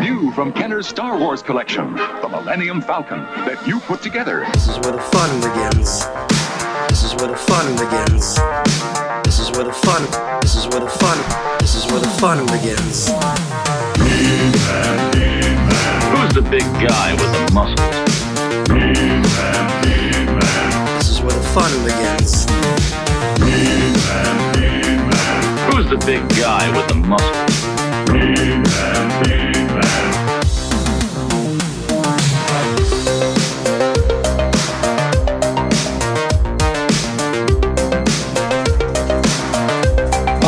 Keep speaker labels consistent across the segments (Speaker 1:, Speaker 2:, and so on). Speaker 1: New from Kenner's Star Wars collection, the Millennium Falcon that you put together.
Speaker 2: This is where the fun begins. This is where the fun begins. This is where the fun. This is where the fun. This is where the fun begins.
Speaker 3: Who's the big guy with the muscles?
Speaker 2: This is where the fun begins.
Speaker 3: Who's the big guy with the muscles?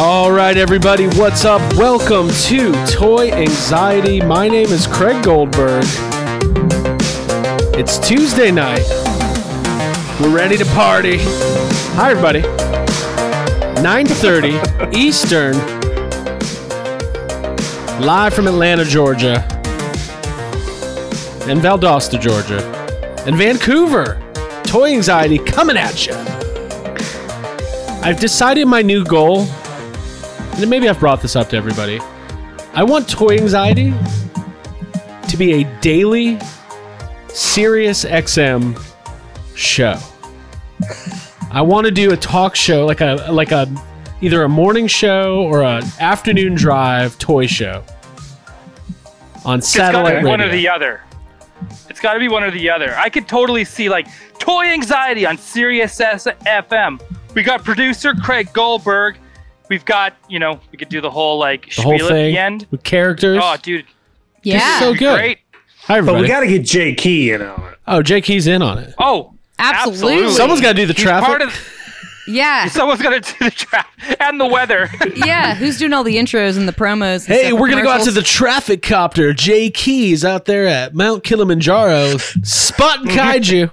Speaker 4: All right, everybody, what's up? Welcome to Toy Anxiety. My name is Craig Goldberg. It's Tuesday night. We're ready to party. Hi, everybody. 9:30 Eastern, live from Atlanta, Georgia, and Valdosta, Georgia, and Vancouver. Toy Anxiety coming at you. I've decided my new goal and maybe I've brought this up to everybody. I want toy anxiety to be a daily Sirius XM show. I want to do a talk show like a like a either a morning show or an afternoon drive toy show on
Speaker 5: It's gotta
Speaker 4: satellite
Speaker 5: be
Speaker 4: radio.
Speaker 5: one or the other. It's got to be one or the other. I could totally see like Toy Anxiety on Sirius S- FM. We got producer Craig Goldberg. We've got you know we could do the whole like
Speaker 4: the
Speaker 5: spiel
Speaker 4: whole
Speaker 5: at
Speaker 4: thing
Speaker 5: the end.
Speaker 4: with characters.
Speaker 5: Oh, dude,
Speaker 4: This is
Speaker 6: Yeah,
Speaker 4: so
Speaker 5: it'd be
Speaker 4: good.
Speaker 5: great.
Speaker 4: Hi
Speaker 7: But
Speaker 4: everybody.
Speaker 7: we got to get Jay Key in on it.
Speaker 4: oh, Jake, he's in on it.
Speaker 5: Oh,
Speaker 6: absolutely.
Speaker 5: absolutely.
Speaker 4: Someone's got to do the
Speaker 5: he's
Speaker 4: traffic.
Speaker 5: part of.
Speaker 6: yeah,
Speaker 5: Someone's gonna do the traffic and the weather.
Speaker 6: yeah. Who's doing all the intros and the promos? and
Speaker 4: Hey,
Speaker 6: stuff,
Speaker 4: we're gonna go out to
Speaker 6: commercials?
Speaker 4: the traffic copter. Jay Keys out there at Mount Kilimanjaro, spotting kaiju.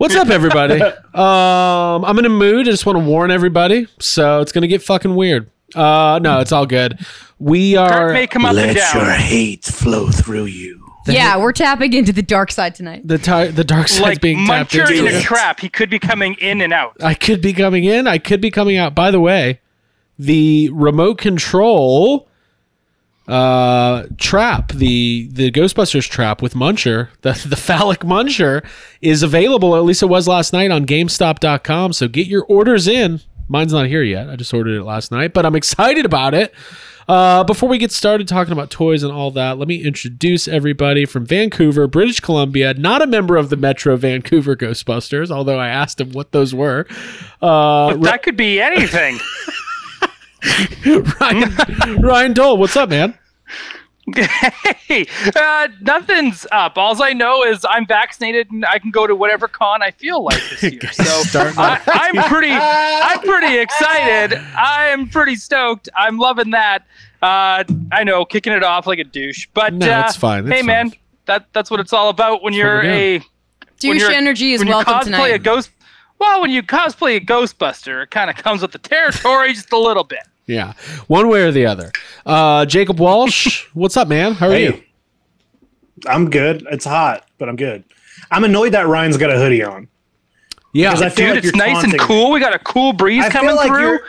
Speaker 4: What's up, everybody? Um, I'm in a mood. I just want to warn everybody. So it's gonna get fucking weird. Uh, no, it's all good. We
Speaker 5: Kurt
Speaker 4: are.
Speaker 5: may come up and down.
Speaker 2: hate flow through you.
Speaker 6: Yeah, we're tapping into the dark side tonight.
Speaker 4: the ti- the dark side's
Speaker 5: Like
Speaker 4: being tapped
Speaker 5: muncher in a
Speaker 4: into.
Speaker 5: trap, he could be coming in and out.
Speaker 4: I could be coming in. I could be coming out. By the way, the remote control uh, trap, the the Ghostbusters trap with Muncher, the the phallic Muncher, is available. At least it was last night on GameStop.com. So get your orders in. Mine's not here yet. I just ordered it last night, but I'm excited about it. Uh, before we get started talking about toys and all that, let me introduce everybody from Vancouver, British Columbia, not a member of the Metro Vancouver Ghostbusters, although I asked him what those were. Uh,
Speaker 5: That could be anything.
Speaker 4: Ryan, Ryan Dole, what's up, man?
Speaker 5: hey, uh, nothing's up. All I know is I'm vaccinated and I can go to whatever con I feel like this year. So I, I'm pretty, I'm pretty excited. I'm pretty stoked. I'm loving that. Uh, I know, kicking it off like a douche, but
Speaker 4: No,
Speaker 5: uh,
Speaker 4: it's fine, it's
Speaker 5: hey, man,
Speaker 4: fine.
Speaker 5: that that's what it's all about when
Speaker 4: what
Speaker 5: you're
Speaker 4: we're
Speaker 5: a when
Speaker 6: Douche
Speaker 5: you're-
Speaker 6: energy is
Speaker 5: when you
Speaker 6: welcome
Speaker 5: cosplay
Speaker 6: tonight.
Speaker 5: a ghost. Well, when you cosplay a Ghostbuster, it kind of comes with the territory just a little bit.
Speaker 4: Yeah, one way or the other. Uh, Jacob Walsh, what's up, man? How are you?
Speaker 7: Hey, I'm good. It's hot, but I'm good. I'm annoyed that Ryan's got a hoodie on.
Speaker 4: Yeah,
Speaker 7: Because I feel
Speaker 5: Dude, it's
Speaker 7: like you're
Speaker 5: nice and
Speaker 7: taunting me.
Speaker 5: cool. We got a cool breeze
Speaker 7: I
Speaker 5: coming
Speaker 7: feel like
Speaker 5: through.
Speaker 7: you're.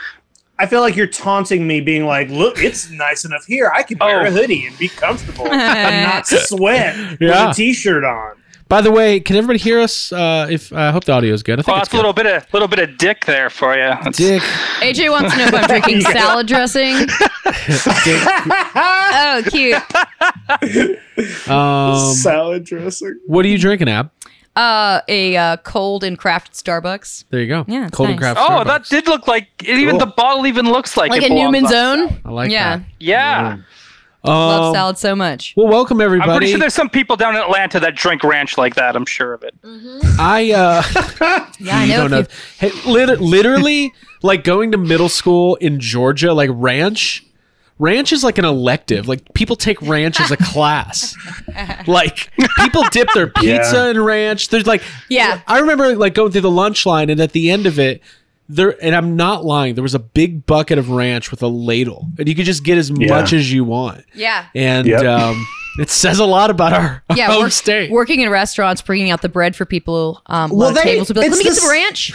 Speaker 7: I feel like you're taunting me, being like, "Look, it's nice enough here. I can wear a
Speaker 5: Oh.
Speaker 7: hoodie and be comfortable and not sweat
Speaker 4: Yeah.
Speaker 7: with a t-shirt on."
Speaker 4: By the way, can everybody hear us? Uh, if I hope the audio is good. I think
Speaker 5: Oh,
Speaker 4: it's
Speaker 5: that's a
Speaker 4: good.
Speaker 5: little bit of little bit of dick there for you. That's-
Speaker 4: Dick,
Speaker 6: AJ wants to know if I'm drinking salad dressing.
Speaker 4: dick.
Speaker 6: Oh, cute.
Speaker 4: Um,
Speaker 7: Salad dressing.
Speaker 4: what are you drinking, Ab?
Speaker 6: Uh, a uh, cold and crafted Starbucks,
Speaker 4: There you go.
Speaker 6: Yeah, it's
Speaker 4: cold and
Speaker 6: nice.
Speaker 4: craft.
Speaker 5: Oh,
Speaker 4: Starbucks.
Speaker 5: that did look like it, even
Speaker 7: Cool.
Speaker 5: the bottle even looks like
Speaker 6: like
Speaker 5: it
Speaker 6: a
Speaker 5: belongs
Speaker 6: Newman's
Speaker 5: on-
Speaker 6: own.
Speaker 4: I like
Speaker 6: yeah,
Speaker 4: that.
Speaker 5: Yeah,
Speaker 6: love
Speaker 4: Um,
Speaker 6: salad so much.
Speaker 4: Well, welcome
Speaker 5: I'm
Speaker 4: everybody.
Speaker 5: pretty sure there's some people down in Atlanta that drink ranch like that. I'm sure of it.
Speaker 6: Mm.
Speaker 4: I uh,
Speaker 6: Yeah, I
Speaker 4: you
Speaker 6: know.
Speaker 4: don't know.
Speaker 6: if
Speaker 4: Hey, lit- literally, like going to middle school in Georgia, like ranch. Ranch is like an elective. Like people take ranch as a class. Like people dip their pizza
Speaker 7: Yeah.
Speaker 4: in ranch. There's like
Speaker 6: Yeah.
Speaker 4: I remember like going through the lunch line, and at the end of it, there. And I'm not lying. There was a big bucket of ranch with a ladle, and you could just get as
Speaker 7: Yeah.
Speaker 4: much as you want.
Speaker 6: you- yeah.
Speaker 4: And
Speaker 7: Yep.
Speaker 4: um, it says a lot about our, our
Speaker 6: Yeah,
Speaker 4: home
Speaker 6: work-
Speaker 4: state.
Speaker 6: working in restaurants, bringing out the bread for people. Um,
Speaker 7: Well,
Speaker 6: well,
Speaker 7: they-
Speaker 6: tables would be like,
Speaker 7: it's
Speaker 6: "Let me get
Speaker 7: the
Speaker 6: some ranch,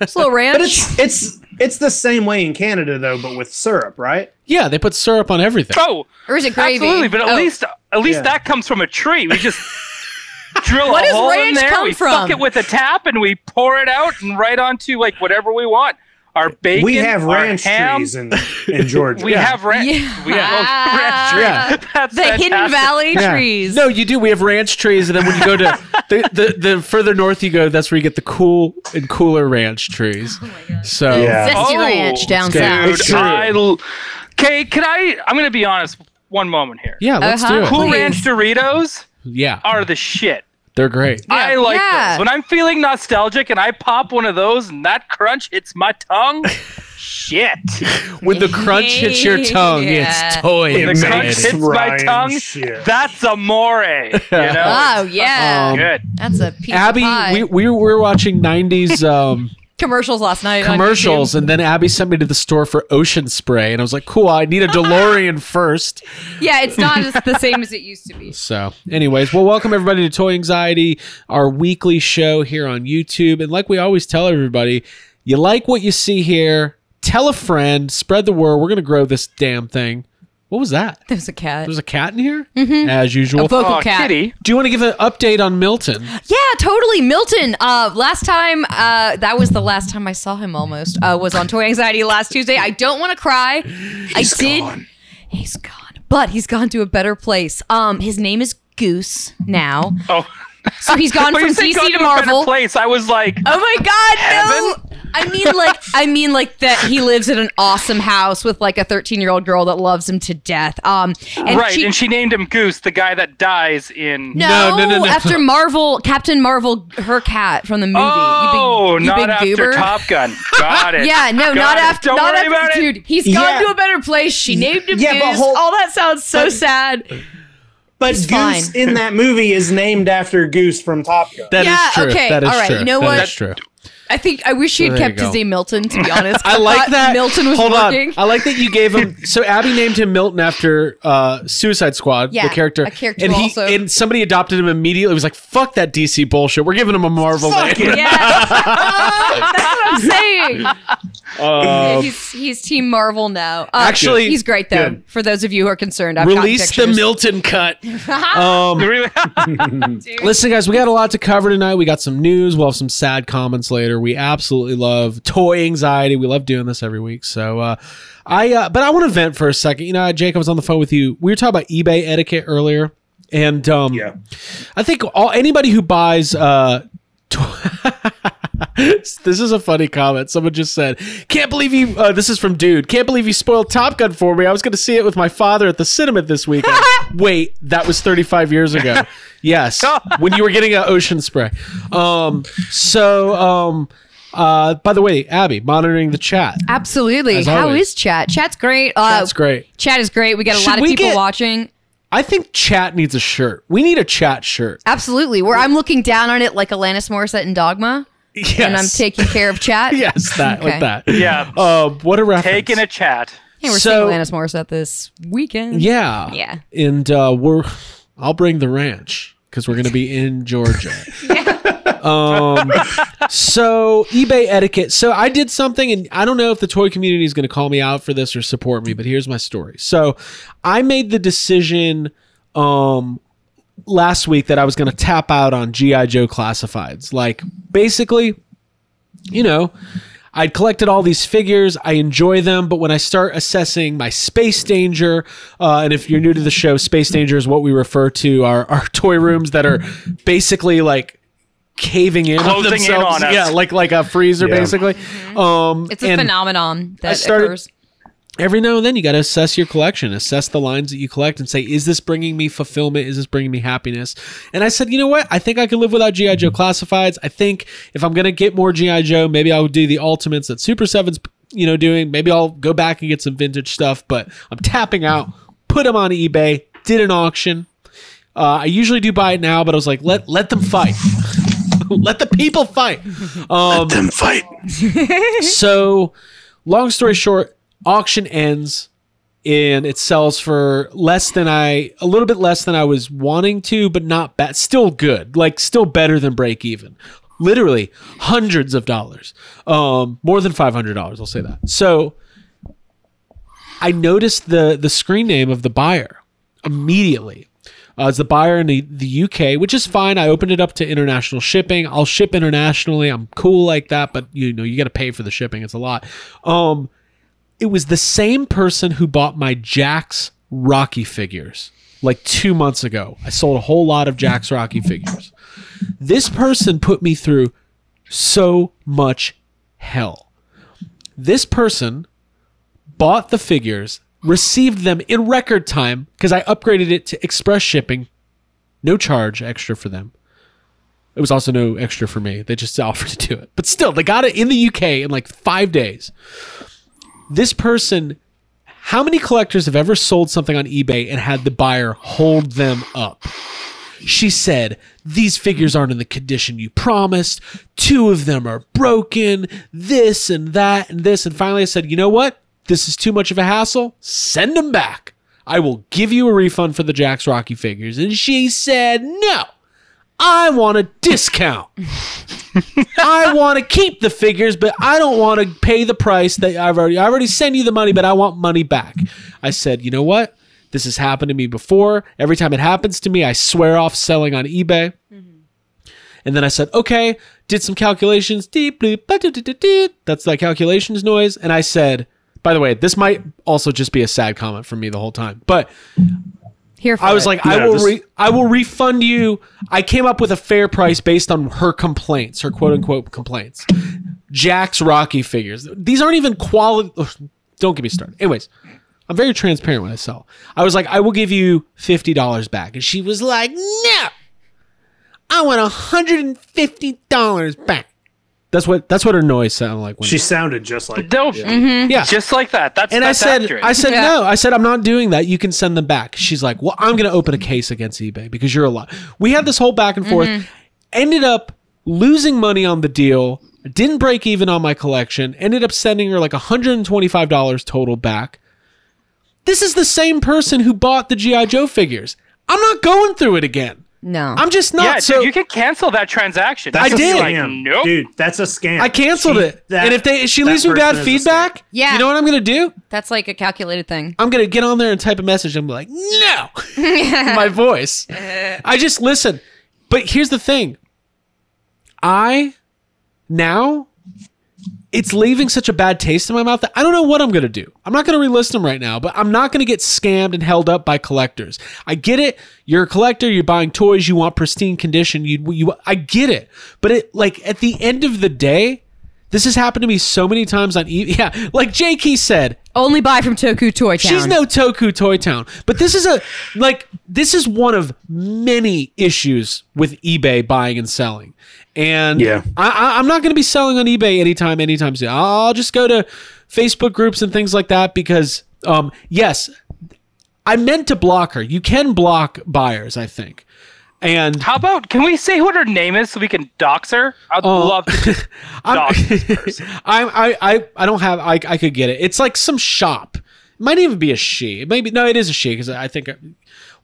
Speaker 6: Just a little ranch."
Speaker 7: But it's it's it's the same way in Canada though, but with syrup, right?
Speaker 4: yeah, they put syrup on everything.
Speaker 5: Oh,
Speaker 6: Or is it gravy?
Speaker 5: absolutely. But at
Speaker 6: Oh.
Speaker 5: least At least
Speaker 7: Yeah.
Speaker 5: that comes from a tree. We just drill
Speaker 6: What
Speaker 5: a
Speaker 6: does
Speaker 5: hole in
Speaker 6: ranch
Speaker 5: there.
Speaker 6: come
Speaker 5: we
Speaker 6: from?
Speaker 5: fuck it with a tap, and we pour it out and right onto like whatever we want. Our bacon.
Speaker 7: we have
Speaker 5: our
Speaker 7: ranch
Speaker 5: ham,
Speaker 7: trees in, in Georgia.
Speaker 5: We have ranch.
Speaker 6: Yeah.
Speaker 5: We have ranch.
Speaker 6: uh,
Speaker 4: Yeah.
Speaker 5: That's
Speaker 6: the Hidden
Speaker 5: fantastic.
Speaker 6: Valley
Speaker 4: Yeah.
Speaker 6: trees.
Speaker 4: No, you do. We have ranch trees, and then when you go to the, the, the further north you go, that's where you get the cool and cooler ranch trees. So
Speaker 7: Yeah.
Speaker 6: Zesty
Speaker 5: Oh,
Speaker 6: Ranch down
Speaker 4: it's good.
Speaker 6: south.
Speaker 7: It's
Speaker 5: Dude,
Speaker 7: true.
Speaker 5: I l- okay, can I? I'm gonna be honest. One moment here.
Speaker 4: Yeah, let's
Speaker 6: Uh-huh.
Speaker 4: do it.
Speaker 5: Cool
Speaker 6: Please.
Speaker 5: Ranch Doritos
Speaker 4: Yeah,
Speaker 5: are the shit.
Speaker 4: they're great.
Speaker 5: I like
Speaker 6: Yeah.
Speaker 5: those. When I'm feeling nostalgic and I pop one of those and that crunch hits my tongue, shit.
Speaker 4: When the crunch hits your tongue,
Speaker 6: Yeah.
Speaker 4: it's toy.
Speaker 5: The crunch hits my
Speaker 7: Ryan,
Speaker 5: tongue.
Speaker 7: shit.
Speaker 5: That's a more. You know?
Speaker 6: Oh yeah,
Speaker 4: Um,
Speaker 5: Good.
Speaker 6: that's a piece of pie.
Speaker 4: Abby, we, we were watching '90s um,
Speaker 6: commercials last night. on
Speaker 4: commercials,
Speaker 6: YouTube.
Speaker 4: and then Abby sent me to the store for Ocean Spray, and I was like, "Cool, I need a DeLorean first.
Speaker 6: yeah, it's not as the same as it used to be.
Speaker 4: So, anyways, well, welcome everybody to Toy Anxiety, our weekly show here on YouTube. And like we always tell everybody, you like what you see here, tell a friend, spread the word. We're gonna grow this damn thing. What was that?
Speaker 6: There's a cat.
Speaker 4: There's a cat in here, as usual.
Speaker 6: Mm-hmm. a vocal
Speaker 5: Oh,
Speaker 6: cat.
Speaker 5: kitty.
Speaker 4: Do you want to give an update on Milton?
Speaker 6: Yeah, totally. Milton. Uh, last time, uh, that was the last time I saw him. Almost uh, was on Toy Anxiety last Tuesday. I don't want to cry. I did. He's gone, but he's gone to a better place. Um, his name is Goose now.
Speaker 5: Oh.
Speaker 6: So he's gone
Speaker 5: When
Speaker 6: from
Speaker 5: you said
Speaker 6: DC
Speaker 5: gone
Speaker 6: to
Speaker 5: a better
Speaker 6: Marvel.
Speaker 5: place, I was like,
Speaker 6: Oh my God, no! I mean, like, I mean, like that he lives in an awesome house with like a 13 year old girl that loves him to death. Um, and
Speaker 5: right.
Speaker 6: she,
Speaker 5: and she named him Goose, the guy that dies in.
Speaker 6: no,
Speaker 4: No, no, no, no.
Speaker 6: after Marvel, Captain Marvel, her cat from the movie.
Speaker 5: Oh,
Speaker 6: you big, you
Speaker 5: not
Speaker 6: big
Speaker 5: after
Speaker 6: goober.
Speaker 5: Top Gun. Got it.
Speaker 6: Yeah,
Speaker 5: Got
Speaker 6: no, not
Speaker 5: it.
Speaker 6: after.
Speaker 5: Don't
Speaker 6: not
Speaker 5: worry
Speaker 6: after,
Speaker 5: about it.
Speaker 6: dude. He's gone
Speaker 8: Yeah.
Speaker 6: to a better place. She named him
Speaker 8: Yeah, but
Speaker 6: Goose.
Speaker 8: hold-
Speaker 6: All that sounds so sad.
Speaker 8: But
Speaker 6: It's
Speaker 8: Goose
Speaker 6: fine.
Speaker 8: in
Speaker 7: in
Speaker 8: that
Speaker 7: that movie is named after Goose from Top Gun.
Speaker 4: That is
Speaker 6: Yeah,
Speaker 4: true.
Speaker 6: okay,
Speaker 4: That is
Speaker 6: all right,
Speaker 4: true.
Speaker 6: you know
Speaker 4: That
Speaker 6: what?
Speaker 4: is true.
Speaker 6: I think I wish he had
Speaker 4: there you
Speaker 6: kept his
Speaker 4: go.
Speaker 6: name Milton. To be honest,
Speaker 4: I like
Speaker 6: thought
Speaker 4: that.
Speaker 6: Milton was
Speaker 4: Hold
Speaker 6: working.
Speaker 4: on. I like that you gave him. So Abby named him Milton after uh, Suicide Squad,
Speaker 6: Yeah,
Speaker 4: the character.
Speaker 6: a character
Speaker 4: and he
Speaker 6: also.
Speaker 4: and somebody adopted him immediately. It was like, fuck that DC bullshit. We're giving him a Marvel name.
Speaker 6: Yeah. Oh, That's what I'm saying. Yeah, he's, he's Team Marvel now. Uh,
Speaker 4: Uh, Actually-
Speaker 6: he's great though. For those of you who are concerned, I've gotten
Speaker 4: Release the
Speaker 6: pictures.
Speaker 4: Milton cut. um,
Speaker 5: Really?
Speaker 4: listen, guys, we got a lot to cover tonight. We got some news. We'll have some sad comments later. We absolutely love toy anxiety. We love doing this every week. So, uh, I, uh, but I want to vent for a second. You know, Jake, I was on the phone with you. We were talking about eBay etiquette earlier. And um,
Speaker 7: Yeah.
Speaker 4: I think all anybody who buys uh tw- this is a funny comment. Someone just said, "Can't believe you." Uh, this is from dude. Can't believe you spoiled Top Gun for me. I was going to see it with my father at the cinema this weekend. Wait, that was 35 years ago. yes, when you were getting an ocean spray. Um, so, um, uh, by the way, Abby monitoring the chat.
Speaker 6: Absolutely.
Speaker 4: As
Speaker 6: How
Speaker 4: always.
Speaker 6: is chat? Chat's great. Uh,
Speaker 4: That's great.
Speaker 6: Chat is great. We got a
Speaker 4: Should
Speaker 6: lot of
Speaker 4: we
Speaker 6: people
Speaker 4: get-
Speaker 6: watching.
Speaker 4: I think chat needs a shirt. We need a chat shirt.
Speaker 6: Absolutely. Where I'm looking down on it like Alanis Morissette in Dogma,
Speaker 4: Yes.
Speaker 6: and I'm taking care of chat.
Speaker 4: Yes, that
Speaker 6: Okay.
Speaker 4: like that.
Speaker 5: Yeah.
Speaker 4: Um, what a reference.
Speaker 5: Taking a chat.
Speaker 6: Hey, we're
Speaker 4: So-
Speaker 6: seeing Alanis Morissette this weekend.
Speaker 4: Yeah.
Speaker 6: Yeah.
Speaker 4: And uh, we're I'll bring the ranch because we're gonna be in Georgia. um so eBay etiquette. So I did something and I don't know if the toy community is gonna call me out for this or support me, but here's my story. So I made the decision um last week that I was gonna tap out on G.I. Joe classifieds. Like basically, you know, I'd collected all these figures. I enjoy them, but when I start assessing my space danger, uh, and if you're new to the show, space danger is what we refer to our our toy rooms that are basically like caving in on
Speaker 5: Closing in
Speaker 4: themselves.
Speaker 5: on us.
Speaker 4: Yeah, like like a freezer
Speaker 7: Yeah.
Speaker 4: basically. Um,
Speaker 6: It's a
Speaker 4: and-
Speaker 6: phenomenon that
Speaker 4: started-
Speaker 6: occurs.
Speaker 4: every now and then you got to assess your collection assess the lines that you collect and say is this bringing me fulfillment is this bringing me happiness and i said you know what i think i could live without gi joe
Speaker 2: Mm-hmm.
Speaker 4: classifieds i think if i'm going to get more gi joe maybe i'll do the ultimates that super sevens you know doing maybe i'll go back and get some vintage stuff but i'm tapping out put them on ebay did an auction uh, i usually do buy it now but i was like let let them fight let the people fight um,
Speaker 2: Them fight.
Speaker 4: so long story short auction ends and it sells for less than i a little bit less than i was wanting to but not bad still good like still better than break even literally hundreds of dollars um more than $500 i'll say that so i noticed the the screen name of the buyer immediately Uh, it's the buyer in the, the UK, which is fine. I opened it up to international shipping. I'll ship internationally. I'm cool like that, but you know, you got to pay for the shipping. It's a lot. Um, it was the same person who bought my Jax Rocky figures like two months ago. I sold a whole lot of Jax Rocky figures. This person put me through so much hell. This person bought the figures, received them in record time because I upgraded it to express shipping, no charge extra for them. It was also no extra for me. They just offered to do it. But still, they got it in the UK in like five days. This person, how many collectors have ever sold something on eBay and had the buyer hold them up? She said, These figures aren't in the condition you promised. Two of them are broken, this and that and this. And finally, I said, You know what? This is too much of a hassle. Send them back. I will give you a refund for the Jax Rocky figures. And she said, No, I want a discount. I want to keep the figures, but I don't want to pay the price that I've already. I already sent you the money, but I want money back. I said, you know what? This has happened to me before. Every time it happens to me, I swear off selling on eBay. And then I said, okay, did some calculations. Deep bloop, ba- do- do- do- do. That's that calculations noise. And I said, by the way, this might also just be a sad comment from me the whole time, but
Speaker 6: Here for
Speaker 4: I was
Speaker 6: it.
Speaker 4: like, I
Speaker 7: No,
Speaker 4: will,
Speaker 7: this-
Speaker 4: re- I will refund you. I came up with a fair price based on her complaints, her quote unquote complaints. Jack's Rocky figures. These aren't even quality. ugh, Don't get me started. Anyways, I'm very transparent when I sell. I was like, I will give you fifty dollars back, and she was like, No, I want hundred and fifty dollars back. That's what that's what her noise sounded like. When
Speaker 7: She sounded just like
Speaker 5: Dope.
Speaker 6: Mm-hmm.
Speaker 4: yeah,
Speaker 5: Just like that. That's
Speaker 4: and I
Speaker 5: that's
Speaker 4: said,
Speaker 5: accurate.
Speaker 4: I said
Speaker 6: Yeah.
Speaker 4: no. I said I'm not doing that. You can send them back. She's like, well, I'm going to open a case against eBay because you're a lot. We had this whole back and forth.
Speaker 6: Mm-hmm.
Speaker 4: Ended up losing money on the deal. Didn't break even on my collection. Ended up sending her like 125 dollars total back. This is the same person who bought the GI Joe figures. I'm not going through it again.
Speaker 6: no.
Speaker 4: I'm just not.
Speaker 5: yeah,
Speaker 4: so
Speaker 5: dude, you can cancel that transaction.
Speaker 4: I
Speaker 7: That's a
Speaker 4: did.
Speaker 5: Like,
Speaker 7: scam.
Speaker 5: nope.
Speaker 7: Dude, that's a scam.
Speaker 4: I canceled
Speaker 7: She-
Speaker 4: it.
Speaker 7: that-
Speaker 4: and if they, if she
Speaker 7: that
Speaker 4: leaves me
Speaker 7: person
Speaker 4: bad
Speaker 7: is a scam.
Speaker 4: feedback,
Speaker 6: Yeah.
Speaker 4: you know what I'm going to do?
Speaker 6: That's like a calculated thing.
Speaker 4: I'm gonna get on there and type a message. I'm like, no, In my voice. I just listen. But here's the thing. I now it's leaving such a bad taste in my mouth that I don't know what I'm gonna do. I'm not gonna relist them right now, but I'm not gonna get scammed and held up by collectors. I get it. You're a collector. You're buying toys. You want pristine condition. You you. I get it. But it like at the end of the day. This has happened to me so many times on E. Yeah, like Jakey said,
Speaker 6: Only buy from Toku Toy Town.
Speaker 4: She's no Toku Toy Town. But this is a like this is one of many issues with eBay buying and selling. And
Speaker 7: Yeah.
Speaker 4: I, I, I'm not going to be selling on eBay anytime, anytime soon. I'll just go to Facebook groups and things like that because, um, yes, I meant to block her. You can block buyers, I think. And
Speaker 5: How about can we say what her name is so we can dox her? I'd
Speaker 4: Oh.
Speaker 5: love to
Speaker 4: I'm,
Speaker 5: dox this person.
Speaker 4: I'm, I, I, I don't have, I, I could get it. It's like some shop. It might even be a she. It may be, no, it is a she because I think,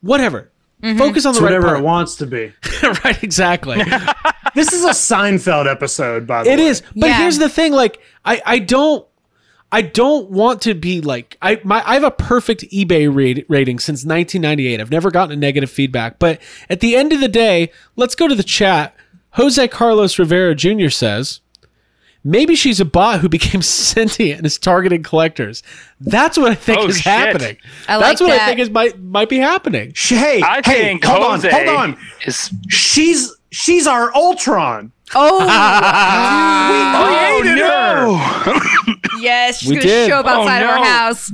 Speaker 4: whatever. Focus on the
Speaker 7: It's
Speaker 4: right
Speaker 7: whatever
Speaker 4: part.
Speaker 7: it wants to be.
Speaker 4: right exactly
Speaker 7: This is a Seinfeld episode, by the
Speaker 4: it
Speaker 7: way.
Speaker 4: is but
Speaker 6: Yeah.
Speaker 4: here's the thing like i i don't i don't want to be like i my i have a perfect ebay rate, rating since 1998 i've never gotten a negative feedback but at the end of the day let's go to the chat jose carlos rivera jr says maybe she's a bot who became sentient and is targeting collectors that's what i think
Speaker 5: Oh,
Speaker 4: is
Speaker 5: shit.
Speaker 4: happening
Speaker 6: I
Speaker 4: that's
Speaker 6: like
Speaker 4: what
Speaker 6: that.
Speaker 4: i think is might might be happening
Speaker 7: Sh- Hey,
Speaker 5: I
Speaker 7: hey,
Speaker 5: think
Speaker 7: hold
Speaker 5: Jose
Speaker 7: on, hold on.
Speaker 5: is
Speaker 7: She's she's our Ultron.
Speaker 6: Oh
Speaker 5: Oh
Speaker 7: Created
Speaker 5: no!
Speaker 6: yes, she's
Speaker 4: We
Speaker 6: gonna
Speaker 4: did.
Speaker 6: show up outside
Speaker 5: no.
Speaker 6: of our house.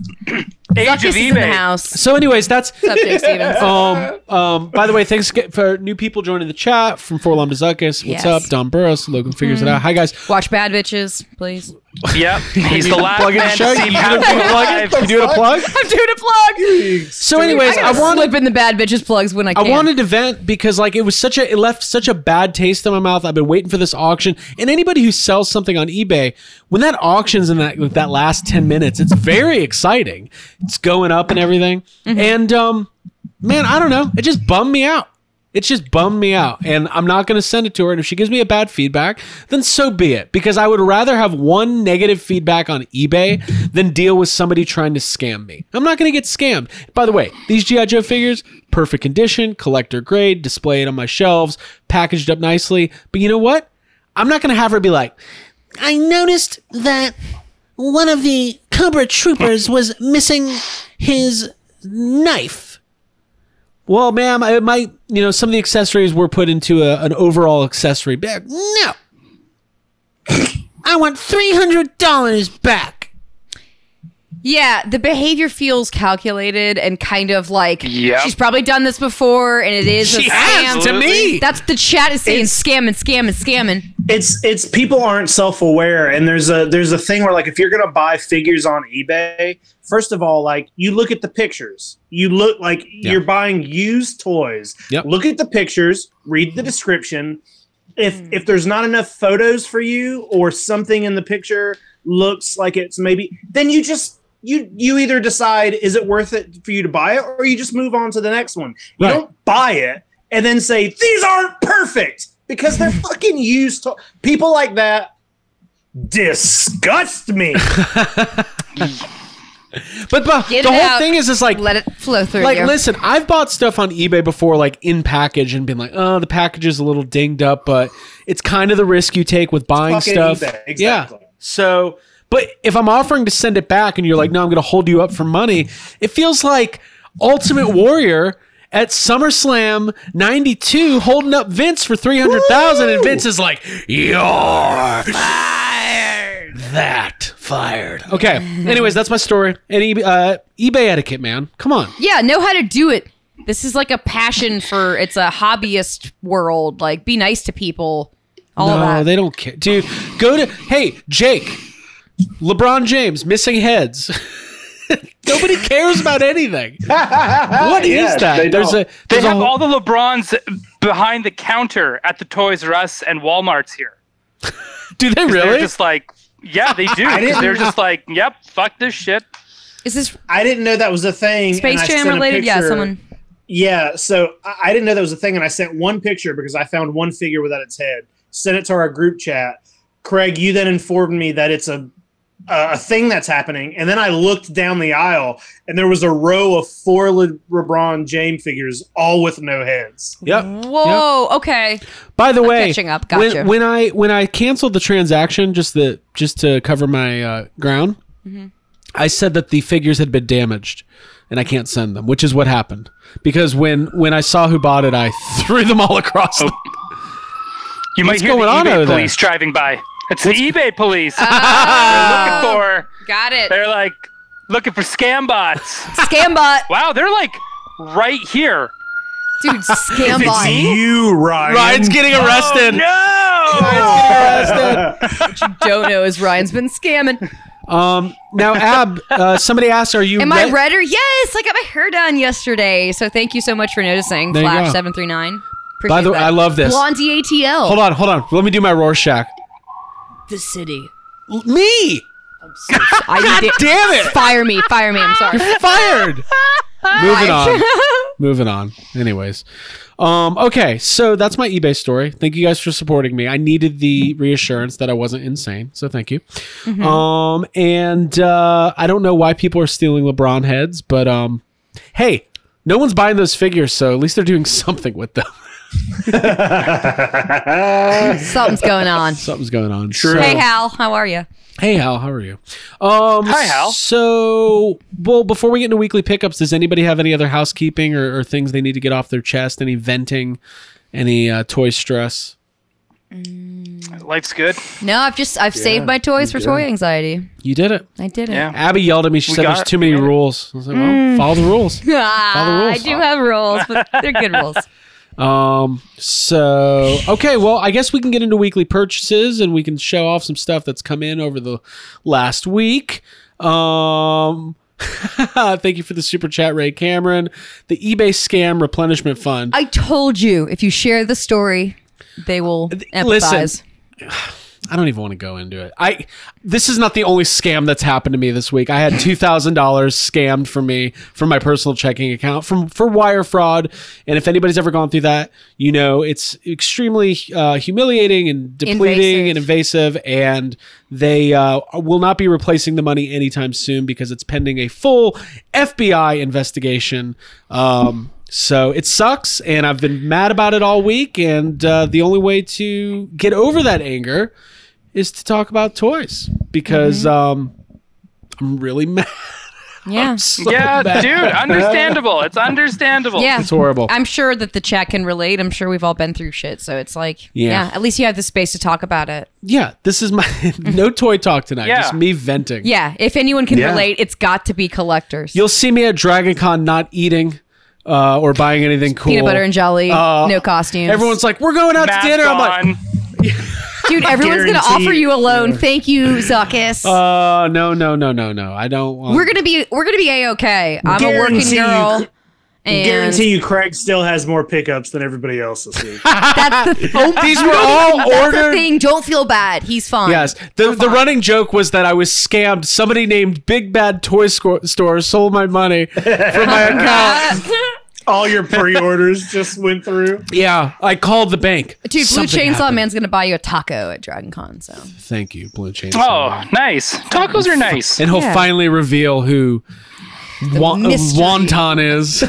Speaker 5: Age of
Speaker 6: Zuckus Oh, is in the
Speaker 5: eBay.
Speaker 6: house.
Speaker 4: so anyways that's
Speaker 6: What's up, Jake Stevens?
Speaker 4: um, um, by the way, thanks ge- for new people joining the chat from Four Lambda Zuckus. What's
Speaker 6: Yes.
Speaker 4: up? Don Burrows, Logan figures it out. Hi guys.
Speaker 6: Watch Bad Bitches, please.
Speaker 5: Yep, he's the last
Speaker 4: Plug in the
Speaker 5: man
Speaker 4: show.
Speaker 5: to
Speaker 4: You
Speaker 5: see
Speaker 4: doing
Speaker 5: Pound
Speaker 4: a plug? You doing a plug?
Speaker 6: I'm doing a plug.
Speaker 4: So, anyways, I
Speaker 6: I want
Speaker 4: wanted.
Speaker 6: to slip in the Bad Bitches plugs when I
Speaker 4: I
Speaker 6: can.
Speaker 4: wanted to vent because like it was such a it left such a bad taste in my mouth. I've been waiting for this auction, and anybody who sells something on eBay, when that auction's in that like, that last ten minutes, it's very exciting. It's going up and everything, and um, man, I don't know, it just bummed me out. It just bummed me out, and I'm not going to send it to her. And if she gives me a bad feedback, then so be it, because I would rather have one negative feedback on eBay than deal with somebody trying to scam me. I'm not going to get scammed. By the way, these GI Joe figures, perfect condition, collector grade, displayed on my shelves, packaged up nicely. But you know what? I'm not going to have her be like, I noticed that one of the Cobra troopers was missing his knife. Well, ma'am, I might, you know, some of the accessories were put into a, an overall accessory bag. No. I want $300 back.
Speaker 6: Yeah, the behavior feels calculated and kind of like
Speaker 5: Yep.
Speaker 6: she's probably done this before, and it is
Speaker 4: She
Speaker 6: a
Speaker 4: has
Speaker 6: scam.
Speaker 4: to me.
Speaker 6: That's the chat is saying scamming, scamming, scamming.
Speaker 7: it's it's people aren't self-aware and there's a there's a thing where like if you're gonna buy figures on ebay first of all like you look at the pictures you look like you're buying used toys
Speaker 4: Yep.
Speaker 7: look at the pictures read the description if
Speaker 6: Hmm.
Speaker 7: if there's not enough photos for you or something in the picture looks like it's maybe then you just you you either decide is it worth it for you to buy it or you just move on to the next one you
Speaker 4: Right.
Speaker 7: don't buy it and then say these aren't perfect because they're fucking used to people like that disgust me
Speaker 4: But, but
Speaker 6: Get
Speaker 4: the
Speaker 6: it
Speaker 4: whole
Speaker 6: out.
Speaker 4: thing is just like,
Speaker 6: Let it flow through.
Speaker 4: like
Speaker 6: you.
Speaker 4: listen, I've bought stuff on eBay before, like in package, and been like, oh, the package is a little dinged up, but it's kind of the risk you take with buying
Speaker 7: Fucking
Speaker 4: stuff.
Speaker 7: eBay,
Speaker 4: Yeah.
Speaker 7: exactly.
Speaker 4: So, but if I'm offering to send it back and you're like, no, I'm going to hold you up for money, it feels like Ultimate Warrior at SummerSlam 92 holding up Vince for 300,000 and Vince is like, you're fired. That fired. Okay. Anyways, that's my story. And e- uh, eBay etiquette, man. Come on.
Speaker 6: yeah, know how to do it. This is like a passion for it's a hobbyist world. Like, be nice to people. All
Speaker 4: no,
Speaker 6: that.
Speaker 4: they don't care. Dude, go to hey, Jake. LeBron James missing heads. Nobody cares about anything. What is that?
Speaker 7: they
Speaker 4: there's
Speaker 7: don't.
Speaker 4: a
Speaker 5: They
Speaker 4: there's a
Speaker 5: have
Speaker 4: whole-
Speaker 5: all the LeBrons behind the counter at the Toys R Us and Walmart's here.
Speaker 4: Do they
Speaker 5: They're
Speaker 4: really?
Speaker 5: just like, yeah, they do. 'cause
Speaker 7: didn't-
Speaker 5: They're just like, yep, fuck this shit.
Speaker 6: Is this
Speaker 7: i didn't know that was a thing and
Speaker 6: Space
Speaker 7: I
Speaker 6: Jam
Speaker 7: sent a
Speaker 6: related? Yeah,
Speaker 7: picture-
Speaker 6: someone.
Speaker 7: yeah so I, I didn't know that was a thing and i sent one picture because i found one figure without its head sent it to our group chat craig you then informed me that it's a a thing that's happening and then i looked down the aisle and there was a row of four Le- lebron james figures all with no heads
Speaker 4: Oh. yep.
Speaker 6: Whoa. Okay.
Speaker 4: By the way,
Speaker 6: catching up.
Speaker 4: when-
Speaker 6: Gotcha.
Speaker 4: When, I when I canceled the transaction, just the just to cover my uh, ground,
Speaker 6: Mm-hmm.
Speaker 4: I said that the figures had been damaged, and I can't send them, which is what happened. Because when when I saw who bought it, I threw them all across.
Speaker 5: Oh,
Speaker 4: the-
Speaker 5: You
Speaker 4: What's
Speaker 5: might hear
Speaker 4: going
Speaker 5: the
Speaker 4: on over
Speaker 5: eBay
Speaker 4: there?
Speaker 5: police driving by. It's the eBay police.
Speaker 6: Oh,
Speaker 4: Uh,
Speaker 5: They're looking for.
Speaker 6: got it.
Speaker 5: They're like looking for scam bots.
Speaker 6: Scambot,
Speaker 5: wow, they're like right here.
Speaker 6: dude. Scambot.
Speaker 7: you ryan
Speaker 4: Ryan's getting arrested.
Speaker 5: Oh,
Speaker 6: Don't know is Ryan's been scamming.
Speaker 4: Um, now, Ab, uh, somebody asked, "Are you?"
Speaker 6: Am I
Speaker 4: re-
Speaker 6: redder? Yes, I got my hair done yesterday. So thank you so much for noticing.
Speaker 4: There you
Speaker 6: Flash
Speaker 4: go.
Speaker 6: seven three nine.
Speaker 4: By the way, I love this.
Speaker 6: Blondie ATL.
Speaker 4: Hold on, hold on. Let me do my Rorschach.
Speaker 6: The city.
Speaker 4: L- Me,
Speaker 6: I need it.
Speaker 4: damn it,
Speaker 6: Fire me, fire me. I'm sorry.
Speaker 4: fired. Moving on. Moving on. Anyways, um, okay. So that's my eBay story. Thank you guys for supporting me. I needed the reassurance that I wasn't insane. So thank you.
Speaker 6: Mm-hmm.
Speaker 4: Um, and uh, I don't know why people are stealing LeBron heads, but um, hey, no one's buying those figures, so at least they're doing something with them.
Speaker 6: Something's going on.
Speaker 4: Something's going on. Sure.
Speaker 6: Hey Hal, how are you?
Speaker 4: Hey Hal, how are you? Um,
Speaker 5: Hi, Hal.
Speaker 4: So, well, before we get into weekly pickups, does anybody have any other housekeeping or, or things they need to get off their chest? Any venting? Any uh, toy stress?
Speaker 5: life's good.
Speaker 6: No, I've just I've saved my toys for toy anxiety.
Speaker 4: You did it.
Speaker 6: I did it.
Speaker 5: Yeah.
Speaker 4: Abby yelled at me. She
Speaker 5: We
Speaker 4: said
Speaker 5: got
Speaker 4: there's
Speaker 5: it.
Speaker 4: too many
Speaker 5: We did it.
Speaker 4: rules. I was like, well, follow the rules. Follow the
Speaker 6: Ah, I
Speaker 4: rules.
Speaker 6: do have rules, but they're good rules.
Speaker 4: Um, so, okay, well, I guess we can get into weekly purchases and we can show off some stuff that's come in over the last week. Um, thank you for the super chat, Ray Cameron. The eBay scam replenishment fund.
Speaker 6: I told you if you share the story, they will empathize.
Speaker 4: Listen, I don't even want to go into it. I this is not the only scam that's happened to me this week. I had two thousand dollars scammed from me from my personal checking account from for wire fraud. And if anybody's ever gone through that, you know it's extremely uh, humiliating and depleting and invasive. And they uh, will not be replacing the money anytime soon because it's pending a full FBI investigation. Um, so it sucks, and I've been mad about it all week. And uh, the only way to get over that anger is to talk about toys because
Speaker 6: Mm-hmm.
Speaker 4: um, I'm really mad. Oh,
Speaker 6: Yeah.
Speaker 4: So
Speaker 5: yeah,
Speaker 4: mad.
Speaker 5: dude, understandable. It's understandable.
Speaker 6: Yeah.
Speaker 4: It's horrible.
Speaker 6: I'm sure that the chat can relate. I'm sure we've all been through shit. So it's like,
Speaker 4: Yeah.
Speaker 6: yeah, at least you have the space to talk about it.
Speaker 4: yeah, this is my no toy talk tonight.
Speaker 5: Yeah.
Speaker 4: Just me venting.
Speaker 6: Yeah. If anyone can
Speaker 2: Yeah.
Speaker 6: relate, it's got to be collectors.
Speaker 4: You'll see me at Dragon Con not eating uh, or buying anything cool.
Speaker 6: Peanut butter and jelly,
Speaker 4: Uh,
Speaker 6: no costumes.
Speaker 4: Everyone's like, we're going out
Speaker 5: Mask
Speaker 4: to dinner. I'm like,
Speaker 5: on.
Speaker 6: Dude, everyone's going to
Speaker 7: Guaranteed.
Speaker 6: offer you a loan. Thank you, Zuckus.
Speaker 4: uh, no, no, no, no, no. I don't want.
Speaker 6: we're gonna be we're gonna be a okay. I'm a working
Speaker 7: Guarantee you-
Speaker 6: girl. And
Speaker 7: Guarantee you, Craig still has more pickups than everybody else this week.
Speaker 6: that's the,
Speaker 4: These were all
Speaker 6: that's the
Speaker 4: ordered.
Speaker 6: thing. Don't feel bad. He's fine.
Speaker 4: Yes. The the running joke was that I was scammed. Somebody named Big Bad Toy Sco- Store stole my money from my
Speaker 6: uh,
Speaker 4: account.
Speaker 7: All your pre-orders just went through.
Speaker 4: yeah, I called the bank.
Speaker 6: Dude, Blue
Speaker 4: Something
Speaker 6: Chainsaw
Speaker 4: happened.
Speaker 6: Man's gonna buy you a taco at Dragon Con. So
Speaker 4: Thank you, Blue Chainsaw.
Speaker 5: Oh,
Speaker 4: Man.
Speaker 5: nice. Tacos are nice.
Speaker 4: and he'll
Speaker 6: Yeah.
Speaker 4: finally reveal who wa-
Speaker 6: mystery.
Speaker 4: Wonton is.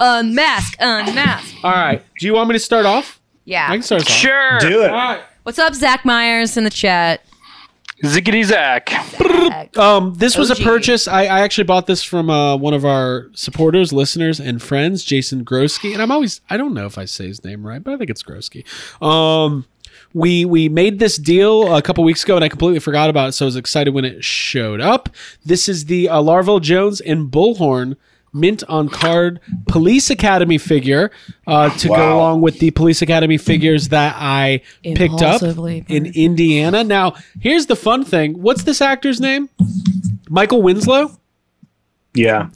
Speaker 6: unmask, unmask.
Speaker 4: All right. Do you want me to start off? I
Speaker 6: Yeah.
Speaker 4: can start us off.
Speaker 5: Sure.
Speaker 7: Do it.
Speaker 6: What's up, Zach Myers in the chat?
Speaker 5: Ziggity Zack.
Speaker 4: Um, this was a
Speaker 6: OG.
Speaker 4: purchase. I, I actually bought this from uh, one of our supporters, listeners, and friends, Jason Grosky. And I'm always I don't know if I say his name right, but I think it's Grosky. Um, we we made this deal a couple weeks ago, and I completely forgot about it. So I was excited when it showed up. This is the uh, Larville Jones and Bullhorn mint on card police academy figure uh, to go along with the police academy figures that i picked up
Speaker 6: Impulsively
Speaker 4: in indiana now here's the fun thing what's this actor's name Michael Winslow.
Speaker 7: Yeah.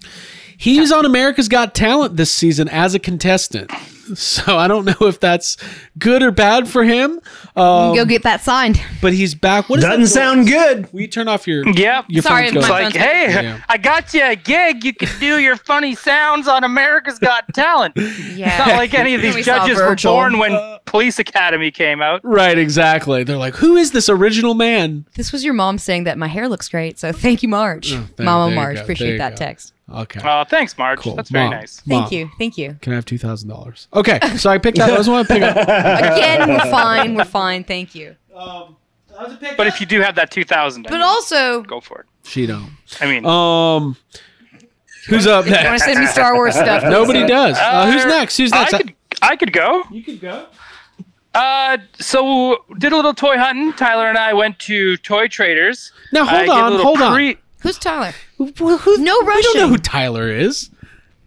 Speaker 4: He's on America's Got Talent this season as a contestant. So I don't know if that's good or bad for him. Um,
Speaker 6: Go get that signed.
Speaker 4: but he's back. What is
Speaker 7: Doesn't
Speaker 4: that door?
Speaker 7: sound good.
Speaker 4: Will you turn off your
Speaker 5: Yep.
Speaker 4: your
Speaker 6: Sorry,
Speaker 4: phone's
Speaker 6: my
Speaker 4: going.
Speaker 6: phone-
Speaker 5: like, hey,
Speaker 4: Yeah.
Speaker 5: I got you a gig. You can do your funny sounds on America's Got Talent. It's not
Speaker 6: Yeah.
Speaker 5: like any of
Speaker 6: We
Speaker 5: these
Speaker 6: saw
Speaker 5: judges were
Speaker 6: Virgil.
Speaker 5: born when Police Academy came out.
Speaker 4: Right, exactly. They're like, who is this original man?
Speaker 6: This was your mom saying that my hair looks great. So thank you, Marge.
Speaker 4: there- there
Speaker 6: Mama
Speaker 4: Mm, you
Speaker 6: Marge.
Speaker 4: go, there you
Speaker 6: Appreciate that
Speaker 4: go.
Speaker 6: text.
Speaker 4: Okay.
Speaker 5: Oh, thanks, Marge. That's very
Speaker 4: Mom.
Speaker 5: nice.
Speaker 4: Mom,
Speaker 6: Thank you. Thank you.
Speaker 4: Can I have two thousand dollars? Okay, so I picked up. I just want to pick up.
Speaker 6: Again, we're fine. We're fine. Thank you.
Speaker 5: But if you do have that 2000, I
Speaker 6: But
Speaker 5: mean,
Speaker 6: also, you
Speaker 5: go for it.
Speaker 4: She don't.
Speaker 5: I mean,
Speaker 4: Um, who's up
Speaker 6: want to
Speaker 4: next?
Speaker 6: send me Star Wars stuff?
Speaker 4: Nobody does. Uh, who's
Speaker 5: Uh,
Speaker 4: next? Who's next?
Speaker 5: I could, I could go.
Speaker 4: you could go.
Speaker 5: Uh, so did a little toy hunting. Tyler and I went to Toy Traders.
Speaker 4: Now
Speaker 5: I
Speaker 4: hold
Speaker 5: did a
Speaker 4: on,
Speaker 5: little
Speaker 4: hold on.
Speaker 5: pre-
Speaker 6: Who's Tyler?
Speaker 4: Well, who, We
Speaker 6: No
Speaker 4: don't know
Speaker 6: rushing.
Speaker 4: who Tyler is.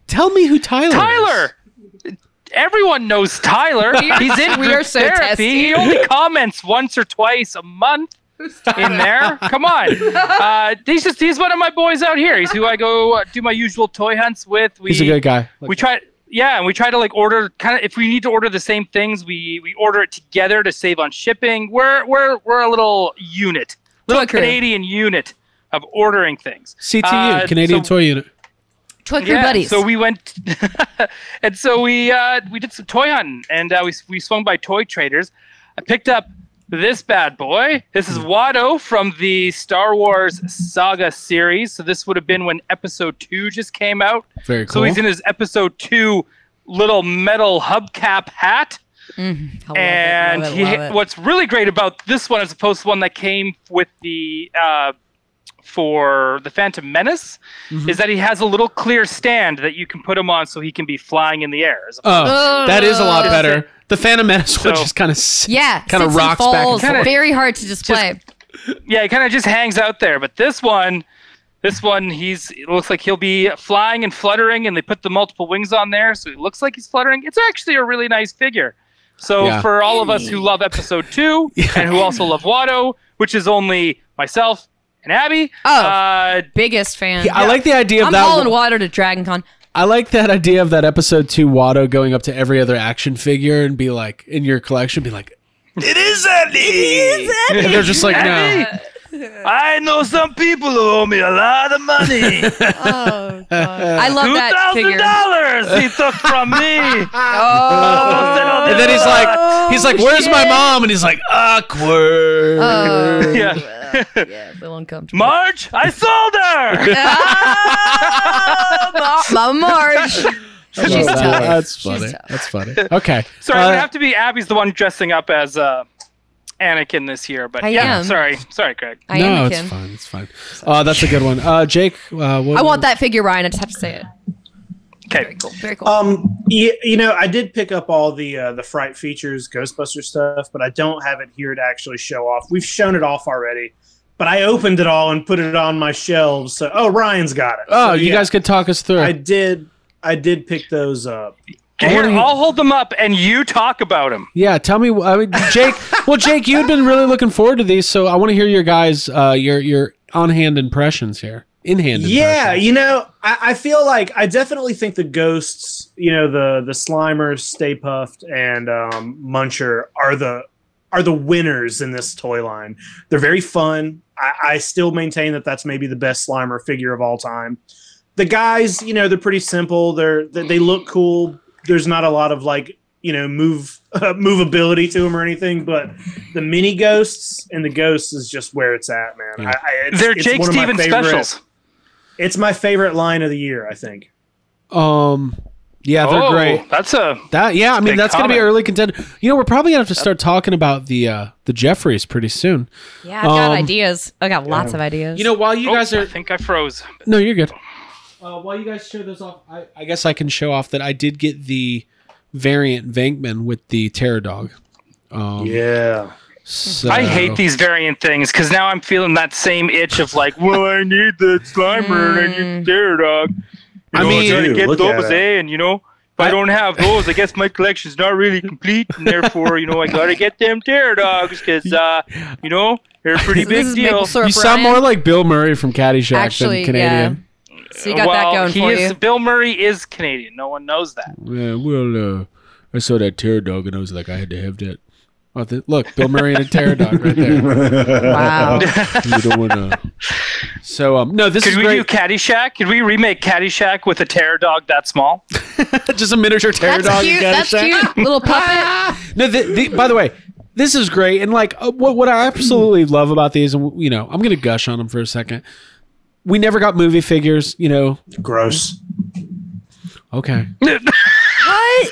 Speaker 4: Tell me who Tyler. Is.
Speaker 5: Tyler. Everyone knows Tyler. He's in
Speaker 6: we
Speaker 5: group
Speaker 6: are so
Speaker 5: therapy.
Speaker 6: testy.
Speaker 5: He only comments once or twice a month in there. Come on. Uh, he's just he's one of my boys out here. He's who I go uh, do my usual toy hunts with. We
Speaker 4: He's a good guy.
Speaker 5: we try yeah and we try to like order kind of if we need to order the same things we we order it together to save on shipping we're we're we're a little unit little
Speaker 6: Toy crew.
Speaker 5: canadian unit of ordering things
Speaker 4: CTU
Speaker 5: Uh,
Speaker 4: Canadian
Speaker 5: so-
Speaker 4: Toy Unit.
Speaker 6: Toy Crew
Speaker 5: yeah,
Speaker 6: Buddies.
Speaker 5: So we went, and so we uh, we did some toy hunting, and uh, we we swung by toy traders. I picked up this bad boy. This is Watto from the Star Wars Saga series. So this would have been when Episode Two just came out.
Speaker 4: Very
Speaker 5: So
Speaker 4: cool.
Speaker 5: he's in his Episode Two little metal hubcap hat.
Speaker 6: I love it,
Speaker 5: And
Speaker 6: love it,
Speaker 5: he,
Speaker 6: love it.
Speaker 5: what's really great about this one, as opposed to the one that came with the uh, for the Phantom Menace,
Speaker 6: Mm-hmm.
Speaker 5: is that he has a little clear stand that you can put him on, so he can be flying in the air. as opposed-
Speaker 4: Oh, that is a lot
Speaker 6: Uh,
Speaker 4: better. The Phantom Menace one
Speaker 5: So-
Speaker 4: just kind of
Speaker 6: yeah,
Speaker 4: kind of
Speaker 6: sits and
Speaker 4: rocks back.
Speaker 6: falls.
Speaker 4: And forth.
Speaker 5: Kinda-
Speaker 6: Very hard to display.
Speaker 5: Yeah, he kind of just hangs out there. But this one, this one, he's it looks like he'll be flying and fluttering, and they put the multiple wings on there, so it looks like he's fluttering. It's actually a really nice figure. So
Speaker 4: Yeah.
Speaker 5: for all of us who love Episode Two and who also love Watto, which is only myself and Abby.
Speaker 6: Oh.
Speaker 5: uh,
Speaker 6: Biggest fan.
Speaker 4: I like the idea of
Speaker 6: I'm
Speaker 4: that.
Speaker 6: hauling
Speaker 4: one-
Speaker 6: water to Dragon Con.
Speaker 4: I like that idea of that episode two Watto going up to every other action figure and be like, in your collection, be like,
Speaker 2: It is Andy.
Speaker 4: And they're just like, no.
Speaker 5: Andy! I know some people who owe me a lot of money.
Speaker 6: Oh, God. I love
Speaker 5: Two
Speaker 6: that
Speaker 5: thousand
Speaker 6: figure.
Speaker 5: dollars he took from me.
Speaker 6: Oh.
Speaker 4: And then he's like, he's like, where's my
Speaker 6: shit.
Speaker 4: mom? And he's like, awkward.
Speaker 6: Oh,
Speaker 5: Yeah.
Speaker 6: yeah. yeah, a little uncomfortable.
Speaker 5: Marge, I sold her.
Speaker 6: Oh, Ma- Mama Marge. She's
Speaker 4: Oh,
Speaker 6: tough.
Speaker 4: That's
Speaker 6: She's
Speaker 4: funny.
Speaker 6: tough.
Speaker 4: That's funny. Okay.
Speaker 5: Sorry, it
Speaker 4: Uh,
Speaker 5: would have to be Abby's the one dressing up as uh, Anakin this year. But
Speaker 6: I
Speaker 5: yeah,
Speaker 6: am.
Speaker 5: sorry, sorry, Craig.
Speaker 6: I
Speaker 4: no,
Speaker 6: am a
Speaker 4: it's
Speaker 6: kid.
Speaker 4: fine. It's fine. Uh, that's a good one. Uh, Jake, uh, what,
Speaker 6: I want that figure, Ryan. I just have to say it.
Speaker 5: Okay,
Speaker 6: Very cool. Very cool.
Speaker 4: Uh,
Speaker 7: Um, you, you know, I did pick up all the uh, the fright features, Ghostbuster stuff, but I don't have it here to actually show off. We've shown it off already, but I opened it all and put it on my shelves. So, oh, Ryan's got it.
Speaker 4: Oh,
Speaker 7: So,
Speaker 4: you
Speaker 7: yeah,
Speaker 4: guys could talk us through.
Speaker 7: I did. I did pick those up.
Speaker 4: I
Speaker 5: here
Speaker 4: wanna hear-
Speaker 5: I'll hold them up and you talk about them.
Speaker 4: yeah, tell me. I mean, Jake. well, Jake, you had been really looking forward to these, so I want to hear your guys, uh, your your on hand impressions here, in hand.
Speaker 7: Yeah, you know, I, I feel like I definitely think the ghosts, you know, the the Slimer, Stay Puffed, and um, Muncher are the are the winners in this toy line. They're very fun. I, I still maintain that that's maybe the best Slimer figure of all time. The guys, you know, they're pretty simple. They're they, they look cool. There's not a lot of like you know move movability to them or anything, but the mini ghosts and the ghosts is just where it's at, man.
Speaker 4: Yeah.
Speaker 7: I, I, it's,
Speaker 5: They're
Speaker 7: it's
Speaker 5: Jake
Speaker 7: one of my
Speaker 5: Stevens
Speaker 7: favorite-
Speaker 5: specials.
Speaker 7: it's my favorite line of the year, I think.
Speaker 4: know. Um. Yeah, they're
Speaker 5: oh,
Speaker 4: great.
Speaker 5: That's a
Speaker 4: That yeah, I mean
Speaker 5: Big
Speaker 4: that's going to be
Speaker 5: comment.
Speaker 4: an early contender. You know, we're probably going to have to start talking about the uh, the Jeffries pretty soon.
Speaker 6: yeah, I've
Speaker 4: um,
Speaker 6: got ideas. I got lots of ideas.
Speaker 4: You know, while you
Speaker 5: Oh,
Speaker 4: guys
Speaker 5: I
Speaker 4: are
Speaker 5: think I froze.
Speaker 4: no, you're good. Uh, while you guys show those off, I, I guess I can show off that I did get the variant Vankman with the Terror Dog. Um,
Speaker 7: Yeah.
Speaker 4: so-
Speaker 5: I hate these variant things because now I'm feeling that same itch of like, well, I need the Slimer and I
Speaker 6: Hmm.
Speaker 5: need Dare Dog. You
Speaker 4: I
Speaker 5: know,
Speaker 4: mean-
Speaker 5: I'm trying to
Speaker 7: Dude,
Speaker 5: get
Speaker 7: look at
Speaker 5: those,
Speaker 7: it.
Speaker 5: eh? And you know, if I,
Speaker 4: I-
Speaker 5: don't have those, I guess my collection's not really complete, and therefore, you know, I gotta get them Dare Dogs because, uh, you know, they're a pretty
Speaker 6: This
Speaker 5: big
Speaker 6: is
Speaker 5: deal.
Speaker 6: maple syrup,
Speaker 4: You sound
Speaker 6: Ryan.
Speaker 4: more like Bill Murray from Caddyshack
Speaker 6: Actually,
Speaker 4: than Canadian.
Speaker 6: yeah. So you got
Speaker 5: well,
Speaker 6: that going
Speaker 5: he
Speaker 6: for
Speaker 5: is,
Speaker 6: you.
Speaker 5: Bill Murray is Canadian. No one knows that.
Speaker 4: Yeah, well, uh, I saw that Terror Dog and I was like, I had to have that. Oh, th- look, Bill Murray and a Terror Dog right there.
Speaker 6: Wow.
Speaker 4: You don't want to. So, um, no, this
Speaker 5: Could
Speaker 4: is
Speaker 5: we do
Speaker 4: great.
Speaker 5: Caddyshack? Could we remake Caddyshack with a terror dog that small?
Speaker 4: Just a miniature Terror
Speaker 6: That's
Speaker 4: Dog. in
Speaker 6: cute. That's
Speaker 4: Caddyshack.
Speaker 6: cute. Little puppet.
Speaker 4: No, the, the, by the way, this is great. And like, uh, what what I absolutely love about these, and you know, I'm gonna gush on them for a second. We never got movie figures, you know.
Speaker 7: Gross.
Speaker 4: Okay,
Speaker 6: what?
Speaker 4: I,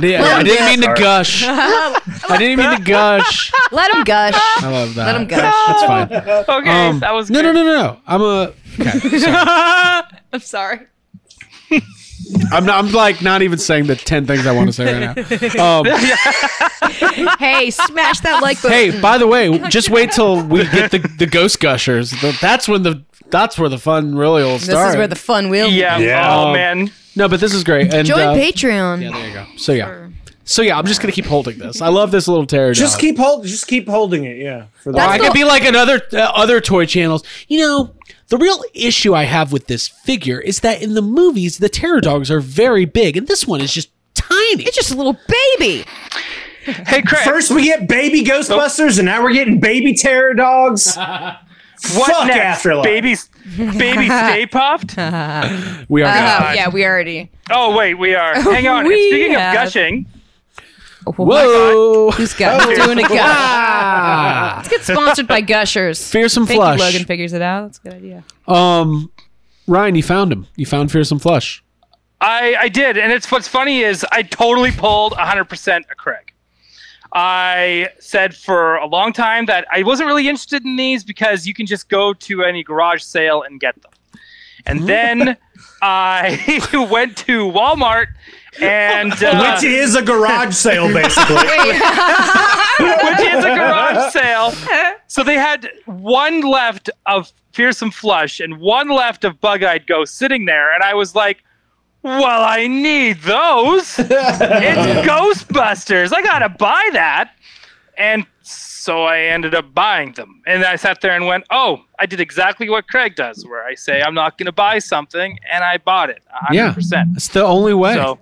Speaker 4: did, I didn't mean to gush. I didn't mean to gush.
Speaker 6: Let him gush.
Speaker 4: I love that.
Speaker 6: Let him gush.
Speaker 4: That's fine.
Speaker 5: Okay,
Speaker 4: Um,
Speaker 5: that was
Speaker 4: no,
Speaker 5: good.
Speaker 4: no, no, no, no. I'm a. Okay, sorry.
Speaker 6: I'm sorry.
Speaker 4: I'm not. I'm like not even saying the ten things I want to say right now. Um,
Speaker 6: Hey, smash that like button.
Speaker 4: hey, by the way, just wait till we get the, the ghost gushers. That's when the that's where the fun really will
Speaker 6: this
Speaker 4: start.
Speaker 6: is where the fun will be.
Speaker 5: Yeah.
Speaker 7: Yeah.
Speaker 5: Oh
Speaker 4: Um,
Speaker 5: man.
Speaker 4: no, but this is great. And
Speaker 6: Join
Speaker 4: uh,
Speaker 6: Patreon.
Speaker 4: Yeah, there you go. So yeah. So yeah, I'm just gonna keep holding this. I love this little terror.
Speaker 7: Just
Speaker 4: dog.
Speaker 7: keep hold just keep holding it, yeah. For the
Speaker 4: Or I
Speaker 6: That's
Speaker 4: could
Speaker 6: the-
Speaker 4: be like another uh, other toy channels. You know, the real issue I have with this figure is that in the movies the terror dogs are very big, and this one is just tiny.
Speaker 6: It's just a little baby.
Speaker 5: Hey Craig,
Speaker 7: First we get baby Ghostbusters and now we're getting baby terror dogs.
Speaker 5: what
Speaker 7: fuck
Speaker 5: next?
Speaker 7: Afterlife.
Speaker 5: Baby, baby, stay puffed.
Speaker 4: we are.
Speaker 6: Oh, yeah, we already.
Speaker 5: Oh wait, we are. Hang on.
Speaker 6: We
Speaker 5: Speaking
Speaker 6: have-
Speaker 5: of gushing,
Speaker 6: Oh
Speaker 4: Whoa!
Speaker 6: Who's got doing a gush?
Speaker 4: Ah.
Speaker 6: Let's get sponsored by Gushers.
Speaker 4: Fearsome
Speaker 6: Thank you,
Speaker 4: Flush.
Speaker 6: Logan figures it out. That's a good idea.
Speaker 4: Um, Ryan, you found him. You found fearsome flush.
Speaker 5: I I did, and it's what's funny is I totally pulled 100% a Craig. I said for a long time that I wasn't really interested in these because you can just go to any garage sale and get them. And then I went to Walmart and uh,
Speaker 7: Which is a garage sale basically.
Speaker 5: which is a garage sale. So they had one left of Fearsome Flush and one left of Bug Eyed Ghost sitting there, and I was like, "Well, I need those. it's Ghostbusters. I gotta buy that." And so I ended up buying them, and I sat there and went, "Oh, I did exactly what Craig does, where I say I'm not gonna buy something, and I bought it 100."
Speaker 4: Yeah,
Speaker 5: percent
Speaker 4: It's the only way.
Speaker 5: So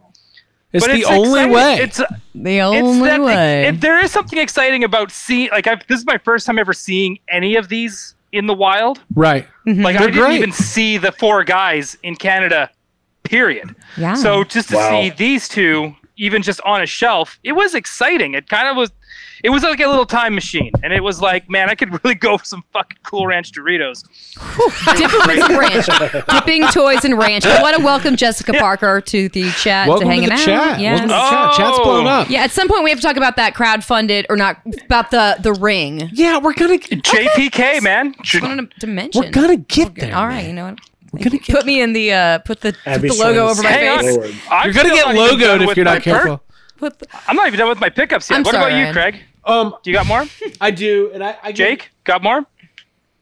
Speaker 4: It's
Speaker 5: but
Speaker 4: the
Speaker 5: it's
Speaker 4: only
Speaker 5: exciting.
Speaker 4: way.
Speaker 5: It's
Speaker 6: The
Speaker 5: it's
Speaker 6: only
Speaker 5: that,
Speaker 6: way.
Speaker 5: It, it- there is something exciting about seeing. Like I've, this is my first time ever seeing any of these in the wild.
Speaker 4: right.
Speaker 6: Mm-hmm.
Speaker 5: Like I
Speaker 4: Hmm. They're
Speaker 5: didn't
Speaker 4: great.
Speaker 5: even see the four guys in Canada. Period.
Speaker 6: yeah.
Speaker 5: So just to
Speaker 8: Wow.
Speaker 5: see these two, even just on a shelf, it was exciting. It kind of was. It was like a little time machine, and it was like, man, I could really go for some fucking Cool Ranch Doritos.
Speaker 6: dipping with some ranch, dipping toys and ranch. I want to welcome Jessica Parker to the chat
Speaker 4: Welcome
Speaker 6: to
Speaker 4: to,
Speaker 6: hanging
Speaker 4: the
Speaker 6: out.
Speaker 4: chat. Welcome
Speaker 6: Yes.
Speaker 4: to the chat. Chat's
Speaker 5: Oh.
Speaker 4: blown up.
Speaker 6: Yeah, at some point we have to talk about that crowdfunded or not about the the ring.
Speaker 4: Yeah, we're gonna
Speaker 5: JPK, man.
Speaker 6: I wanted to mention.
Speaker 4: we're gonna get there.
Speaker 6: All right,
Speaker 4: man.
Speaker 6: you know what?
Speaker 4: We're gonna get
Speaker 6: Put me in the uh, put the, put
Speaker 7: Abby
Speaker 6: the logo
Speaker 7: Schwinn is
Speaker 6: over my
Speaker 5: Hang on.
Speaker 6: face.
Speaker 7: Lord.
Speaker 5: I'm
Speaker 4: You're gonna
Speaker 5: still
Speaker 4: get
Speaker 5: not even done
Speaker 4: logoed if
Speaker 5: with
Speaker 4: you're
Speaker 5: my
Speaker 4: not
Speaker 5: per-
Speaker 4: careful.
Speaker 6: Put the,
Speaker 5: I'm not even done with my pickups yet.
Speaker 6: I'm
Speaker 5: what
Speaker 6: sorry,
Speaker 5: about you,
Speaker 6: Ryan.
Speaker 5: Craig?
Speaker 4: Um,
Speaker 5: Do you got more?
Speaker 4: I do, and I, I
Speaker 5: Jake, got more?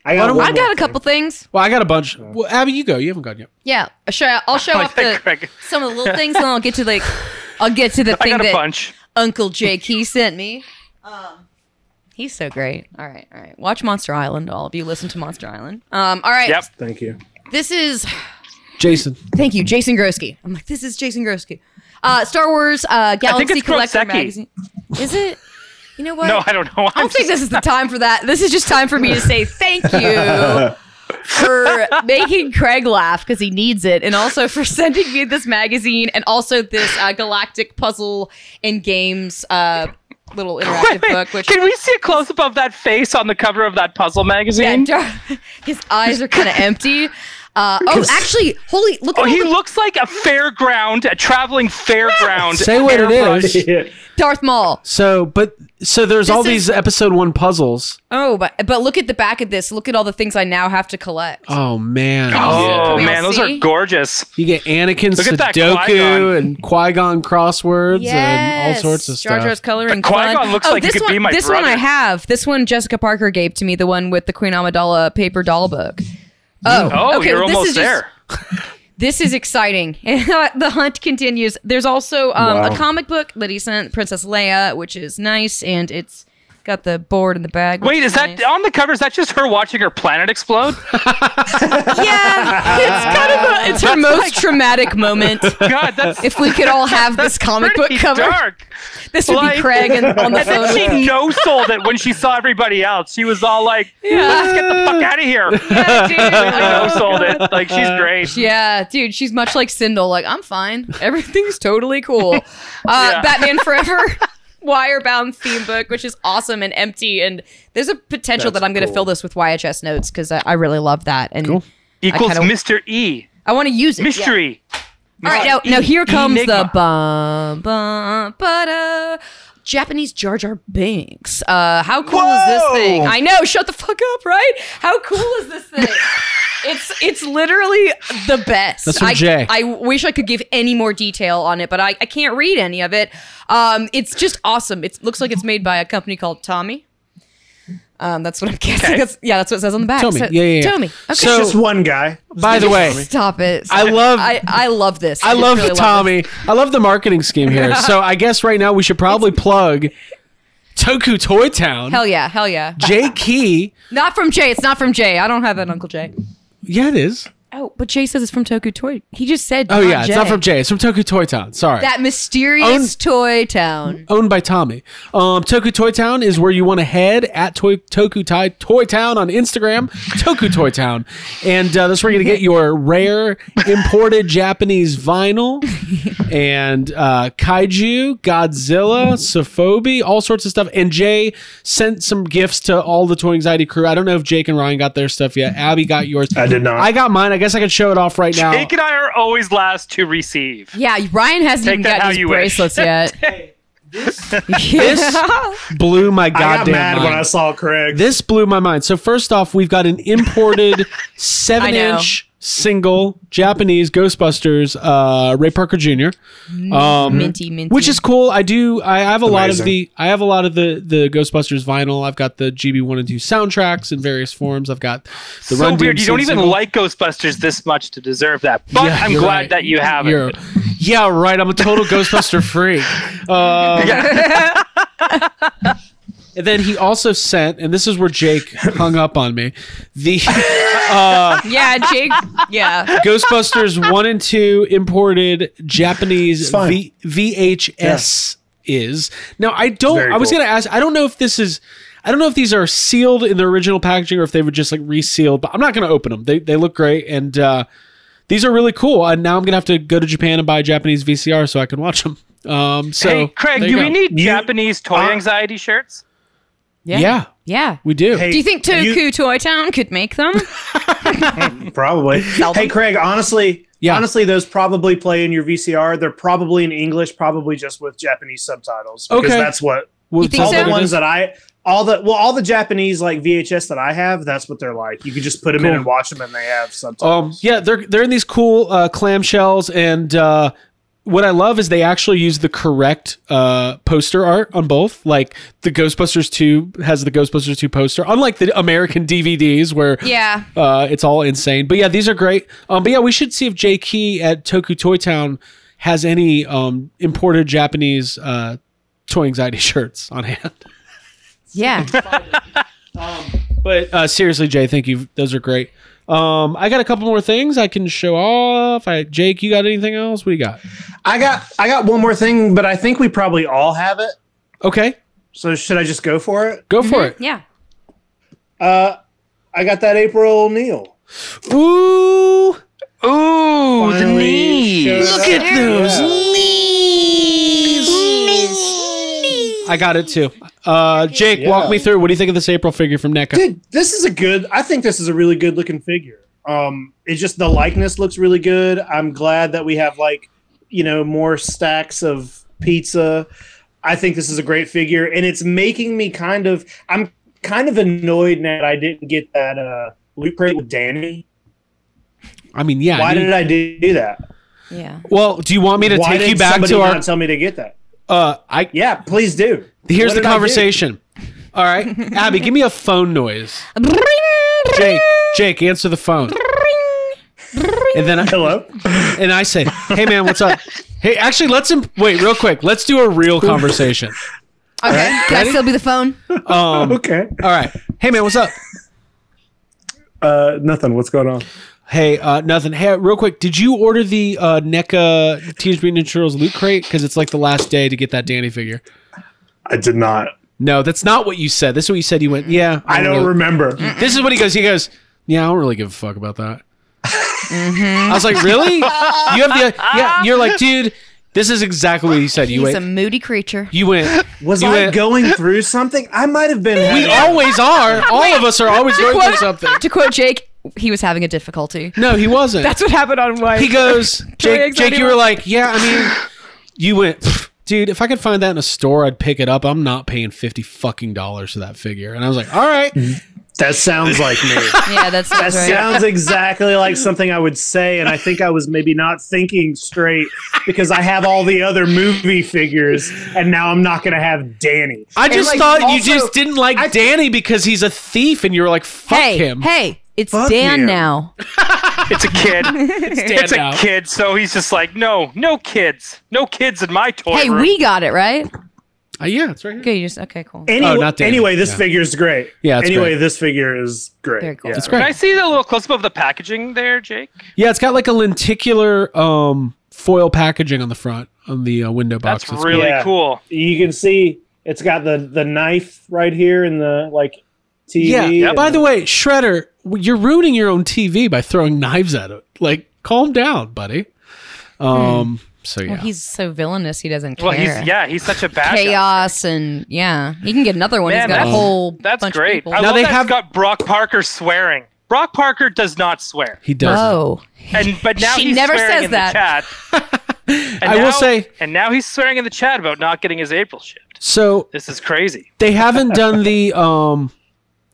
Speaker 7: I got, one
Speaker 6: I've got
Speaker 7: more
Speaker 6: a couple things.
Speaker 4: Well, I got a bunch. Well, Abby, you go. You haven't gone yet.
Speaker 6: Yeah, I'll show, I'll show
Speaker 5: I
Speaker 6: off
Speaker 5: think
Speaker 6: the,
Speaker 5: Craig-
Speaker 6: some of the little things, and I'll get to like I'll get to the
Speaker 5: I
Speaker 6: thing
Speaker 5: got a
Speaker 6: that
Speaker 5: bunch.
Speaker 6: Uncle Jake he sent me. Um, he's so great. All right, all right. Watch Monster Island. All of you listen to Monster Island. Um, all right.
Speaker 5: Yep.
Speaker 7: thing. Thank you.
Speaker 6: This is
Speaker 4: Jason.
Speaker 6: Thank you, Jason Grosky. I'm like, this is Jason Grosky. Uh, Star Wars uh, Galaxy
Speaker 5: it's
Speaker 6: Collector
Speaker 5: Grosecki.
Speaker 6: magazine. Is it? You know what?
Speaker 5: No, I don't know.
Speaker 6: I don't think this is the time for that. This is just time for me to say thank you for making Craig laugh because he needs it, and also for sending me this magazine and also this uh, Galactic Puzzle and Games uh, little interactive book. Which
Speaker 5: Can we see a close up of that face on the cover of that puzzle
Speaker 6: Yeah,
Speaker 5: magazine?
Speaker 6: Dar- his eyes are kind of empty. Uh, oh, actually, holy! Look at
Speaker 5: Oh,
Speaker 6: all
Speaker 5: he
Speaker 6: the-
Speaker 5: looks like a fairground, a traveling fairground.
Speaker 4: Say what it
Speaker 5: airbrush.
Speaker 4: is.
Speaker 6: Darth Maul.
Speaker 4: So, but so there's all
Speaker 6: This is-
Speaker 4: these episode one puzzles.
Speaker 6: Oh, but but look at the back of this. Look at all the things I now have to collect.
Speaker 4: Oh man,
Speaker 5: Oh,
Speaker 6: Yeah.
Speaker 5: man, those are
Speaker 6: See?
Speaker 5: gorgeous.
Speaker 4: you get Anakin,
Speaker 5: Look at that
Speaker 4: Sudoku,
Speaker 5: Qui-Gon.
Speaker 4: and Qui Gon crosswords, and all sorts of
Speaker 6: Jar Jar's
Speaker 4: stuff.
Speaker 6: coloring.
Speaker 5: Qui-Gon
Speaker 6: fun.
Speaker 5: looks
Speaker 6: oh,
Speaker 5: like he
Speaker 6: this
Speaker 5: could
Speaker 6: one,
Speaker 5: be my
Speaker 6: This one I
Speaker 5: brother.
Speaker 6: have. This one Jessica Parker gave to me. The one with the Queen Amidala paper doll book. Oh,
Speaker 5: Oh,
Speaker 6: okay,
Speaker 5: you're
Speaker 6: well, this
Speaker 5: almost
Speaker 6: is just-
Speaker 5: there.
Speaker 6: This is exciting. the hunt continues. There's also um, a comic book that he sent, Princess Leia, which is nice, and it's got the board in the bag. which
Speaker 5: Wait, is that
Speaker 6: nice.
Speaker 5: on the cover? Is that just her watching her planet explode?
Speaker 6: yeah, it's kind of a, it's her most traumatic moment.
Speaker 5: God, that's
Speaker 6: If we could all have this
Speaker 5: that's
Speaker 6: comic book
Speaker 5: pretty
Speaker 6: cover,
Speaker 5: Dark.
Speaker 6: this would
Speaker 5: Like-
Speaker 6: be Craig and, on the
Speaker 5: And then
Speaker 6: phone. with
Speaker 5: she
Speaker 6: Oh.
Speaker 5: no sold it when she saw everybody else. She was all like, "Let's get the fuck out of here." no sold it. Like she's great.
Speaker 6: Yeah, dude, she's much like Sindel. Like, I'm fine. Everything's totally cool. Uh,
Speaker 5: Yeah.
Speaker 6: Batman Forever Wirebound theme book, which is awesome and empty. And there's a potential that I'm going to fill this with YHS notes because I, I really love that. And
Speaker 5: Equals
Speaker 6: kinda-
Speaker 5: Mr. E.
Speaker 6: I want to use it.
Speaker 5: Mystery.
Speaker 6: All right, now, now here comes the
Speaker 5: Enigma.
Speaker 6: bum, bum, ba-da. Japanese Jar Jar Binks. Uh, how cool is this thing? I know. Shut the fuck up, right? How cool is this thing? it's it's literally the best.
Speaker 4: That's from
Speaker 6: I,
Speaker 4: Jay.
Speaker 6: I wish I could give any more detail on it, but I, I can't read any of it. Um, it's just awesome. It looks like it's made by a company called Tommy. Um, that's what I'm guessing. That's, yeah, that's what it says on the back.
Speaker 4: Tommy.
Speaker 6: So-
Speaker 4: Yeah, yeah, yeah.
Speaker 6: Tommy. Okay.
Speaker 4: So-
Speaker 7: Just one guy.
Speaker 4: By the way,
Speaker 6: Stop it.
Speaker 4: I love-
Speaker 6: I, I love this.
Speaker 4: I
Speaker 6: just
Speaker 4: love
Speaker 6: really
Speaker 4: the
Speaker 6: this.
Speaker 4: Tommy. I love the marketing scheme here. So I guess right now we should probably plug Toku Toy Town.
Speaker 6: Hell yeah, hell yeah.
Speaker 4: Jay Key.
Speaker 6: Not from Jay. It's not from Jay. I don't have an Uncle Jay.
Speaker 4: Yeah, it is.
Speaker 6: Oh, but Jay says it's from Toku Toy. He just said.
Speaker 4: Oh yeah, it's not from Jay. It's from Toku Toy Town. Sorry.
Speaker 6: That mysterious toy town.
Speaker 4: owned by Tommy. Um, Toku Toy Town is where you want to head at Toy, Toku Tai Toy Town on Instagram, Toku Toy Town, and uh, that's where you're gonna get your rare imported Japanese vinyl and uh, kaiju, Godzilla, Sophobi, all sorts of stuff. And Jay sent some gifts to all the Toy Anxiety crew. I don't know if Jake and Ryan got their stuff yet. Abby got yours.
Speaker 7: I did not.
Speaker 4: I got mine. I guess I could show it off right now.
Speaker 5: Jake and I are always last to receive.
Speaker 6: Yeah, Ryan hasn't
Speaker 5: Take
Speaker 6: even
Speaker 5: that
Speaker 6: gotten
Speaker 5: how
Speaker 6: his
Speaker 5: you wish.
Speaker 6: bracelets yet.
Speaker 4: This blew my
Speaker 7: I
Speaker 4: goddamn
Speaker 7: got mad
Speaker 4: mind.
Speaker 7: when I saw Craig.
Speaker 4: This blew my mind. So first off, we've got an imported seven inch single Japanese Ghostbusters uh, Ray Parker Jr. Um,
Speaker 6: minty, minty.
Speaker 4: which is cool. I do. I have a lot of
Speaker 7: Amazing.
Speaker 4: the. I have a lot of the the Ghostbusters vinyl. I've got the GB one and two soundtracks in various forms. I've got the
Speaker 5: so
Speaker 4: Run
Speaker 5: weird. You
Speaker 4: DMC
Speaker 5: don't even
Speaker 4: single.
Speaker 5: like Ghostbusters this much to deserve that. But
Speaker 4: Yeah,
Speaker 5: I'm
Speaker 4: you're
Speaker 5: glad
Speaker 4: right.
Speaker 5: that you have
Speaker 4: You're-
Speaker 5: it.
Speaker 4: yeah, right. I'm a total Ghostbuster freak. Um, And then he also sent, and this is where Jake hung up on me, the uh,
Speaker 6: Yeah, Jake. Yeah.
Speaker 4: Ghostbusters 1 and 2 imported Japanese
Speaker 7: It's fine.
Speaker 4: v- VHS is. Now, I don't,
Speaker 7: Very
Speaker 4: I was
Speaker 7: cool.
Speaker 4: going to ask, I don't know if this is, I don't know if these are sealed in the original packaging or if they were just like resealed, but I'm not going to open them. They, they look great. And uh, these are really cool. And now I'm going to have to go to Japan and buy a Japanese VCR so I can watch them. Um, so,
Speaker 5: hey, Craig,
Speaker 4: there
Speaker 5: do
Speaker 4: you
Speaker 5: we
Speaker 4: go.
Speaker 5: need
Speaker 7: You-
Speaker 5: Japanese toy
Speaker 7: Uh,
Speaker 5: anxiety shirts?
Speaker 6: Yeah.
Speaker 4: Yeah.
Speaker 6: Yeah.
Speaker 4: We do.
Speaker 7: Hey,
Speaker 6: Do you think
Speaker 7: have
Speaker 6: Toku Toy Town could make them?
Speaker 7: Probably. Hey, Craig. Honestly,
Speaker 4: Yeah.
Speaker 7: honestly, those probably play in your VCR. They're probably in English, probably just with Japanese subtitles. Because
Speaker 4: Okay.
Speaker 7: that's what
Speaker 4: Well,
Speaker 6: You think
Speaker 7: all
Speaker 4: it's-
Speaker 6: so?
Speaker 7: the ones that I all the well all the Japanese like VHS that I have. That's what they're like. You can just put them in
Speaker 4: Cool.
Speaker 7: and watch them, and they have
Speaker 4: Um,
Speaker 7: subtitles.
Speaker 4: yeah, they're they're in these cool uh, clamshells, and uh, what I love is they actually use the correct uh, poster art on both. Like the Ghostbusters Two has the Ghostbusters Two poster, unlike the American DVDs where
Speaker 6: yeah.
Speaker 4: uh, it's all insane. But yeah, these are great. Um, but yeah, we should see if Jay Key at Toku Toy Town has any um, imported Japanese uh, toy anxiety shirts on hand.
Speaker 6: Yeah.
Speaker 4: But uh, seriously, Jay, thank you. Those are great. Um, I got a couple more things I can show off. I, Jake, you got anything else? What do you got?
Speaker 7: Um, I got I got one more thing, but I think we probably all have it.
Speaker 4: Okay,
Speaker 7: So should I just go for it?
Speaker 4: go for it.
Speaker 6: Yeah.
Speaker 7: Uh, I got that April O'Neil.
Speaker 4: Ooh,
Speaker 5: Ooh, the
Speaker 7: Finally showed
Speaker 5: knees.
Speaker 7: up. Look at those
Speaker 4: I got it too. Uh, Jake, walk
Speaker 7: Yeah.
Speaker 4: me through. What do you think of this April figure from NECA?
Speaker 7: Dude, this is a good. I think this is a really good looking figure. Um, it's just the likeness looks really good. I'm glad that we have like, you know, more stacks of pizza. I think this is a great figure, and it's making me kind of. I'm kind of annoyed now that I didn't get that uh, loot crate with Danny.
Speaker 4: I mean, yeah.
Speaker 7: Why
Speaker 4: dude.
Speaker 7: did I do do that?
Speaker 6: Yeah.
Speaker 4: well, do you want me to
Speaker 7: Why
Speaker 4: take
Speaker 7: did
Speaker 4: you back
Speaker 7: somebody
Speaker 4: to our?
Speaker 7: not tell me to get that?
Speaker 4: Uh, I
Speaker 7: Yeah, please do.
Speaker 4: here's
Speaker 7: What
Speaker 4: the
Speaker 7: did I do?
Speaker 4: conversation. All right, Abby, give me a phone noise. Jake, Jake, answer the phone. And then I,
Speaker 7: Hello.
Speaker 4: and I say, "Hey man, what's up?" Hey, actually, let's im- wait real quick. Let's do a real conversation.
Speaker 6: Okay. Can I still be the phone?
Speaker 4: Um, all
Speaker 7: Okay.
Speaker 4: right. Hey man, what's up?
Speaker 7: Uh, nothing. What's going on?
Speaker 4: Hey, uh, nothing. Hey, real quick, did you order the uh, NECA Teenage Mutant Ninja Turtles loot crate? Because it's like the last day to get that Danny figure.
Speaker 7: I did not.
Speaker 4: No, that's not what you said. This is what you said. You went, yeah.
Speaker 7: I don't
Speaker 4: really-"
Speaker 7: remember.
Speaker 4: This is what he goes. He goes, yeah, I don't really give a fuck about that.
Speaker 6: Mm-hmm.
Speaker 4: I was like, really? You have the yeah. You're like, dude, this is exactly what you said. You
Speaker 6: He's a
Speaker 4: went.
Speaker 6: moody creature.
Speaker 4: You went.
Speaker 7: Was
Speaker 4: You
Speaker 7: I
Speaker 4: went-
Speaker 7: going through something? I might have been.
Speaker 4: We always are. All of us are always going through something.
Speaker 6: To quote Jake, he was having a difficulty.
Speaker 4: No, he wasn't.
Speaker 6: That's what happened on one.
Speaker 4: he goes, Jake.
Speaker 6: anxiety
Speaker 4: Jake, you were like, yeah. I mean, you went, "Pfft, dude. If I could find that in a store, I'd pick it up. I'm not paying fifty fucking dollars for that figure. And I was like, all right,
Speaker 7: that sounds like me.
Speaker 6: Yeah, that
Speaker 7: That
Speaker 6: sounds right.
Speaker 7: sounds exactly like something I would say, and I think I was maybe not thinking straight because I have all the other movie figures, and now I'm not going to have Danny.
Speaker 4: I just
Speaker 7: like,
Speaker 4: thought you
Speaker 7: also,
Speaker 4: just didn't like
Speaker 7: I-
Speaker 4: Danny because he's a thief, and you were like, fuck
Speaker 6: hey,
Speaker 4: him.
Speaker 6: hey, it's
Speaker 7: Fuck
Speaker 6: Dan
Speaker 7: you.
Speaker 6: now.
Speaker 5: It's a kid.
Speaker 4: Dan
Speaker 5: It's a
Speaker 4: now.
Speaker 5: kid, so he's just like, no, no kids, no kids in my toy
Speaker 6: Hey,
Speaker 5: room.
Speaker 6: we got it right.
Speaker 4: Uh, yeah, it's right here.
Speaker 6: Okay, you just okay, cool.
Speaker 7: Anyway,
Speaker 4: Oh, not Danny.
Speaker 7: anyway this
Speaker 4: Yeah.
Speaker 7: figure is great.
Speaker 4: Yeah, it's
Speaker 7: Anyway,
Speaker 4: great.
Speaker 7: this figure is great.
Speaker 6: Very cool.
Speaker 7: Yeah.
Speaker 6: It's
Speaker 4: great.
Speaker 5: Can I see the little close up of the packaging there, Jake?
Speaker 4: Yeah, it's got like a lenticular um, foil packaging on the front on the uh, window box.
Speaker 5: That's
Speaker 4: It's
Speaker 5: really
Speaker 7: Yeah.
Speaker 5: cool.
Speaker 7: You can see it's got the the knife right here in the like TV.
Speaker 4: Yeah.
Speaker 7: and
Speaker 4: By the way, Shredder, you're ruining your own TV by throwing knives at it. Like, calm down, buddy. Um. So yeah.
Speaker 6: Well, he's so villainous he doesn't care.
Speaker 5: Well, he's yeah, he's such a bad guy.
Speaker 6: Chaos and yeah, he can get another one.
Speaker 5: Man,
Speaker 6: he's got a
Speaker 5: that's-
Speaker 6: whole
Speaker 5: That's
Speaker 6: bunch
Speaker 5: great.
Speaker 6: Of
Speaker 5: I
Speaker 4: Now
Speaker 6: people.
Speaker 5: love
Speaker 4: they
Speaker 5: that
Speaker 4: have-
Speaker 5: it's got Brock Parker swearing. Brock Parker does not swear,
Speaker 4: he does. it.
Speaker 6: oh,
Speaker 5: and but now
Speaker 6: She
Speaker 5: he's
Speaker 6: never
Speaker 5: swearing
Speaker 6: says
Speaker 5: in
Speaker 6: that.
Speaker 5: the chat. And
Speaker 4: I will
Speaker 5: now-
Speaker 4: say-
Speaker 5: and now he's swearing in the chat about not getting his April shipped.
Speaker 4: So
Speaker 5: This is crazy.
Speaker 4: they haven't done the um.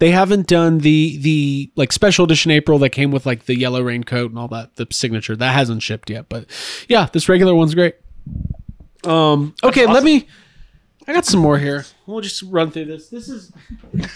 Speaker 4: They haven't done the the like special edition April that came with like the yellow raincoat and all that the signature that hasn't shipped yet. But yeah, this regular one's great. Um. Okay. Let me. I got some more here. We'll just run through this. This is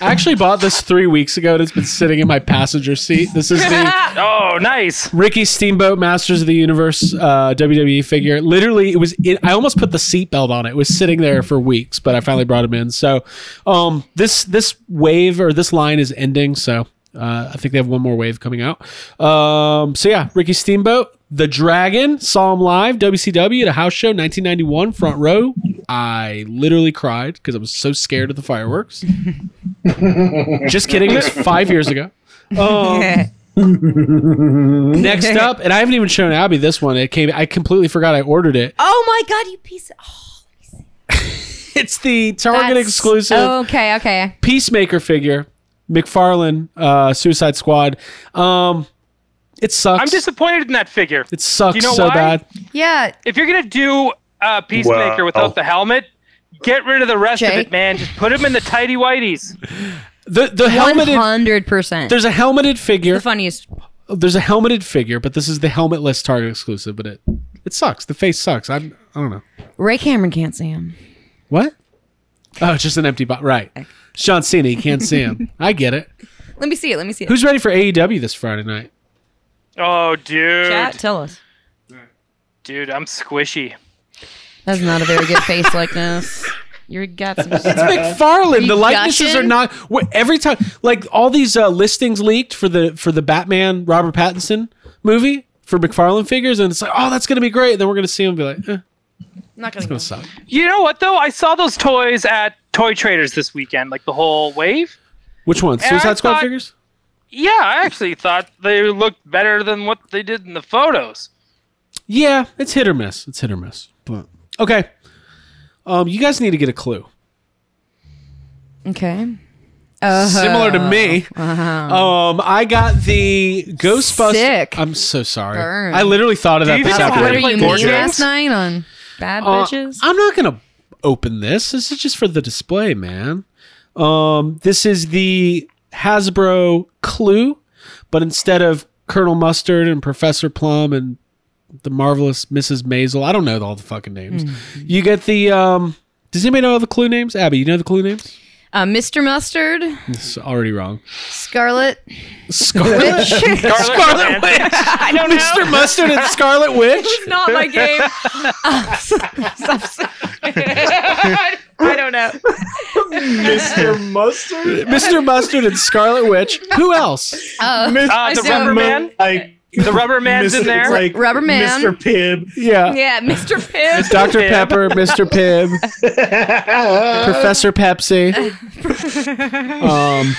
Speaker 4: I actually bought this three weeks ago and it's been sitting in my passenger seat. This is the
Speaker 5: Oh, nice.
Speaker 4: Ricky Steamboat Masters of the Universe uh, WWE figure. Literally, it was. It, I almost put the seatbelt on it. It was sitting there for weeks, but I finally brought him in. So, um, this this wave or this line is ending. So, uh, I think they have one more wave coming out. Um, so yeah, Ricky Steamboat, the Dragon, saw him live WCW at a house show 1991, front row. I literally cried because I was so scared of the fireworks. Just kidding. It was five years ago. Next up, and I haven't even shown Abby this one. It came. I completely forgot I ordered it.
Speaker 6: oh my god, you piece of oh,
Speaker 4: It's the Target
Speaker 6: that's-
Speaker 4: exclusive
Speaker 6: okay, okay.
Speaker 4: Peacemaker figure, McFarlane, uh, Suicide Squad. Um, it sucks.
Speaker 5: I'm disappointed in that figure.
Speaker 4: it sucks
Speaker 5: You know
Speaker 4: so
Speaker 5: why?
Speaker 4: bad.
Speaker 6: Yeah.
Speaker 5: If you're gonna do uh, Peacemaker
Speaker 8: Wow.
Speaker 5: without the helmet, get rid of the rest of
Speaker 6: Jake?
Speaker 5: it, man. Just put him in the tidy whities.
Speaker 4: The the helmeted.
Speaker 6: 100%.
Speaker 4: There's a helmeted figure.
Speaker 6: the funniest.
Speaker 4: There's a helmeted figure, but this is the helmetless Target exclusive. But it it sucks. The face sucks. I'm, I don't know
Speaker 6: Ray Cameron can't see him.
Speaker 4: what. Oh, it's just an empty box. Right. Sean Cena, you can't see him. I get it.
Speaker 6: Let me see it. Let me see it.
Speaker 4: Who's ready for AEW this Friday night?
Speaker 5: Oh, dude,
Speaker 6: Chat, tell us.
Speaker 5: dude, I'm squishy.
Speaker 6: That's not a very good face likeness. You got some.
Speaker 4: McFarlane. The likenesses
Speaker 6: Reduction?
Speaker 4: are not wh- every time. Like all these uh, listings leaked for the for the Batman Robert Pattinson movie for McFarlane figures, and it's like, oh, that's gonna be great. And then we're gonna see him and be like, eh,
Speaker 6: not
Speaker 4: it's gonna
Speaker 6: gonna.
Speaker 4: suck.
Speaker 5: You know what though? I saw those toys at Toy Traders this weekend, like the whole wave.
Speaker 4: Which one?
Speaker 5: And I
Speaker 4: Suicide Squad
Speaker 5: thought-
Speaker 4: figures?
Speaker 5: Yeah, I actually thought they looked better than what they did in the photos.
Speaker 4: Yeah, it's hit or miss. It's hit or miss. But okay, um, you guys need to get a clue.
Speaker 6: Okay.
Speaker 4: Similar to me, um, I got the Ghostbusters.
Speaker 6: Uh-huh. Sick.
Speaker 4: I'm so sorry.
Speaker 6: Burn.
Speaker 4: I literally thought of
Speaker 5: Do
Speaker 4: that
Speaker 5: you
Speaker 4: this
Speaker 5: even know how to
Speaker 6: What
Speaker 4: afternoon.
Speaker 6: are
Speaker 5: Play
Speaker 6: you
Speaker 5: board
Speaker 6: mean last
Speaker 5: games?
Speaker 6: night on Bad
Speaker 4: Uh,
Speaker 6: Bitches?
Speaker 4: I'm not gonna open this. This is just for the display, man. Um, this is the Hasbro Clue, but instead of Colonel Mustard and Professor Plum and the marvelous Mrs. Maisel, I don't know all the fucking names. You get the. Um, does anybody know all the Clue names? Abby, you know the Clue names?
Speaker 6: Uh, Mr. Mustard,
Speaker 4: It's already wrong.
Speaker 6: Scarlet.
Speaker 4: Scarlet,
Speaker 5: Scarlet Witch. I don't know.
Speaker 4: Mr. Mustard and Scarlet Witch.
Speaker 6: not my game. I don't know.
Speaker 5: Uh,
Speaker 8: Mr. Mustard?
Speaker 4: Mr. Mustard and Scarlet Witch. Who else?
Speaker 5: Uh, the
Speaker 6: So-
Speaker 5: rubber man.
Speaker 7: Like
Speaker 5: The rubber man's in there.
Speaker 7: Like
Speaker 6: Rubber Man.
Speaker 7: Mr. Pibb.
Speaker 4: Yeah.
Speaker 6: Yeah, Mr. Pibb.
Speaker 4: Dr.
Speaker 5: Pibb.
Speaker 4: Pepper, Mr. Pibb, Professor Pepsi. um,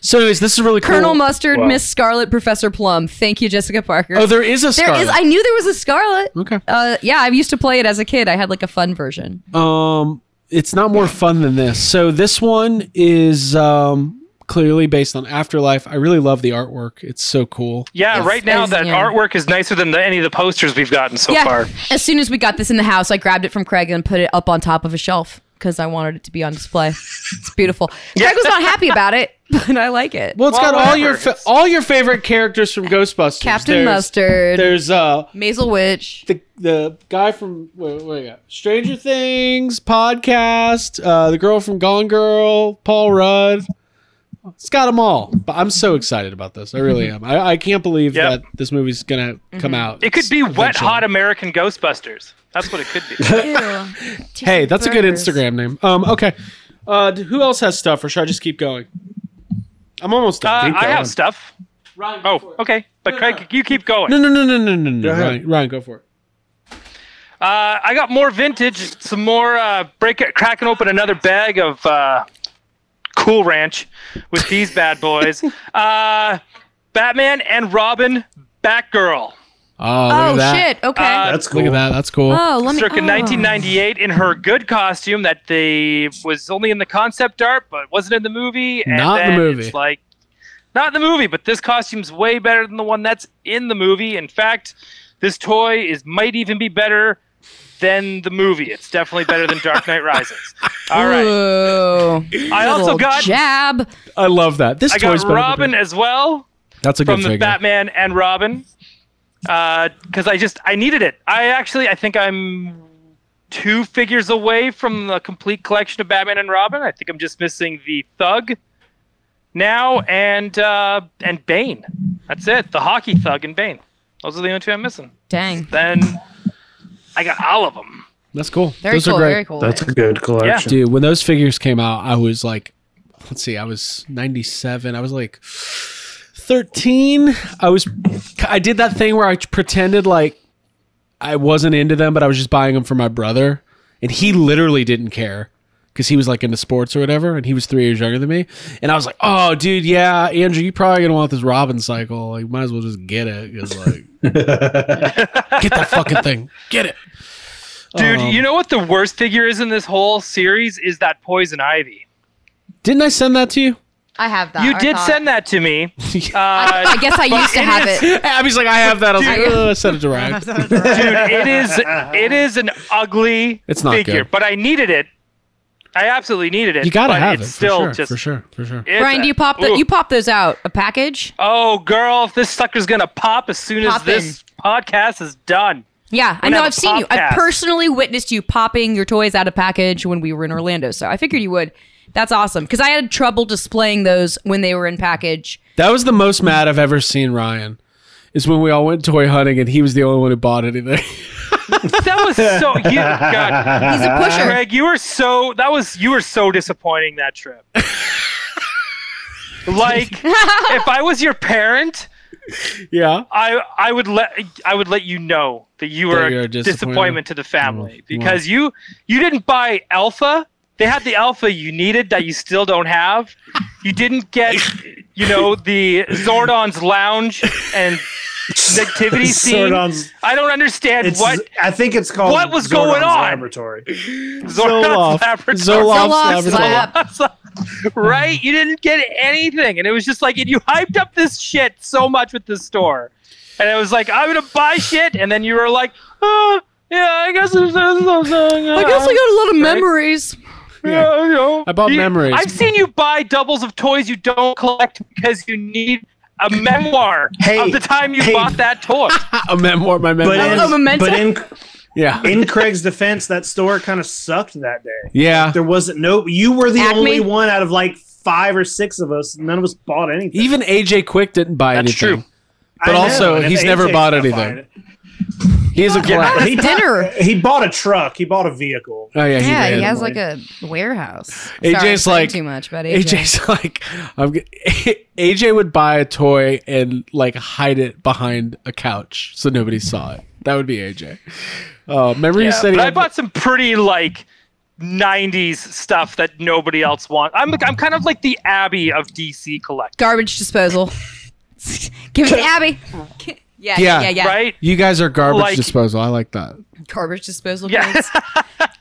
Speaker 4: so, anyways, this is really cool.
Speaker 6: Colonel Mustard, Miss Scarlet, Professor Plum. Thank you, Jessica Parker.
Speaker 4: oh, there is a
Speaker 6: there
Speaker 4: Scarlet.
Speaker 6: is. I knew there was a Scarlet.
Speaker 4: okay.
Speaker 6: Uh, yeah, I used to play it as a kid. I had like a fun version.
Speaker 4: Um, it's not more fun than this. So this one is um clearly based on Afterlife. I really love the artwork. It's so cool.
Speaker 5: Yeah,
Speaker 6: It's-
Speaker 5: right now
Speaker 6: it's-
Speaker 5: that
Speaker 6: yeah.
Speaker 5: artwork is nicer than the, any of the posters we've gotten so
Speaker 6: yeah.
Speaker 5: far.
Speaker 6: As soon as we got this in the house, I grabbed it from Craig and put it up on top of a shelf because I wanted it to be on display. It's beautiful. Craig was not happy about it, but I like it.
Speaker 4: Well, it's
Speaker 5: Well,
Speaker 4: got all your
Speaker 5: whatever.
Speaker 4: fa- all your favorite characters from Ghostbusters.
Speaker 6: Captain
Speaker 4: There's-
Speaker 6: Mustard,
Speaker 4: There's uh
Speaker 6: Maisel Witch.
Speaker 4: the the guy from wait, what do you got? Stranger Things podcast, uh, the girl from Gone Girl, Paul Rudd. It's got them all. But I'm so excited about this. I really am. I, I can't believe
Speaker 5: Yep.
Speaker 4: that this movie's gonna
Speaker 6: Mm-hmm.
Speaker 4: come out.
Speaker 5: It could be wet,
Speaker 4: eventually.
Speaker 5: hot American Ghostbusters. That's what it could be. Uh,
Speaker 4: Hey, that's a good
Speaker 6: burgers.
Speaker 4: Instagram name. Um, okay. Uh, d- who else has stuff, or should I just keep going? I'm almost
Speaker 5: Uh,
Speaker 4: done.
Speaker 5: I have stuff.
Speaker 4: Ryan, go for
Speaker 5: Oh,
Speaker 4: it.
Speaker 5: okay. But
Speaker 4: No, no.
Speaker 5: Craig, you keep going.
Speaker 4: No, no, no, no, no, no, no.
Speaker 8: ahead.
Speaker 4: Ryan, Ryan, go for it.
Speaker 5: Uh, I got more vintage, some more uh, break it, cracking open another bag of uh, Cool Ranch with these bad boys. Uh, Batman and Robin, Batgirl,
Speaker 4: Oh, look at
Speaker 6: Oh
Speaker 4: that.
Speaker 6: shit! Okay.
Speaker 5: Uh,
Speaker 7: That's cool.
Speaker 4: Look at that. That's cool.
Speaker 6: oh, let me.
Speaker 5: circa
Speaker 6: oh.
Speaker 5: 1998, in her good costume that they was only in the concept art but wasn't in the movie. And
Speaker 4: Not in the
Speaker 5: then
Speaker 4: movie.
Speaker 5: It's like not in the movie, but this costume's way better than the one that's in the movie. In fact, this toy is might even be better than the movie. It's definitely better than Dark Knight Rises. All right.
Speaker 6: Ooh.
Speaker 5: I also
Speaker 6: Little
Speaker 5: got
Speaker 6: jab.
Speaker 4: I love that. This
Speaker 5: I
Speaker 4: toy's better
Speaker 5: got
Speaker 4: than
Speaker 5: Robin
Speaker 4: me.
Speaker 5: as well
Speaker 4: That's a good
Speaker 5: from the
Speaker 4: figure.
Speaker 5: Batman and Uh, Robin because I just I needed it. I actually I think I'm two figures away from the complete collection of Batman and Robin. I think I'm just missing the Thug now and uh, and Bane. That's it. The Hockey Thug and Bane. Those are the only two I'm missing.
Speaker 6: Dang.
Speaker 5: Then I got all of them.
Speaker 4: That's cool.
Speaker 6: Very
Speaker 4: Those
Speaker 6: cool.
Speaker 4: are great.
Speaker 6: Very cool.
Speaker 8: That's a good collection.
Speaker 4: Dude, when those figures came out, I was like, let's see, I was 97. I was like 13. I was, I did that thing where I pretended like I wasn't into them, but I was just buying them for my brother. And he literally didn't care because he was like into sports or whatever. And he was three years younger than me. And I was like, oh, dude, yeah, Andrew, you probably going to want this Robin cycle. Like, might as well just get it. 'cause, like, get that fucking thing. Get it.
Speaker 5: Dude,
Speaker 4: Um,
Speaker 5: you know what the worst figure is in this whole series is that Poison Ivy.
Speaker 4: Didn't I send that to you?
Speaker 6: I have that.
Speaker 5: You
Speaker 6: I
Speaker 5: did
Speaker 6: thought-
Speaker 5: send that to me.
Speaker 6: I, I guess I used to have it.
Speaker 4: Abby's like, I have that. I was like, oh, I sent it to Ryan.
Speaker 5: Dude, it is it is an ugly
Speaker 4: It's not
Speaker 5: figure,
Speaker 4: good.
Speaker 5: but I needed it. I absolutely needed it.
Speaker 4: You gotta
Speaker 5: but
Speaker 4: have
Speaker 5: it's
Speaker 4: it.
Speaker 5: Still
Speaker 4: for sure,
Speaker 5: just
Speaker 4: for sure, for sure.
Speaker 5: it's
Speaker 6: Brian,
Speaker 5: a-
Speaker 6: do you pop the,
Speaker 5: Ooh.
Speaker 6: you pop those out? A package?
Speaker 5: Oh, girl, this sucker's gonna pop as soon as
Speaker 6: Pop
Speaker 5: this podcast is done.
Speaker 6: Yeah, I
Speaker 5: We're gonna
Speaker 6: know.
Speaker 5: have
Speaker 6: I've
Speaker 5: a
Speaker 6: seen you. I
Speaker 5: podcast.
Speaker 6: personally witnessed you popping your toys out of package when we were in Orlando. So I figured you would. That's awesome because I had trouble displaying those when they were in package.
Speaker 4: That was the most mad I've ever seen Ryan. Is when we all went toy hunting and he was the only one who bought anything.
Speaker 5: That was so you God,
Speaker 6: He's
Speaker 4: Uh-huh.
Speaker 6: a pusher.
Speaker 5: Greg, you were so that was you were so disappointing that trip. like if I was your parent,
Speaker 4: yeah.
Speaker 5: I I would let I would let you know that you were
Speaker 4: you're Mm,
Speaker 5: a
Speaker 4: a disappointment.
Speaker 5: disappointment to the family because you you didn't buy alpha. They had the alpha you needed that you still don't have. You didn't get you know the Zordon's lounge and the activity scene.
Speaker 7: Zordon's-
Speaker 5: I don't understand
Speaker 7: It's,
Speaker 5: what
Speaker 7: I think it's called
Speaker 5: What was going
Speaker 7: Zordon's
Speaker 5: on?
Speaker 7: Laboratory.
Speaker 5: Zordon's laboratory.
Speaker 4: Zoloft.
Speaker 6: Zoloft's lab.
Speaker 5: right? You didn't get anything, and it was just like, and you hyped up this shit so much with the store, and it was like, I'm gonna buy shit, and then you were like, oh, yeah, I guess it's,
Speaker 6: I guess I got a lot of memories.
Speaker 5: yeah, you know.
Speaker 4: I bought
Speaker 5: You-
Speaker 4: memories.
Speaker 5: I've seen you buy doubles of toys you don't collect because you need a memoir
Speaker 7: Hey,
Speaker 5: of the time you
Speaker 7: hey.
Speaker 5: bought that toy.
Speaker 4: A memoir, my memoir.
Speaker 7: But in,
Speaker 6: a memento.
Speaker 7: but in
Speaker 4: yeah.
Speaker 7: in Craig's defense, that store kind of sucked that day.
Speaker 4: Yeah.
Speaker 7: There wasn't no. You were the
Speaker 6: Acme?
Speaker 7: only one out of like five or six of us. None of us bought anything.
Speaker 4: Even AJ Quick didn't buy
Speaker 5: That's
Speaker 4: anything.
Speaker 5: true.
Speaker 7: I
Speaker 4: but
Speaker 7: know,
Speaker 4: also,
Speaker 7: and if
Speaker 4: he's
Speaker 7: AJ
Speaker 4: never
Speaker 7: 's
Speaker 4: bought
Speaker 7: not
Speaker 4: anything.
Speaker 7: buying it-
Speaker 4: He is a collector.
Speaker 7: He
Speaker 6: Dinner.
Speaker 7: He bought a truck. He bought a vehicle.
Speaker 4: Oh yeah, he
Speaker 6: Yeah,
Speaker 4: did.
Speaker 6: he has like a warehouse.
Speaker 4: AJ's
Speaker 6: Sorry, I'm saying
Speaker 4: like-
Speaker 6: too much, but AJ.
Speaker 4: AJ's like, I'm, g- AJ would buy a toy and like hide it behind a couch so nobody saw it. That would be AJ. Uh, remember you
Speaker 5: Yeah,
Speaker 4: said he
Speaker 5: but I
Speaker 4: had-
Speaker 5: bought some pretty like. 90s stuff that nobody else wants. I'm I'm kind of like the Abbey of DC collecting,
Speaker 6: garbage disposal. Give it to Abby. Yeah,
Speaker 4: Yeah.
Speaker 6: yeah, yeah, yeah.
Speaker 5: right?
Speaker 4: You guys are garbage
Speaker 5: Like-
Speaker 4: disposal. I like that.
Speaker 6: Garbage disposal.
Speaker 5: Yeah.
Speaker 6: kids.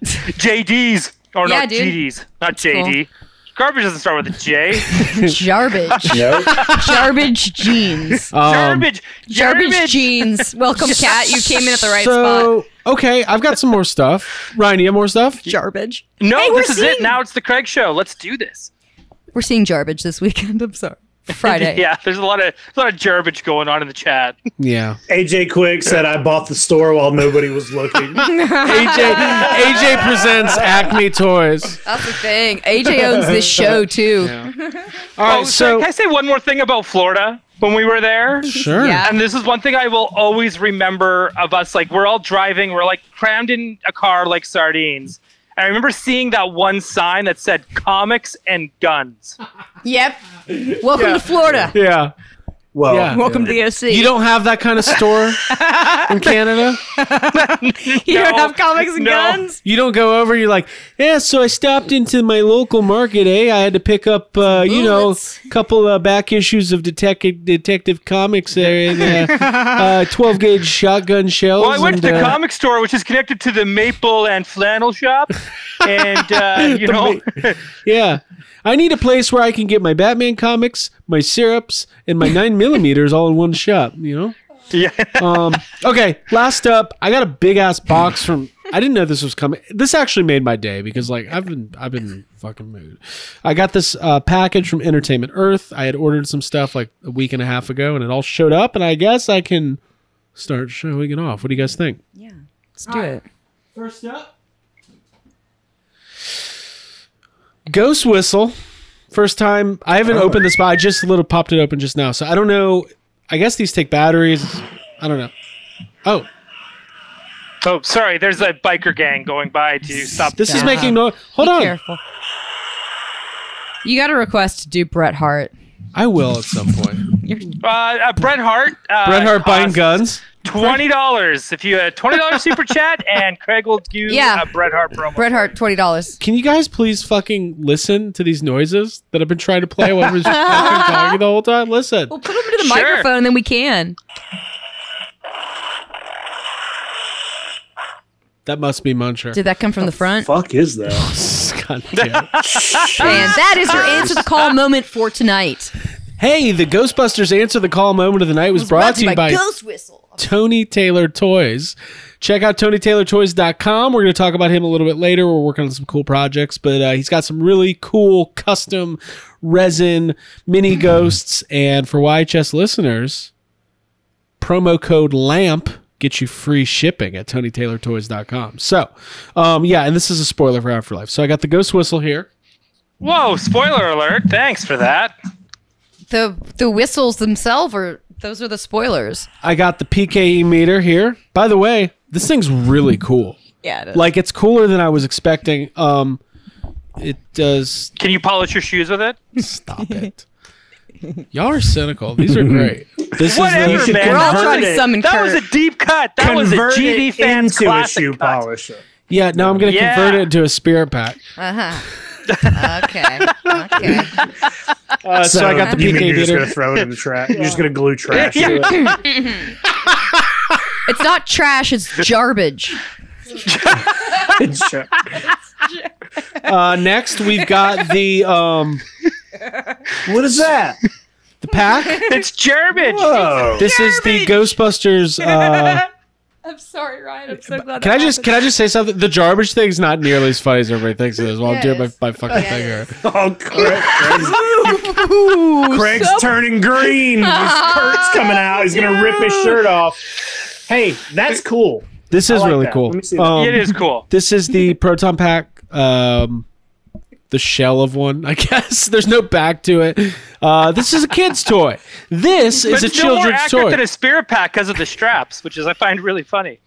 Speaker 5: JDs. Or
Speaker 6: Yeah,
Speaker 5: not
Speaker 6: dude.
Speaker 5: GDs. Not JD. Garbage doesn't start with a J.
Speaker 6: Garbage. Garbage jeans.
Speaker 4: Um,
Speaker 5: Garbage.
Speaker 6: Garbage jeans. Welcome, cat. You came in at the right spot.
Speaker 4: so okay, I've got some more stuff. Ryan, you have more stuff?
Speaker 6: Garbage.
Speaker 5: No,
Speaker 6: Hey, we're
Speaker 5: this is it.
Speaker 6: seeing-
Speaker 5: Now it's the Craig show. Let's do this.
Speaker 6: We're seeing garbage this weekend. I'm sorry. Friday.
Speaker 5: Yeah, there's a lot of a lot of garbage going on in the chat.
Speaker 4: Yeah.
Speaker 7: AJ Quick said, "I bought the store while nobody was looking."
Speaker 4: AJ AJ presents Acme Toys.
Speaker 6: That's the thing. AJ owns this show too.
Speaker 4: All right,
Speaker 5: oh, sorry,
Speaker 4: so
Speaker 5: can I say one more thing about Florida when we were there?
Speaker 4: sure.
Speaker 6: Yeah.
Speaker 5: And this is one thing I will always remember of us. Like we're all driving, we're like crammed in a car like sardines. And I remember seeing that one sign that said comics and guns.
Speaker 6: Yep. Welcome to Florida.
Speaker 4: Yeah.
Speaker 8: Well,
Speaker 4: Yeah.
Speaker 6: Welcome to the OC.
Speaker 4: You don't have that kind of store in Canada?
Speaker 6: You
Speaker 5: No.
Speaker 6: don't have comics and
Speaker 5: No.
Speaker 6: guns.
Speaker 4: You don't go over, you're like, yeah, so I stopped into my local market, eh? I had to pick up, uh, you know,
Speaker 6: Bullets.
Speaker 4: a couple uh, back issues of Detective Detective Comics there and uh, uh, 12 gauge shotgun shells.
Speaker 5: Well, I went
Speaker 4: and,
Speaker 5: to the
Speaker 4: uh,
Speaker 5: comic store, which is connected to the Maple and Flannel shop, and uh, you know,
Speaker 4: Yeah. I need a place where I can get my Batman comics, my syrups, and my nine millimeters all in one shop, you know?
Speaker 5: yeah,
Speaker 4: Um, okay, last up, I got a big ass box from I didn't know this was coming. This actually made my day because like I've been I've been in fucking mood. I got this uh, package from Entertainment Earth. I had ordered some stuff like a week and a half ago and it all showed up and I guess I can start showing it off. What do you guys think?
Speaker 6: Let's do it.
Speaker 4: First up, Ghost Whistle. First time I haven't opened this, but I just a little popped it open just now. So I don't know. I guess these take batteries. I don't know. Oh,
Speaker 5: Oh, sorry. There's a biker gang going by to stop.
Speaker 4: this is
Speaker 6: Yeah.
Speaker 4: making no. Hold
Speaker 6: Be
Speaker 4: on.
Speaker 6: careful. You got a request to do Bret Hart.
Speaker 4: I will at some point.
Speaker 5: Uh, uh, Bret Hart. Uh,
Speaker 4: Bret Hart buying
Speaker 5: uh,
Speaker 4: guns.
Speaker 5: Twenty dollars if you had twenty dollars super chat, and Craig will do
Speaker 6: Yeah.
Speaker 5: a Bret Hart promo.
Speaker 6: Bret Hart, twenty dollars.
Speaker 4: Can you guys please fucking listen to these noises that I've been trying to play while I was fucking talking the whole time? Listen.
Speaker 6: We'll put him into the
Speaker 5: Sure.
Speaker 6: microphone, and then we can.
Speaker 4: That must be Muncher.
Speaker 6: Did that come from the front?
Speaker 8: Fuck is that?
Speaker 4: God damn it.
Speaker 6: And that is your answer the call moment for tonight.
Speaker 4: hey, the Ghostbusters Answer the Call moment of the night was, brought to you by
Speaker 6: Ghost Whistle.
Speaker 4: Tony Taylor Toys. Check out TonyTaylorToys.com. We're going to talk about him a little bit later. We're working on some cool projects, but uh, he's got some really cool custom resin mini ghosts. And for YHS listeners, promo code LAMP gets you free shipping at TonyTaylorToys.com. So, um, yeah, and this is a spoiler for Afterlife. So I got the ghost whistle here.
Speaker 5: Whoa! Spoiler alert! Thanks for that.
Speaker 6: The the whistles themselves are those are the spoilers.
Speaker 4: I got the PKE meter here. By the way, this thing's really cool.
Speaker 6: Yeah. It is.
Speaker 4: Like it's cooler than I was expecting. Um, it does
Speaker 5: Can you polish your shoes with it?
Speaker 4: Stop it. Y'all are cynical. These are great. This
Speaker 5: Whatever,
Speaker 4: is the,
Speaker 5: man.
Speaker 6: We're all trying
Speaker 5: That
Speaker 6: to
Speaker 5: was a-
Speaker 6: summon
Speaker 5: That was a
Speaker 6: Kurt.
Speaker 5: deep cut. That was a
Speaker 7: Convert
Speaker 5: GD
Speaker 7: it
Speaker 5: fans
Speaker 7: into a
Speaker 5: classic
Speaker 7: shoe
Speaker 5: cut.
Speaker 7: polisher.
Speaker 4: yeah. No, I'm gonna
Speaker 5: Yeah.
Speaker 4: convert it into a spirit pack.
Speaker 6: Uh-huh. okay. Okay.
Speaker 4: Uh, so, I got the
Speaker 7: you mean
Speaker 4: PK
Speaker 7: you're just
Speaker 4: meter.
Speaker 7: gonna throw it in the trash. You're just gonna glue trash.
Speaker 5: Yeah.
Speaker 7: to it.
Speaker 6: It's not trash, it's garbage.
Speaker 7: It's tra-
Speaker 4: Uh, next, we've got the um
Speaker 7: what is that?
Speaker 4: the pack.
Speaker 5: It's Jermage.
Speaker 7: Whoa!
Speaker 4: This is the Ghostbusters. Uh,
Speaker 6: I'm sorry, Ryan. I'm so glad.
Speaker 4: can I just can I just say something? The garbage thing's not nearly as funny as everybody thinks it is. While I'm doing my,
Speaker 6: Yes.
Speaker 4: my fucking
Speaker 6: Yeah,
Speaker 4: thing
Speaker 6: it
Speaker 4: here.
Speaker 6: is.
Speaker 7: Oh, Craig, Craig's, Craig's turning green. His Kurt's coming out. He's gonna rip his shirt off. Hey, that's cool.
Speaker 4: This is
Speaker 7: like
Speaker 4: really
Speaker 7: that.
Speaker 4: cool.
Speaker 7: Let me see that.
Speaker 4: Um,
Speaker 5: It is cool.
Speaker 4: This is the proton pack. Um, the shell of one, I guess. There's no back to it. Uh, this is a kid's toy. This is
Speaker 5: But
Speaker 4: a
Speaker 5: it's no more
Speaker 4: children's
Speaker 5: accurate
Speaker 4: toy.
Speaker 5: than a spirit pack because of the straps, which is I find really funny.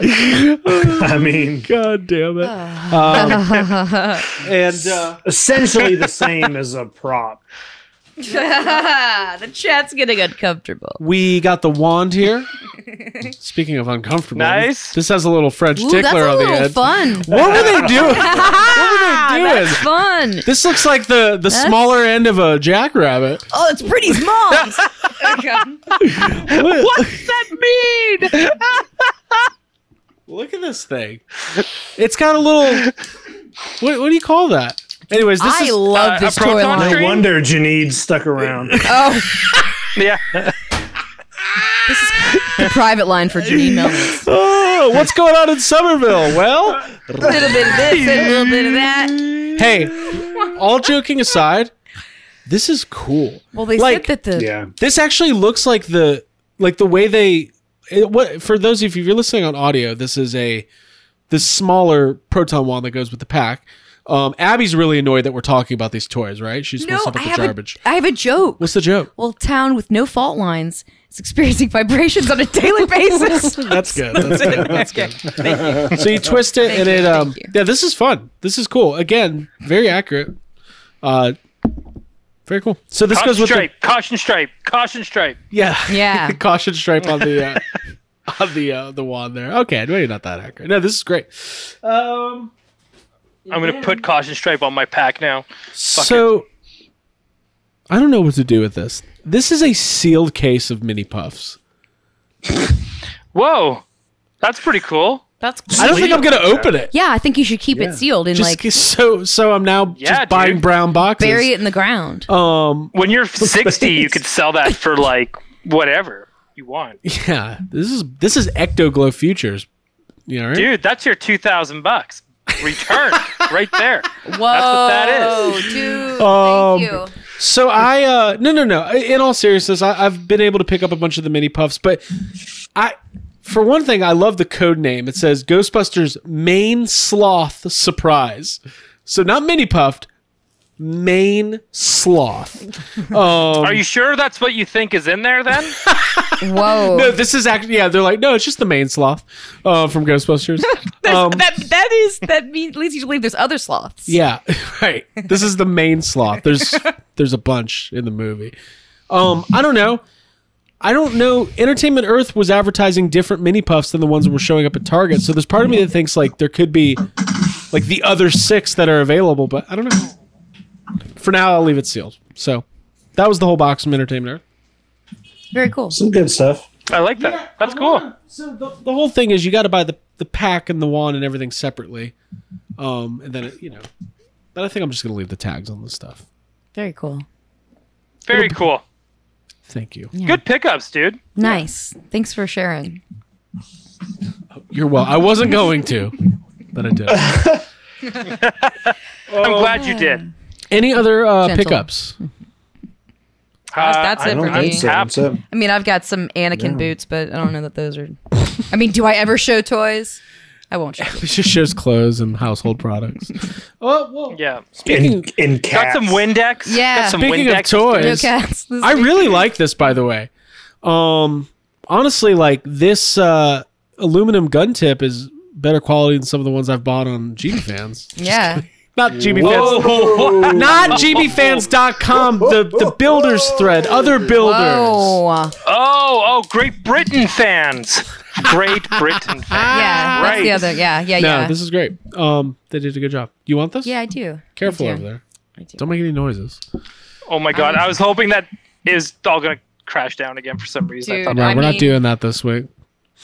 Speaker 7: I mean,
Speaker 4: God damn it!
Speaker 6: Ah.
Speaker 4: Um, And uh,
Speaker 7: essentially the same as a prop.
Speaker 6: Ah, the chat's getting uncomfortable.
Speaker 4: we got the wand here. Speaking of uncomfortable,
Speaker 5: Nice.
Speaker 4: This has a little French
Speaker 6: Ooh, that's
Speaker 4: tickler
Speaker 6: a
Speaker 4: on the
Speaker 6: little
Speaker 4: end.
Speaker 6: fun.
Speaker 4: What were they doing? what were they doing?
Speaker 6: That's fun.
Speaker 4: This looks like the the smaller end of a jackrabbit.
Speaker 6: Oh, it's pretty small.
Speaker 4: What?
Speaker 5: What's that mean?
Speaker 4: Look at this thing. It's got a little. What, what do you call that? Anyways, this
Speaker 6: I
Speaker 4: is
Speaker 6: love
Speaker 5: uh,
Speaker 6: this
Speaker 5: a
Speaker 6: toy
Speaker 5: proton
Speaker 6: line.
Speaker 7: No
Speaker 5: Green.
Speaker 7: wonder Janine stuck around.
Speaker 6: Oh,
Speaker 5: yeah.
Speaker 6: the private line for Janine Melman.
Speaker 4: Oh, what's going on in Somerville? Well,
Speaker 6: A little bit of this, a little bit of that.
Speaker 4: hey, all joking aside, this is cool.
Speaker 6: Well, they
Speaker 4: Like-
Speaker 6: said that the
Speaker 7: Yeah.
Speaker 4: This actually looks like the like the way they it, what for those of you if you're listening on audio, this is a this smaller proton wand that goes with the pack. Um, Abby's really annoyed that we're talking about these toys, right? She's
Speaker 6: no,
Speaker 4: supposed to put
Speaker 6: I
Speaker 4: the
Speaker 6: have
Speaker 4: garbage.
Speaker 6: a I have a joke.
Speaker 4: What's the joke?
Speaker 6: Well, town with no fault lines is experiencing vibrations on a daily basis.
Speaker 4: That's good. That's good. That's good.
Speaker 6: Thank you.
Speaker 4: So you twist it and
Speaker 6: you,
Speaker 4: it
Speaker 6: thank
Speaker 4: um
Speaker 6: you.
Speaker 4: yeah, this is fun. This is cool. Again, very accurate. Uh very cool. So this
Speaker 5: Caution
Speaker 4: goes with the,
Speaker 5: stripe. Caution stripe. Caution stripe.
Speaker 4: yeah.
Speaker 6: Yeah.
Speaker 4: caution stripe on the uh, on the uh, the wand there. Okay, maybe not that accurate. No, this is great. Um
Speaker 5: I'm gonna put caution stripe on my pack now.
Speaker 4: so I don't know what to do with this. This is a sealed case of mini puffs.
Speaker 5: Whoa, that's pretty cool.
Speaker 6: That's
Speaker 4: I don't think I'm going to open it.
Speaker 6: Yeah, I think you should keep it sealed and
Speaker 4: Just
Speaker 6: like
Speaker 4: so so I'm now
Speaker 5: Yeah,
Speaker 4: just buying
Speaker 5: dude.
Speaker 4: brown boxes.
Speaker 6: bury it in the ground.
Speaker 4: Um
Speaker 5: When you're 60, you could sell that for like whatever you want,
Speaker 4: yeah, this is this is Ectoglow Futures. You know, right?
Speaker 5: dude. That's your 2,000 bucks return right there.
Speaker 6: Whoa,
Speaker 5: that
Speaker 6: Oh, dude.
Speaker 4: Um,
Speaker 6: thank you.
Speaker 4: So I uh no no no. In all seriousness, I, I've been able to pick up a bunch of the mini puffs, but I for one thing, I love the code name. It says Ghostbusters Main Sloth Surprise. So not mini puffed, Main Sloth. Um,
Speaker 5: Are you sure that's what you think is in there then?
Speaker 6: Whoa.
Speaker 4: No, Oh, this is actually yeah. They're like, no, it's just the main sloth uh, from Ghostbusters.
Speaker 6: There's-
Speaker 4: Um,
Speaker 6: that that is that means leads you to believe there's other sloths.
Speaker 4: Yeah, right. This is the main sloth. There's there's a bunch in the movie. Um, I don't know. I don't know. Entertainment Earth was advertising different mini puffs than the ones that were showing up at Target. So there's part of me that thinks like there could be like the other six that are available, but I don't know. For now, I'll leave it sealed. So that was the whole box from Entertainment Earth.
Speaker 6: Very cool.
Speaker 8: Some good stuff.
Speaker 5: I like that. that's cool.
Speaker 4: So the, the whole thing is you got to buy the the pack and the wand and everything separately. Um, and then it, you know, but I think I'm just gonna leave the tags on this stuff.
Speaker 6: Very cool.
Speaker 5: Very cool.
Speaker 4: Thank you.
Speaker 5: Good pickups, dude.
Speaker 6: Nice. Thanks for sharing.
Speaker 4: You're well. I wasn't going to, but I did.
Speaker 5: I'm glad you did.
Speaker 4: Any other uh,
Speaker 6: Gentle.
Speaker 4: pickups?
Speaker 6: That's- that's
Speaker 5: I
Speaker 6: it
Speaker 8: I
Speaker 5: don't
Speaker 6: for
Speaker 8: don't
Speaker 5: Uh, I'm
Speaker 6: me.
Speaker 8: think so.
Speaker 5: happy.
Speaker 8: So,
Speaker 6: I mean, I've got some Anakin boots, but I don't know that those are. I mean, do I ever show toys? I won't show. Toys.
Speaker 4: It just shows clothes and household products. oh, well,
Speaker 5: Yeah.
Speaker 4: Speaking,
Speaker 8: in, in
Speaker 5: Got
Speaker 8: cats.
Speaker 5: some Windex.
Speaker 6: Yeah.
Speaker 5: Got some
Speaker 4: speaking
Speaker 5: Windex.
Speaker 4: of toys,
Speaker 6: No cats. This is
Speaker 4: I really like this. By the way, um, honestly, like this uh, aluminum gun tip is better quality than some of the ones I've bought on GB fans.
Speaker 6: Yeah.
Speaker 4: Not GB fans. Not GBFans.com, the, the builders thread, other builders.
Speaker 6: Oh.
Speaker 5: Oh, oh, Great Britain fans. Great Britain fans.
Speaker 6: yeah. That's the
Speaker 5: right.
Speaker 6: other. Yeah. Yeah.
Speaker 4: No,
Speaker 6: yeah.
Speaker 4: this is great. Um, they did a good job. You want this?
Speaker 6: yeah, I do.
Speaker 4: Careful
Speaker 6: I do.
Speaker 4: over there.
Speaker 6: I do.
Speaker 4: Don't make any noises.
Speaker 5: Oh my god. I was hoping that is all gonna crash down again for some reason. I
Speaker 6: Dude,
Speaker 5: thought-
Speaker 4: Right,
Speaker 6: I
Speaker 4: we're not
Speaker 6: mean,
Speaker 4: doing that this week.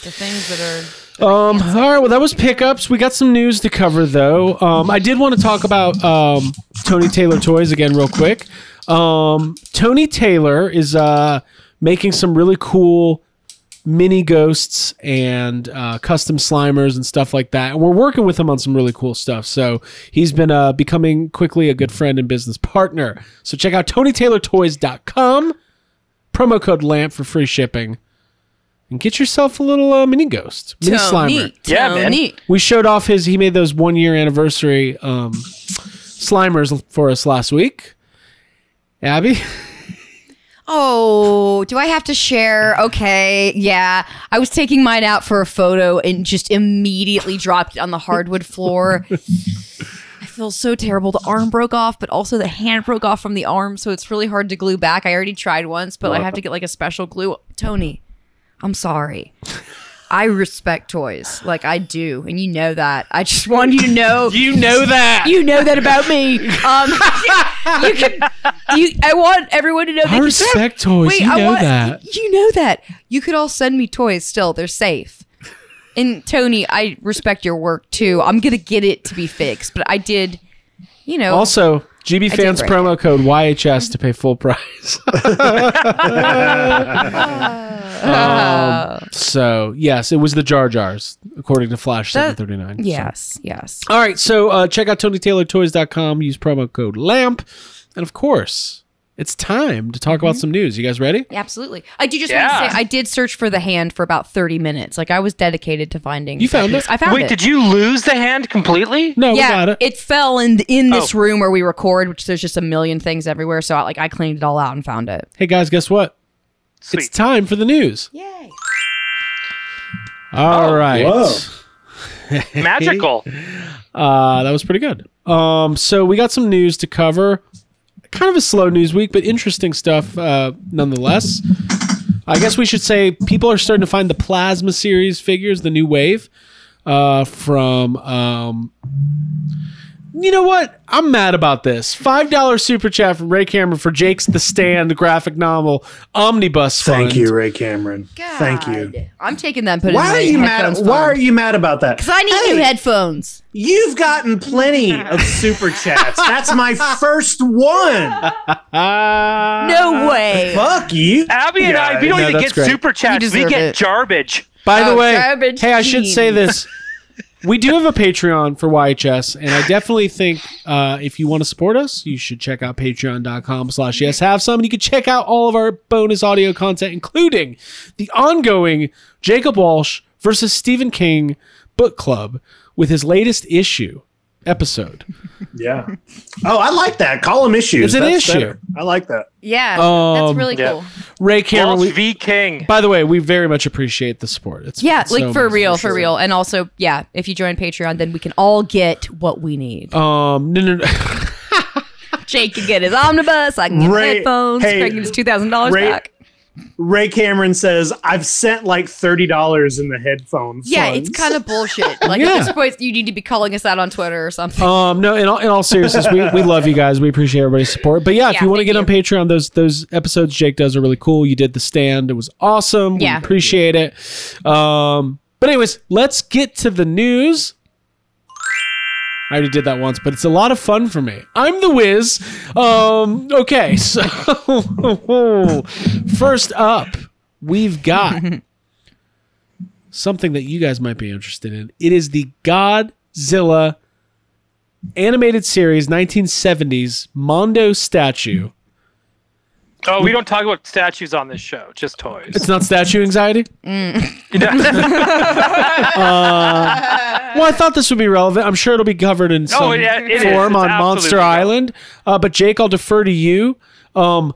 Speaker 6: the things that are.
Speaker 4: Um, all right. Well, that was pickups. We got some news to cover, though. Um, I did want to talk about um, Tony Taylor toys again, real quick. Um, Tony Taylor is uh, making some really cool mini ghosts and uh, custom slimers and stuff like that. And we're working with him on some really cool stuff. So he's been uh, becoming quickly a good friend and business partner. So check out TonyTaylorToys.com. Promo code LAMP for free shipping. And get yourself a little uh, mini ghost, mini slimer.
Speaker 6: Tony.
Speaker 5: Yeah, man.
Speaker 6: Tony.
Speaker 4: We showed off his. He made those one year anniversary um, Slimers for us last week. Abby,
Speaker 6: Oh, do I have to share? Okay, yeah. I was taking mine out for a photo and just immediately dropped it on the hardwood floor. I feel so terrible. The arm broke off, but also the hand broke off from the arm, so it's really hard to glue back. I already tried once, but I have to get like a special glue. Tony, I'm sorry. I respect toys. Like I do, and you know that. I just wanted you to know
Speaker 4: you know that.
Speaker 6: you know that about me. Um, you can, you, I want everyone to know.
Speaker 4: I
Speaker 6: they can,
Speaker 4: respect toys. you know that.
Speaker 6: You know that. You could all send me toys. Still, they're safe. And Tony, I respect your work too. I'm gonna get it to be fixed, but I did, you know.
Speaker 4: Also, GB
Speaker 6: did
Speaker 4: fans
Speaker 6: break
Speaker 4: promo code YHS to pay full price.
Speaker 6: Oh.
Speaker 4: Um, so yes, it was the Jar Jars, according to Flash seven
Speaker 6: That-
Speaker 4: thirty nine.
Speaker 6: yes, yes.
Speaker 4: All right, so uh, check out TonyTaylorToys.com. Use promo code LAMP, and of course, it's time to talk
Speaker 6: Mm-hmm.
Speaker 4: about some news. You guys ready?
Speaker 6: Absolutely. I do just want
Speaker 5: Yeah.
Speaker 6: to say I did search for the hand for about 30 minutes. Like I was dedicated to finding.
Speaker 4: You found it?
Speaker 6: I found
Speaker 5: Wait,
Speaker 6: it.
Speaker 5: did you lose the hand completely?
Speaker 4: No,
Speaker 6: yeah,
Speaker 4: Oh, we got it.
Speaker 6: fell in in this
Speaker 5: Oh.
Speaker 6: room where we record, which there's just a million things everywhere. So I, like I cleaned it all out and found it.
Speaker 4: Hey guys, guess what?
Speaker 5: Sweet.
Speaker 4: It's time for the news. Yay!
Speaker 6: Oh.
Speaker 4: All right.
Speaker 8: Whoa.
Speaker 5: Magical.
Speaker 4: Uh, that was pretty good. Um, so we got some news to cover. Kind of a slow news week, but interesting stuff uh, nonetheless. I guess we should say people are starting to find the plasma series figures, the new wave uh, from. Um, you know what? I'm mad about this. Five dollar super chat from Ray Cameron for Jake's The Stand graphic novel omnibus.
Speaker 8: Thank
Speaker 4: Fund.
Speaker 8: you, Ray Cameron. Thank you.
Speaker 6: I'm taking that. And putting
Speaker 8: Why
Speaker 6: it
Speaker 8: are
Speaker 6: in my
Speaker 8: you mad?
Speaker 6: headphones
Speaker 8: Why
Speaker 6: phone.
Speaker 8: are you mad about that?
Speaker 6: Because I need
Speaker 8: Hey,
Speaker 6: new headphones.
Speaker 8: You've gotten plenty of super chats. That's my first one.
Speaker 4: Ah.
Speaker 6: No way.
Speaker 8: Fuck you.
Speaker 5: Abby and I, we don't
Speaker 4: No,
Speaker 5: even
Speaker 4: that's
Speaker 5: get
Speaker 4: great.
Speaker 5: super
Speaker 6: You
Speaker 5: chats. We
Speaker 6: deserve
Speaker 5: get
Speaker 6: it.
Speaker 5: garbage.
Speaker 4: By the
Speaker 6: Oh,
Speaker 4: way,
Speaker 6: garbage
Speaker 4: hey, I should
Speaker 6: team.
Speaker 4: say this. We do have a Patreon for YHS, and I definitely think uh, if you want to support us, you should check out patreon.com slash yes have some. And you can check out all of our bonus audio content, including the ongoing Jacob Walsh versus Stephen King Book Club with his latest issue episode.
Speaker 7: Yeah. Oh, I like that. Column issues.
Speaker 4: It's an
Speaker 7: That's
Speaker 4: issue.
Speaker 7: better. I like that.
Speaker 6: Yeah,
Speaker 4: Um,
Speaker 6: that's really
Speaker 5: yeah.
Speaker 6: cool.
Speaker 4: Ray Cameron,
Speaker 5: Walsh
Speaker 4: we,
Speaker 5: v. King.
Speaker 4: by the way, we very much appreciate the support. It's
Speaker 6: Yeah,
Speaker 4: it's
Speaker 6: like
Speaker 4: so
Speaker 6: for
Speaker 4: amazing.
Speaker 6: real, for real. And also, yeah, if you join Patreon, then we can all get what we need.
Speaker 4: Um, no, no, no.
Speaker 6: Jake can get his omnibus. I can get
Speaker 7: Ray-
Speaker 6: headphones.
Speaker 7: hey,
Speaker 6: Craig can get his two thousand dollars
Speaker 7: Ray-
Speaker 6: back.
Speaker 7: Ray Cameron says, I've sent like $30 in the headphone.
Speaker 6: Yeah,
Speaker 7: funds."
Speaker 6: it's kind of bullshit. Like
Speaker 4: Yeah.
Speaker 6: at this point, you need to be calling us out on Twitter or something.
Speaker 4: Um, no, in all, in all seriousness, we, we love you guys. We appreciate everybody's support. But yeah, if
Speaker 6: Yeah,
Speaker 4: you want to
Speaker 6: thank
Speaker 4: get on
Speaker 6: you.
Speaker 4: Patreon, those those episodes Jake does are really cool. You did the stand; it was awesome.
Speaker 6: Yeah.
Speaker 4: we appreciate it. Um, but anyways, let's get to the news. I already did that once, but it's a lot of fun for me. I'm the whiz. Um, okay, so first up, we've got something that you guys might be interested in. It is the Godzilla animated series 1970s Mondo statue.
Speaker 5: Oh, we don't talk about statues on this show, just toys.
Speaker 4: It's not statue anxiety? Uh, Well, I thought this would be relevant. I'm sure it'll be covered in some
Speaker 5: yeah, it is.
Speaker 4: form
Speaker 5: It's
Speaker 4: on Monster
Speaker 5: absolutely
Speaker 4: Island. Uh, but Jake, I'll defer to you. Um,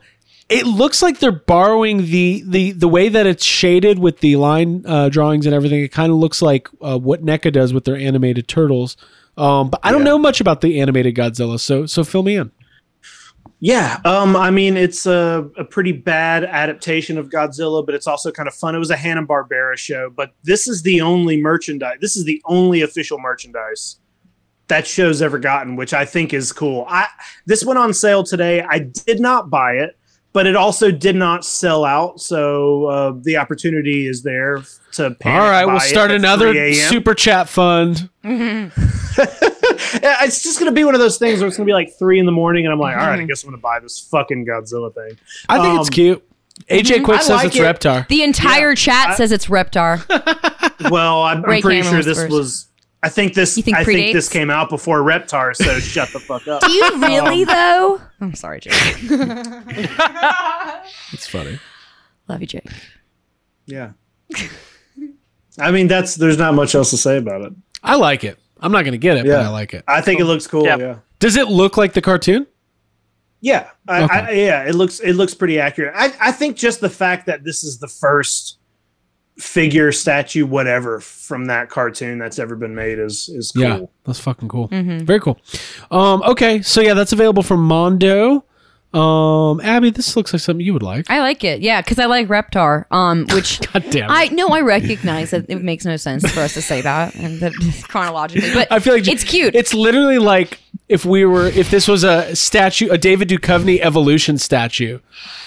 Speaker 4: it looks like they're borrowing the the the way that it's shaded with the line uh, drawings and everything. It kind of looks like uh, what NECA does with their animated turtles. Um, but I don't know much about the animated Godzilla, so so fill me in.
Speaker 7: Yeah, um, I mean it's a, a pretty bad adaptation of Godzilla, but it's also kind of fun. It was a Hanna Barbera show, but this is the only merchandise. This is the only official merchandise that show's ever gotten, which I think is cool. I this went on sale today. I did not buy it, but it also did not sell out, so uh, the opportunity is there to. Panic
Speaker 4: All right, we'll
Speaker 7: buy it
Speaker 4: start
Speaker 7: at 3
Speaker 4: another
Speaker 7: a.m.
Speaker 4: super chat fund.
Speaker 7: Yeah, it's just gonna be one of those things where it's gonna be like three in the morning, and I'm
Speaker 4: Mm-hmm.
Speaker 7: like, all right, I guess I'm gonna buy this fucking Godzilla thing.
Speaker 4: I think it's
Speaker 7: Um,
Speaker 4: cute. AJ Quick
Speaker 7: I
Speaker 4: says
Speaker 7: like
Speaker 4: it's
Speaker 7: it.
Speaker 4: Reptar.
Speaker 6: The entire chat says it's Reptar.
Speaker 7: Well, I'm, I'm
Speaker 6: Ray
Speaker 7: pretty
Speaker 6: Cameron
Speaker 7: sure
Speaker 6: was
Speaker 7: this
Speaker 6: first.
Speaker 7: was. I think this.
Speaker 6: You think
Speaker 7: I
Speaker 6: predates?
Speaker 7: think this came out before Reptar. So shut the fuck up.
Speaker 6: Do you really though? I'm sorry, Jake.
Speaker 4: It's funny.
Speaker 6: Love you, Jake.
Speaker 7: Yeah. I mean, that's there's not much else to say about it.
Speaker 4: I like it. I'm not going to get it, but
Speaker 7: Yeah.
Speaker 4: I like it.
Speaker 7: I think it looks cool.
Speaker 5: Yep.
Speaker 7: Yeah.
Speaker 4: Does it look like the cartoon?
Speaker 7: Yeah. I,
Speaker 4: Okay.
Speaker 7: I, yeah. It looks it looks pretty accurate. I I think just the fact that this is the first figure, statue, whatever from that cartoon that's ever been made is is cool.
Speaker 4: Yeah, that's fucking cool. Very cool. Um, okay, so yeah, that's available from Mondo. Um, Abby, this looks like something you would like.
Speaker 6: I like it. Yeah, because I like Reptar. Um, which
Speaker 4: God damn it.
Speaker 6: I no, I recognize that it makes no sense for us to say that and that chronologically, but
Speaker 4: I feel like
Speaker 6: it's cute.
Speaker 4: It's literally like if we were if this was a statue, a David Duchovny evolution statue,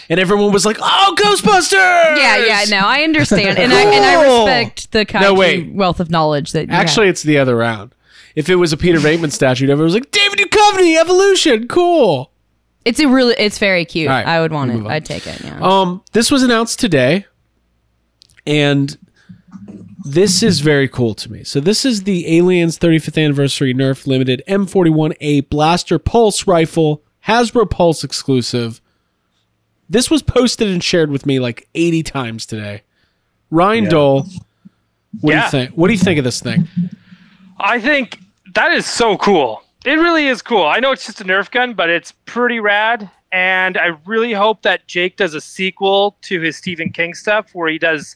Speaker 4: and everyone was like, "Oh, Ghostbusters!"
Speaker 6: yeah, yeah. No, I understand, and I and I
Speaker 4: Cool.
Speaker 6: respect the kind
Speaker 4: No, wait.
Speaker 6: of wealth of knowledge that you have.
Speaker 4: Actually, it's the other round. If it was a Peter Bateman statue, everyone was like, "David Duchovny evolution, cool."
Speaker 6: It's a really, it's very cute.
Speaker 4: All right,
Speaker 6: I would want
Speaker 4: we'll move
Speaker 6: it.
Speaker 4: on.
Speaker 6: I'd take it. Yeah.
Speaker 4: Um, this was announced today, and this is very cool to me. So this is the Aliens 35th Anniversary Nerf Limited M41A Blaster Pulse Rifle, Hasbro Pulse exclusive. This was posted and shared with me like 80 times today. Ryan Dole, what do
Speaker 5: Yeah.
Speaker 4: you think? What do you think of this thing?
Speaker 5: I think that is so cool. It really is cool. I know it's just a Nerf gun, but it's pretty rad. And I really hope that Jake does a sequel to his Stephen King stuff where he does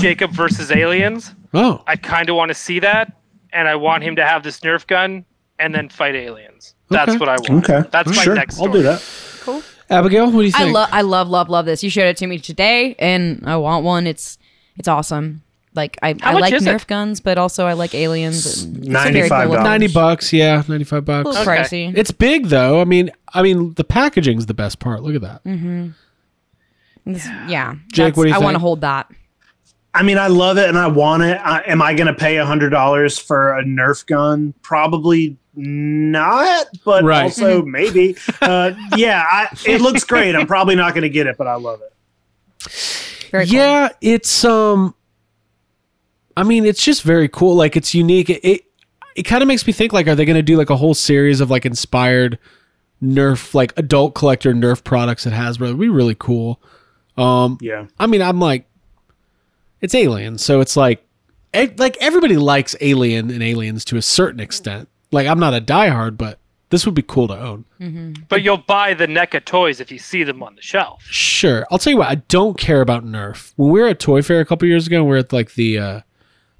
Speaker 5: Jacob versus aliens.
Speaker 4: Oh,
Speaker 5: I kind of want to see that, and I want him to have this Nerf gun and then fight aliens. That's
Speaker 4: Okay.
Speaker 5: what I want.
Speaker 7: Okay.
Speaker 5: That's my
Speaker 7: Sure.
Speaker 5: next.
Speaker 7: I'll
Speaker 5: Story.
Speaker 7: do that.
Speaker 4: Abigail, what do you
Speaker 6: I
Speaker 4: think?
Speaker 6: love, I love, love, love this. You showed it to me today, and I want one. It's, it's awesome. Like I,
Speaker 5: How
Speaker 6: I
Speaker 5: much
Speaker 6: like
Speaker 5: is it?
Speaker 6: Nerf guns, but also I like aliens. and it's a very
Speaker 7: $95.
Speaker 6: looking-
Speaker 4: ninety bucks. Yeah, ninety-five
Speaker 6: A
Speaker 4: bucks.
Speaker 6: little
Speaker 5: Okay.
Speaker 6: pricey.
Speaker 4: It's big though. I mean, I mean, the packaging's the best part. Look at that.
Speaker 6: Mm, It's- yeah.
Speaker 4: Jake, what do
Speaker 6: That's-
Speaker 4: you
Speaker 6: I want to
Speaker 4: think?
Speaker 6: hold that.
Speaker 7: I mean, I love it and I want it. I, am I going to pay hundred dollars for a Nerf gun? Probably not, but
Speaker 4: Right.
Speaker 7: also maybe. Uh, yeah, I, it looks great. I'm probably not going to get it, but I love it.
Speaker 6: Very cool.
Speaker 4: yeah it's um i mean it's just very cool like it's unique it it, it kind of makes me think like are they going to do like a whole series of like inspired nerf like adult collector nerf products at hasbro it'd be really cool um
Speaker 7: Yeah,
Speaker 4: i mean i'm like it's alien so it's like it, like everybody likes Alien and Aliens to a certain extent. Like I'm not a diehard, but this would be cool to own.
Speaker 5: But you'll buy the NECA toys if you see them on the shelf.
Speaker 4: Sure, I'll tell you what. I don't care about Nerf. When we were at Toy Fair a couple years ago, and we were at like the uh,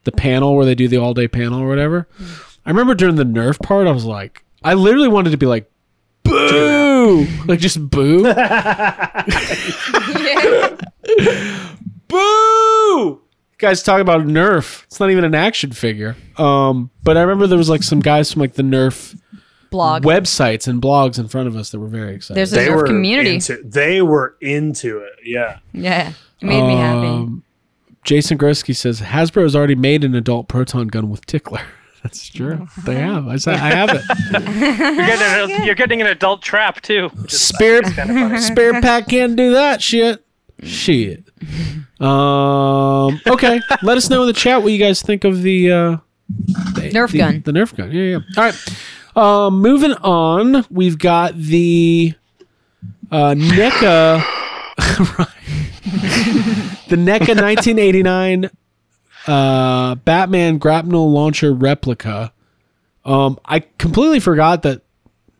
Speaker 4: the panel where they do the all day panel or whatever. I remember during the Nerf part, I was like, I literally wanted to be like, boo, like just boo.
Speaker 6: Yeah.
Speaker 4: Boo! Guys talk about Nerf. It's not even an action figure. Um, but I remember there was like some guys from like the Nerf
Speaker 6: Blog.
Speaker 4: websites and blogs in front of us that were very excited.
Speaker 6: There's a Nerf community.
Speaker 7: Into, they were into it. Yeah.
Speaker 6: yeah. It made me happy.
Speaker 4: Um, Jason Grosky says Hasbro has already made an adult proton gun with tickler. That's true. They have. I said I have it.
Speaker 5: You're getting, an, you're getting an adult trap too.
Speaker 4: Spare spare pack can't do that shit. Shit. Um. Okay. Let us know in the chat what you guys think of the uh,
Speaker 6: Nerf
Speaker 4: the,
Speaker 6: gun.
Speaker 4: The Nerf gun. Yeah, yeah. All right. Uh, moving on, we've got the uh, NECA. Right. the E NECA 1989 uh, Batman grapnel launcher replica. Um, I completely forgot that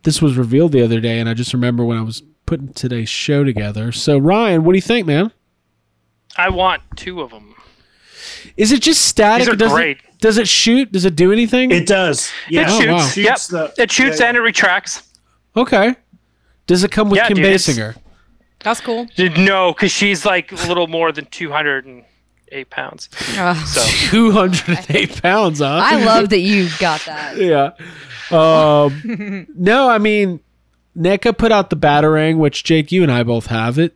Speaker 4: this was revealed the other day, and I just remember when I was putting today's show together. So, Ryan, what do you think, man?
Speaker 5: I want two of them.
Speaker 4: Is it just static?
Speaker 5: These are
Speaker 4: does
Speaker 5: great.
Speaker 4: It, does it shoot? Does it do anything?
Speaker 7: It does. Yeah.
Speaker 5: It
Speaker 4: Oh, wow.
Speaker 5: shoots. Yep.
Speaker 7: Shoots the-
Speaker 5: it shoots
Speaker 7: yeah,
Speaker 5: and it retracts.
Speaker 4: okay. Does it come with
Speaker 5: Yeah,
Speaker 4: Kim
Speaker 5: dude, it's-
Speaker 4: Basinger?
Speaker 6: That's cool.
Speaker 5: No, because she's like a little more than 208 pounds.
Speaker 6: Ugh.
Speaker 5: So
Speaker 4: 208 pounds, huh?
Speaker 6: I love that you got that.
Speaker 4: yeah. Um, no, I mean, NECA put out the Batarang, which Jake, you and I both have. It,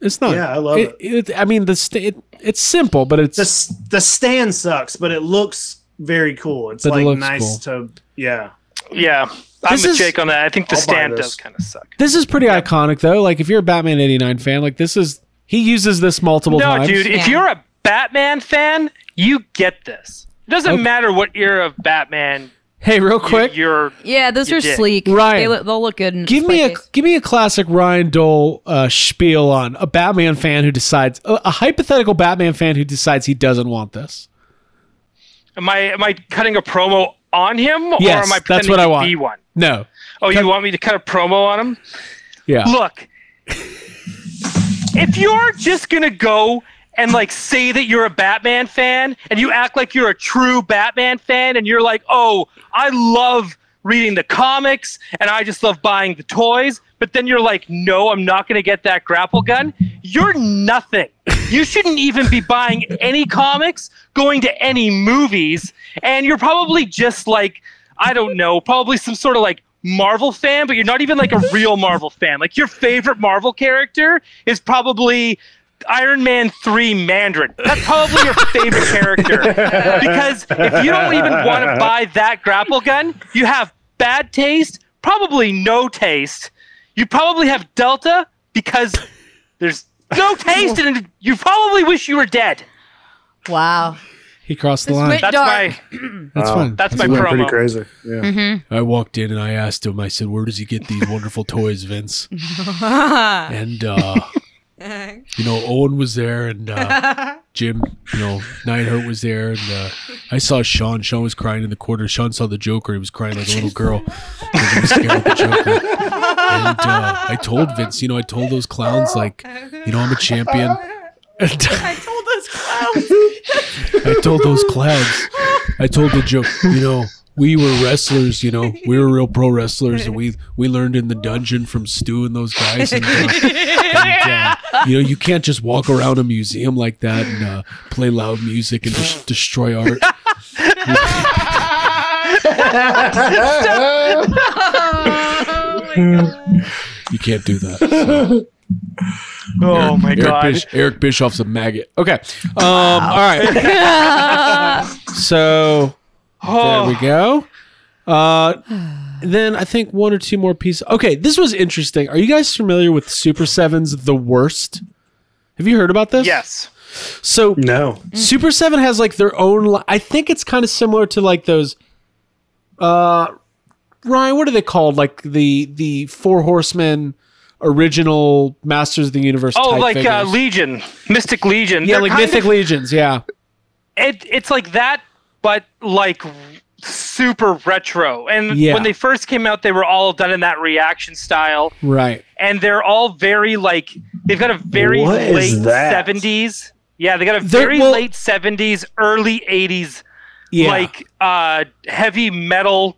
Speaker 4: it's not.
Speaker 7: Yeah, I love
Speaker 4: it. I mean, the st- it, it's simple, but it's
Speaker 7: The s- the stand sucks, but it looks very cool. It's
Speaker 4: But it
Speaker 7: like
Speaker 4: looks
Speaker 7: nice to yeah.
Speaker 5: yeah, I'm
Speaker 4: This
Speaker 5: with
Speaker 4: is-
Speaker 5: Jake on that. I think the
Speaker 7: I'll buy
Speaker 5: stand
Speaker 7: this.
Speaker 5: does kind of suck.
Speaker 4: this is pretty iconic though. Like if you're a Batman '89 fan, like this is he uses this multiple
Speaker 5: No,
Speaker 4: times.
Speaker 5: dude, if
Speaker 6: Yeah.
Speaker 5: you're a Batman fan, you get this. It doesn't
Speaker 4: Okay.
Speaker 5: matter what era of Batman
Speaker 4: Hey, real
Speaker 5: you-
Speaker 4: quick,
Speaker 5: you're.
Speaker 6: Yeah, those
Speaker 5: You
Speaker 6: are
Speaker 5: did.
Speaker 6: sleek.
Speaker 4: Ryan,
Speaker 6: They look, they'll look good. In
Speaker 4: give me a
Speaker 6: display case.
Speaker 4: give me a classic Ryan Dole uh, spiel on a Batman fan who decides a, a hypothetical Batman fan who decides he doesn't want this.
Speaker 5: Am I am I cutting a promo on him, or
Speaker 4: Yes,
Speaker 5: am I
Speaker 4: that's what I
Speaker 5: pretending
Speaker 4: want.
Speaker 5: to be one?
Speaker 4: No,
Speaker 5: Oh, you want me to cut a promo on him?
Speaker 4: yeah,
Speaker 5: Look, if you're just gonna go and like say that you're a Batman fan and you act like you're a true Batman fan and you're like, oh, I love reading the comics and I just love buying the toys, but then you're like, no, I'm not gonna get that grapple gun. You're nothing. You shouldn't even be buying any comics, going to any movies, and you're probably just like, I don't know, probably some sort of like Marvel fan, but you're not even like a real Marvel fan. Like your favorite Marvel character is probably Iron Man 3 Mandarin. That's probably your favorite character. Because if you don't even want to buy that grapple gun, you have bad taste, probably no taste. You probably have Delta because there's no taste and you probably wish you were dead.
Speaker 6: Wow.
Speaker 4: he crossed the
Speaker 6: This
Speaker 4: line.
Speaker 6: went-
Speaker 5: That's
Speaker 6: Dark.
Speaker 5: my
Speaker 4: That's fun.
Speaker 5: that's my
Speaker 7: Went pretty
Speaker 5: promo.
Speaker 7: crazy. Yeah.
Speaker 4: I walked in and I asked him, I said, Where does he get these wonderful toys, Vince? and, uh, you know, Owen was there and uh, Jim, you know, Neidhart was there. And uh, I saw Sean. Sean was crying in the corner. Sean saw the Joker. He was crying like a little girl. 'cause he was scared of the Joker. And uh, I told Vince, you know, I told those clowns, like, you know, I'm a champion. And I told those clowns. I told those clowns. I told the joke, you know, we were wrestlers, you know, we were real pro wrestlers, and we we learned in the dungeon from Stu and those guys. And, uh, and, uh, you know, you can't just walk around a museum like that and uh, play loud music and just destroy art. You can't do that.
Speaker 5: Oh my
Speaker 4: Eric,
Speaker 5: god.
Speaker 4: Bish- Eric Bischoff's a maggot. Okay. Um, All right. so
Speaker 5: Oh,
Speaker 4: there we go. Uh, then I think one or two more pieces. Okay, this was interesting. Are you guys familiar with Super Seven's The Worst? Have you heard about this?
Speaker 5: Yes.
Speaker 4: So
Speaker 7: No.
Speaker 4: Super Seven has like their own. Li- I think it's kind of similar to like those. Uh, Ryan, what are they called? Like the the Four Horsemen original Masters of the Universe.
Speaker 5: Oh,
Speaker 4: type
Speaker 5: like uh,
Speaker 4: figures.
Speaker 5: Legion, Mystic Legion.
Speaker 4: Yeah,
Speaker 5: They're
Speaker 4: like
Speaker 5: kind
Speaker 4: Mythic
Speaker 5: of-
Speaker 4: Legions. Yeah.
Speaker 5: it it's like that, but like super retro. And
Speaker 4: Yeah.
Speaker 5: when they first came out, they were all done in that reaction style,
Speaker 4: Right.
Speaker 5: and they're all very like they've got a very
Speaker 9: What is
Speaker 5: late
Speaker 9: that?
Speaker 5: seventies. Yeah, they got a
Speaker 4: They're-
Speaker 5: very
Speaker 4: well-
Speaker 5: late seventies, early eighties
Speaker 4: Yeah.
Speaker 5: like uh heavy metal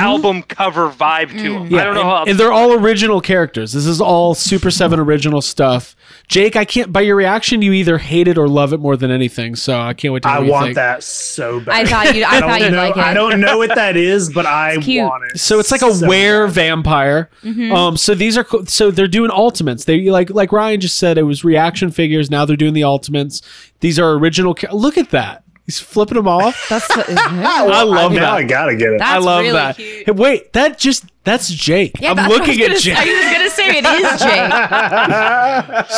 Speaker 5: album cover vibe to them.
Speaker 4: Mm. Yeah,
Speaker 5: I don't know
Speaker 4: and,
Speaker 5: how
Speaker 4: and they're all original characters. This is all Super Seven original stuff. Jake, I can't. By your reaction, you either hate it or love it more than anything. So I can't wait to. hear
Speaker 7: I
Speaker 4: what you
Speaker 7: want
Speaker 4: think.
Speaker 7: that so bad.
Speaker 6: I thought you. I thought
Speaker 7: don't
Speaker 6: you'd
Speaker 7: know.
Speaker 6: like it.
Speaker 7: I don't know what that is, but I
Speaker 6: cute.
Speaker 7: want it.
Speaker 4: So it's like a
Speaker 7: so
Speaker 4: were vampire.
Speaker 6: Mm-hmm.
Speaker 4: Um, so these are co- so they're doing ultimates. They like like Ryan just said, it was reaction figures. Now they're doing the ultimates. These are original. Ca- Look at that. He's flipping them off.
Speaker 6: That's
Speaker 4: I love
Speaker 9: now I
Speaker 4: that.
Speaker 9: gotta get it.
Speaker 6: that's
Speaker 4: I love
Speaker 6: really
Speaker 4: that.
Speaker 6: Cute.
Speaker 4: Hey, wait, that just that's Jake.
Speaker 6: Yeah,
Speaker 4: I'm
Speaker 6: that's what I was
Speaker 4: looking at
Speaker 6: gonna
Speaker 4: Jake.
Speaker 6: say- I was gonna say it is Jake.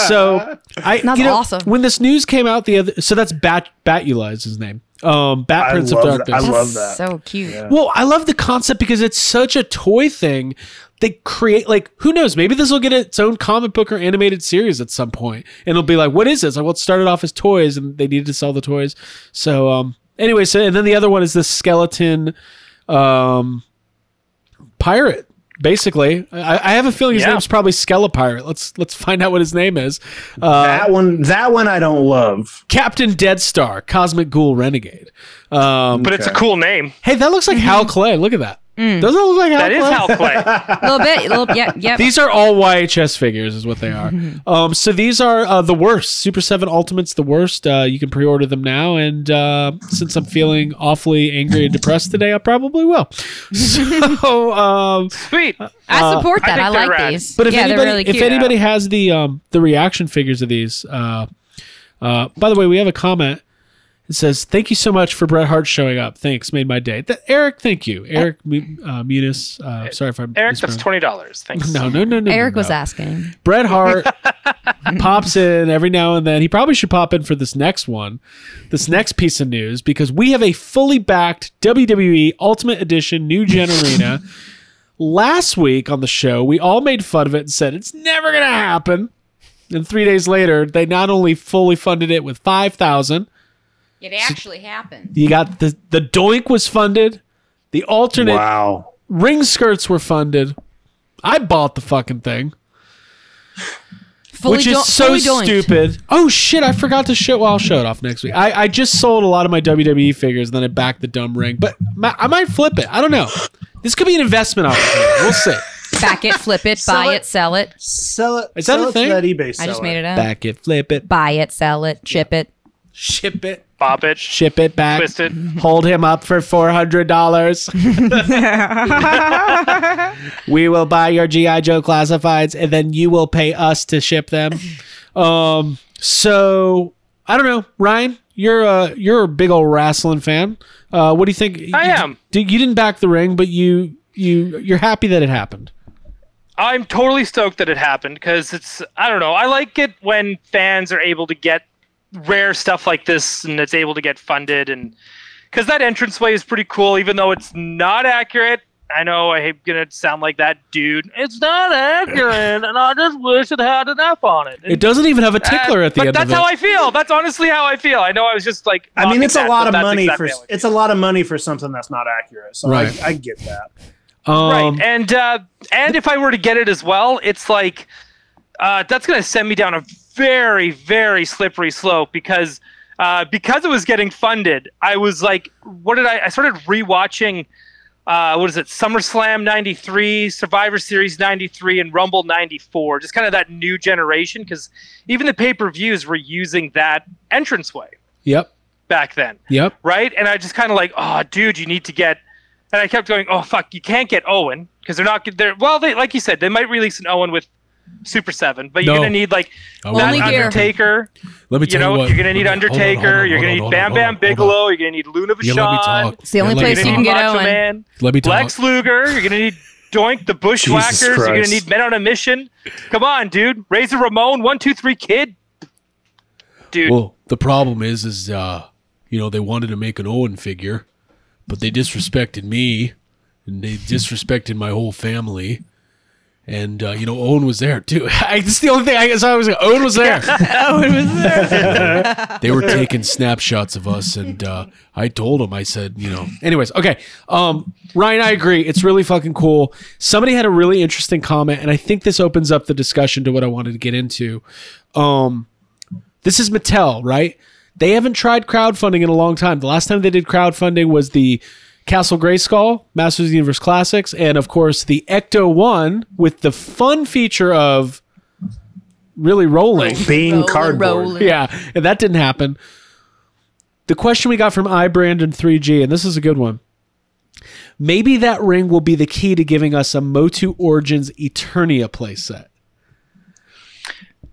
Speaker 4: so I
Speaker 6: That's
Speaker 4: you know,
Speaker 6: awesome.
Speaker 4: When this news came out the other, so that's Bat Batula is his name. Um, Bat
Speaker 9: I
Speaker 4: Prince of
Speaker 9: love that.
Speaker 4: Darkness.
Speaker 9: I love that.
Speaker 6: So cute.
Speaker 4: Well, I love the concept because it's such a toy thing. They create like who knows? Maybe this will get its own comic book or animated series at some point, and it'll be like, what is this? Like, well, it started off as toys, and they needed to sell the toys. So, um, anyway, so and then the other one is this skeleton, um, pirate. Basically, I, I have a feeling his
Speaker 5: Yeah.
Speaker 4: name's probably Skelepirate. Let's let's find out what his name is. Uh,
Speaker 9: that one, that one, I don't love.
Speaker 4: Captain Deadstar, Cosmic Ghoul Renegade. Um,
Speaker 5: but it's a cool name.
Speaker 4: hey, that looks like Hal Clay. Look at that. Doesn't it look like Hal
Speaker 5: That is
Speaker 4: Clay?
Speaker 5: Hal Clay.
Speaker 6: A little bit. A little. Yeah. Yeah.
Speaker 4: These are all YHS figures, is what they are.
Speaker 5: Mm-hmm.
Speaker 4: um, so these are uh, the worst Super Seven Ultimates, the worst. Uh, you can pre-order them now, and uh, since I'm feeling awfully angry and depressed today, I probably will. So, um,
Speaker 5: Sweet.
Speaker 6: I support that.
Speaker 5: think they're
Speaker 6: I, like
Speaker 5: rad.
Speaker 6: these.
Speaker 4: uh, but if
Speaker 6: yeah,
Speaker 4: anybody,
Speaker 6: they're really cute.
Speaker 4: if anybody has the um, the reaction figures of these, uh, uh, by the way, we have a comment. It says, "Thank you so much for Bret Hart showing up. Thanks, made my day." Th- Eric, thank
Speaker 6: Eh.
Speaker 4: you, Eric Mu- uh, Muniz. Uh, sorry if I'm
Speaker 5: Eric, that's
Speaker 4: mispronouncing-
Speaker 5: twenty dollars. Thanks.
Speaker 4: No, no, no, no.
Speaker 6: Eric
Speaker 4: no,
Speaker 6: was
Speaker 4: no.
Speaker 6: asking.
Speaker 4: Bret Hart pops in every now and then. He probably should pop in for this next one, this next piece of news, because we have a fully backed WWE Ultimate Edition New Gen Arena. Last week on the show, we all made fun of it and said it's never going to happen. And three days later, they not only fully funded it with five thousand.
Speaker 6: It actually happened.
Speaker 4: You got the the doink was funded, the alternate
Speaker 9: Wow.
Speaker 4: ring skirts were funded. I bought the fucking thing.
Speaker 6: Fully
Speaker 4: which
Speaker 6: do-
Speaker 4: is so
Speaker 6: fully doinked.
Speaker 4: stupid. Oh shit! I forgot to show. Well, I'll show it off next week. I, I just sold a lot of my WWE figures, then I backed the dumb ring. But my, I might flip it. I don't know. This could be an investment opportunity. We'll see.
Speaker 6: Back it, flip it, buy it, sell it.
Speaker 7: Sell it.
Speaker 4: Is that
Speaker 7: sell
Speaker 4: a
Speaker 7: it to
Speaker 4: thing?
Speaker 7: That eBay
Speaker 6: I just
Speaker 7: seller.
Speaker 6: made it up.
Speaker 4: Back it, flip it,
Speaker 6: Buy it, sell it, chip it.
Speaker 4: ship it,
Speaker 5: Bop it.
Speaker 4: ship it back.
Speaker 5: Twist it.
Speaker 4: Hold him up for four hundred dollars. we will buy your GI Joe classifieds, and then you will pay us to ship them. Um, so I don't know, Ryan. You're a you're a big old wrestling fan. Uh, what do you think?
Speaker 5: I
Speaker 4: you,
Speaker 5: am.
Speaker 4: d- You didn't back the ring, but you you you're happy that it happened.
Speaker 5: I'm totally stoked that it happened because it's I don't know I like it when fans are able to get rare stuff like this and it's able to get funded and because that entranceway is pretty cool even though it's not accurate. I know I'm gonna sound like that dude. It's not accurate, and I just wish it had an F on it.
Speaker 4: It doesn't even have a
Speaker 5: Uh,
Speaker 4: tickler at the
Speaker 5: but
Speaker 4: end
Speaker 5: that's
Speaker 4: of it.
Speaker 5: how I feel. That's honestly how I feel. I know I was just like.
Speaker 7: I mean,
Speaker 5: mocking
Speaker 7: it's a
Speaker 5: that,
Speaker 7: lot
Speaker 5: but
Speaker 7: of
Speaker 5: that's
Speaker 7: money
Speaker 5: exactly how
Speaker 7: for
Speaker 5: I
Speaker 7: it's a lot of money for something that's not accurate. So
Speaker 4: Right.
Speaker 7: I, I get that.
Speaker 5: Right,
Speaker 4: um,
Speaker 5: and uh, and if I were to get it as well, it's like uh, that's going to send me down a very very slippery slope because uh, because it was getting funded, I was like, what did I? I started rewatching. Uh, what is it? SummerSlam '93, Survivor Series '93, and Rumble '94. Just kind of that new generation, because even the pay-per-views were using that entranceway
Speaker 4: Yep.
Speaker 5: back then
Speaker 4: Yep.
Speaker 5: right? And I just kind of like, oh, dude, you need to get. And I kept going, oh fuck, you can't get Owen because they're not. They're well, they like you said, they might release an Owen with Super Seven, but you're
Speaker 4: No.
Speaker 5: gonna need like
Speaker 4: Owen.
Speaker 5: that
Speaker 6: Only Guerrero.
Speaker 5: Undertaker.
Speaker 4: Let me
Speaker 5: You know, you're gonna need Undertaker. you're gonna need Bam Bam Bigelow. You're gonna need Luna Vachon.
Speaker 6: It's the only
Speaker 5: You're
Speaker 6: place
Speaker 5: gonna
Speaker 6: you
Speaker 5: need
Speaker 6: can get
Speaker 5: Macho
Speaker 6: Owen.
Speaker 5: Man.
Speaker 4: Let me
Speaker 5: Lex Luger. You're gonna need Doink the Bushwhackers. You're gonna
Speaker 9: Christ.
Speaker 5: need Men on a Mission. Come on, dude. Razor Ramon. One, two, three, kid. Dude,
Speaker 10: Well, the problem is, is uh, you know, they wanted to make an Owen figure, but they disrespected me, and they disrespected my whole family,
Speaker 4: And uh, you know, Owen was there too. I, it's the only thing I guess I was. Owen was there.
Speaker 11: Owen was there.
Speaker 4: they were taking snapshots of us, and uh, I told him, I said, you know. Anyways, okay. Um, Ryan, I agree. It's really fucking cool. Somebody had a really interesting comment, and I think this opens up the discussion to what I wanted to get into. Um, this is Mattel, right? They haven't tried crowdfunding in a long time. The last time they did crowdfunding was the Castle Grayskull, Masters of the Universe Classics, and of course the Ecto One with the fun feature of really rolling.
Speaker 9: Being
Speaker 6: Rolling,
Speaker 9: cardboard.
Speaker 6: rolling.
Speaker 4: Yeah, and that didn't happen. The question we got from iBrand and 3G, and this is a good one. Maybe that ring will be the key to giving us a Motu Origins Eternia playset.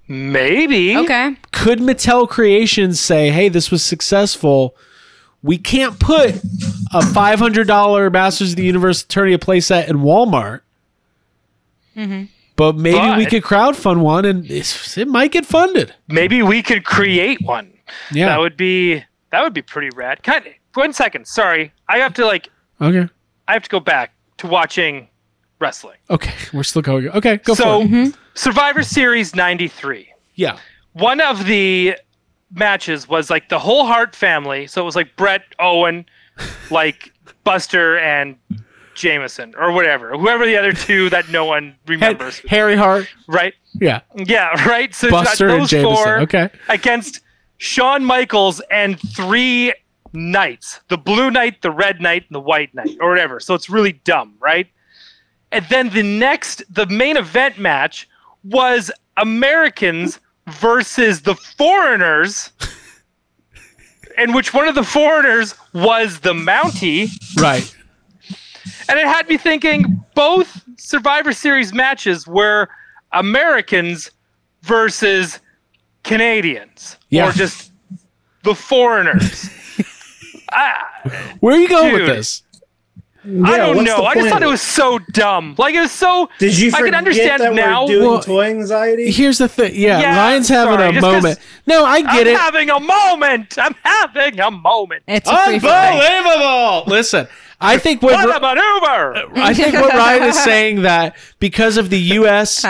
Speaker 5: Maybe.
Speaker 6: Okay.
Speaker 4: Could Mattel Creations say, hey, this was successful? We can't put a $500 Masters of the Universe Eternia playset in Walmart. But maybe we
Speaker 5: But-
Speaker 4: could crowdfund one and it's- it might get funded.
Speaker 5: Maybe we could create one.
Speaker 4: Yeah.
Speaker 5: That would be that would be pretty rad. Kind one second. Sorry, I have to like
Speaker 4: okay.
Speaker 5: I have to go back to watching wrestling.
Speaker 4: Okay. We're still going. Okay. Go
Speaker 5: so
Speaker 4: for it.
Speaker 5: Survivor Series '93.
Speaker 4: Yeah.
Speaker 5: One of the matches was like the whole Hart family. So it was like Brett, Owen, like Buster, and Jameson or whatever, whoever the other two that no one remembers,
Speaker 4: Harry Hart.
Speaker 5: right?
Speaker 4: Yeah.
Speaker 5: Yeah, right. So it's got
Speaker 4: Buster and
Speaker 5: those four
Speaker 4: Jameson. Okay.
Speaker 5: against Shawn Michaels and three knights the blue knight, the red knight, and the white knight, or whatever. So it's really dumb, right? And then the next, the main event match was Americans versus the foreigners, in which one of the foreigners was the Mountie.
Speaker 4: Right.
Speaker 5: And it had me thinking both Survivor Series matches were Americans versus Canadians.
Speaker 4: Yeah.
Speaker 5: Or just the foreigners. I,
Speaker 4: Where are you going with
Speaker 5: Dude.
Speaker 4: this?
Speaker 5: I
Speaker 8: Yeah,
Speaker 5: don't
Speaker 8: what's
Speaker 5: know.
Speaker 8: the
Speaker 5: I just
Speaker 8: point
Speaker 5: thought it
Speaker 8: of
Speaker 5: was so dumb. Like it was so
Speaker 8: Did you
Speaker 5: I
Speaker 8: forget
Speaker 5: can understand
Speaker 8: that
Speaker 5: now-
Speaker 8: we're doing
Speaker 4: Well,
Speaker 8: toy anxiety?
Speaker 4: Here's the thing. Yeah,
Speaker 5: Yeah,
Speaker 4: Ryan's having
Speaker 5: sorry,
Speaker 4: a
Speaker 5: just 'cause
Speaker 4: moment. No, I
Speaker 5: I'm
Speaker 4: get it.
Speaker 5: having a moment. I'm having a moment.
Speaker 6: It's a free for all.
Speaker 4: Listen, I think what
Speaker 5: What a maneuver!
Speaker 4: I think what Ryan is saying that because of the U.S.,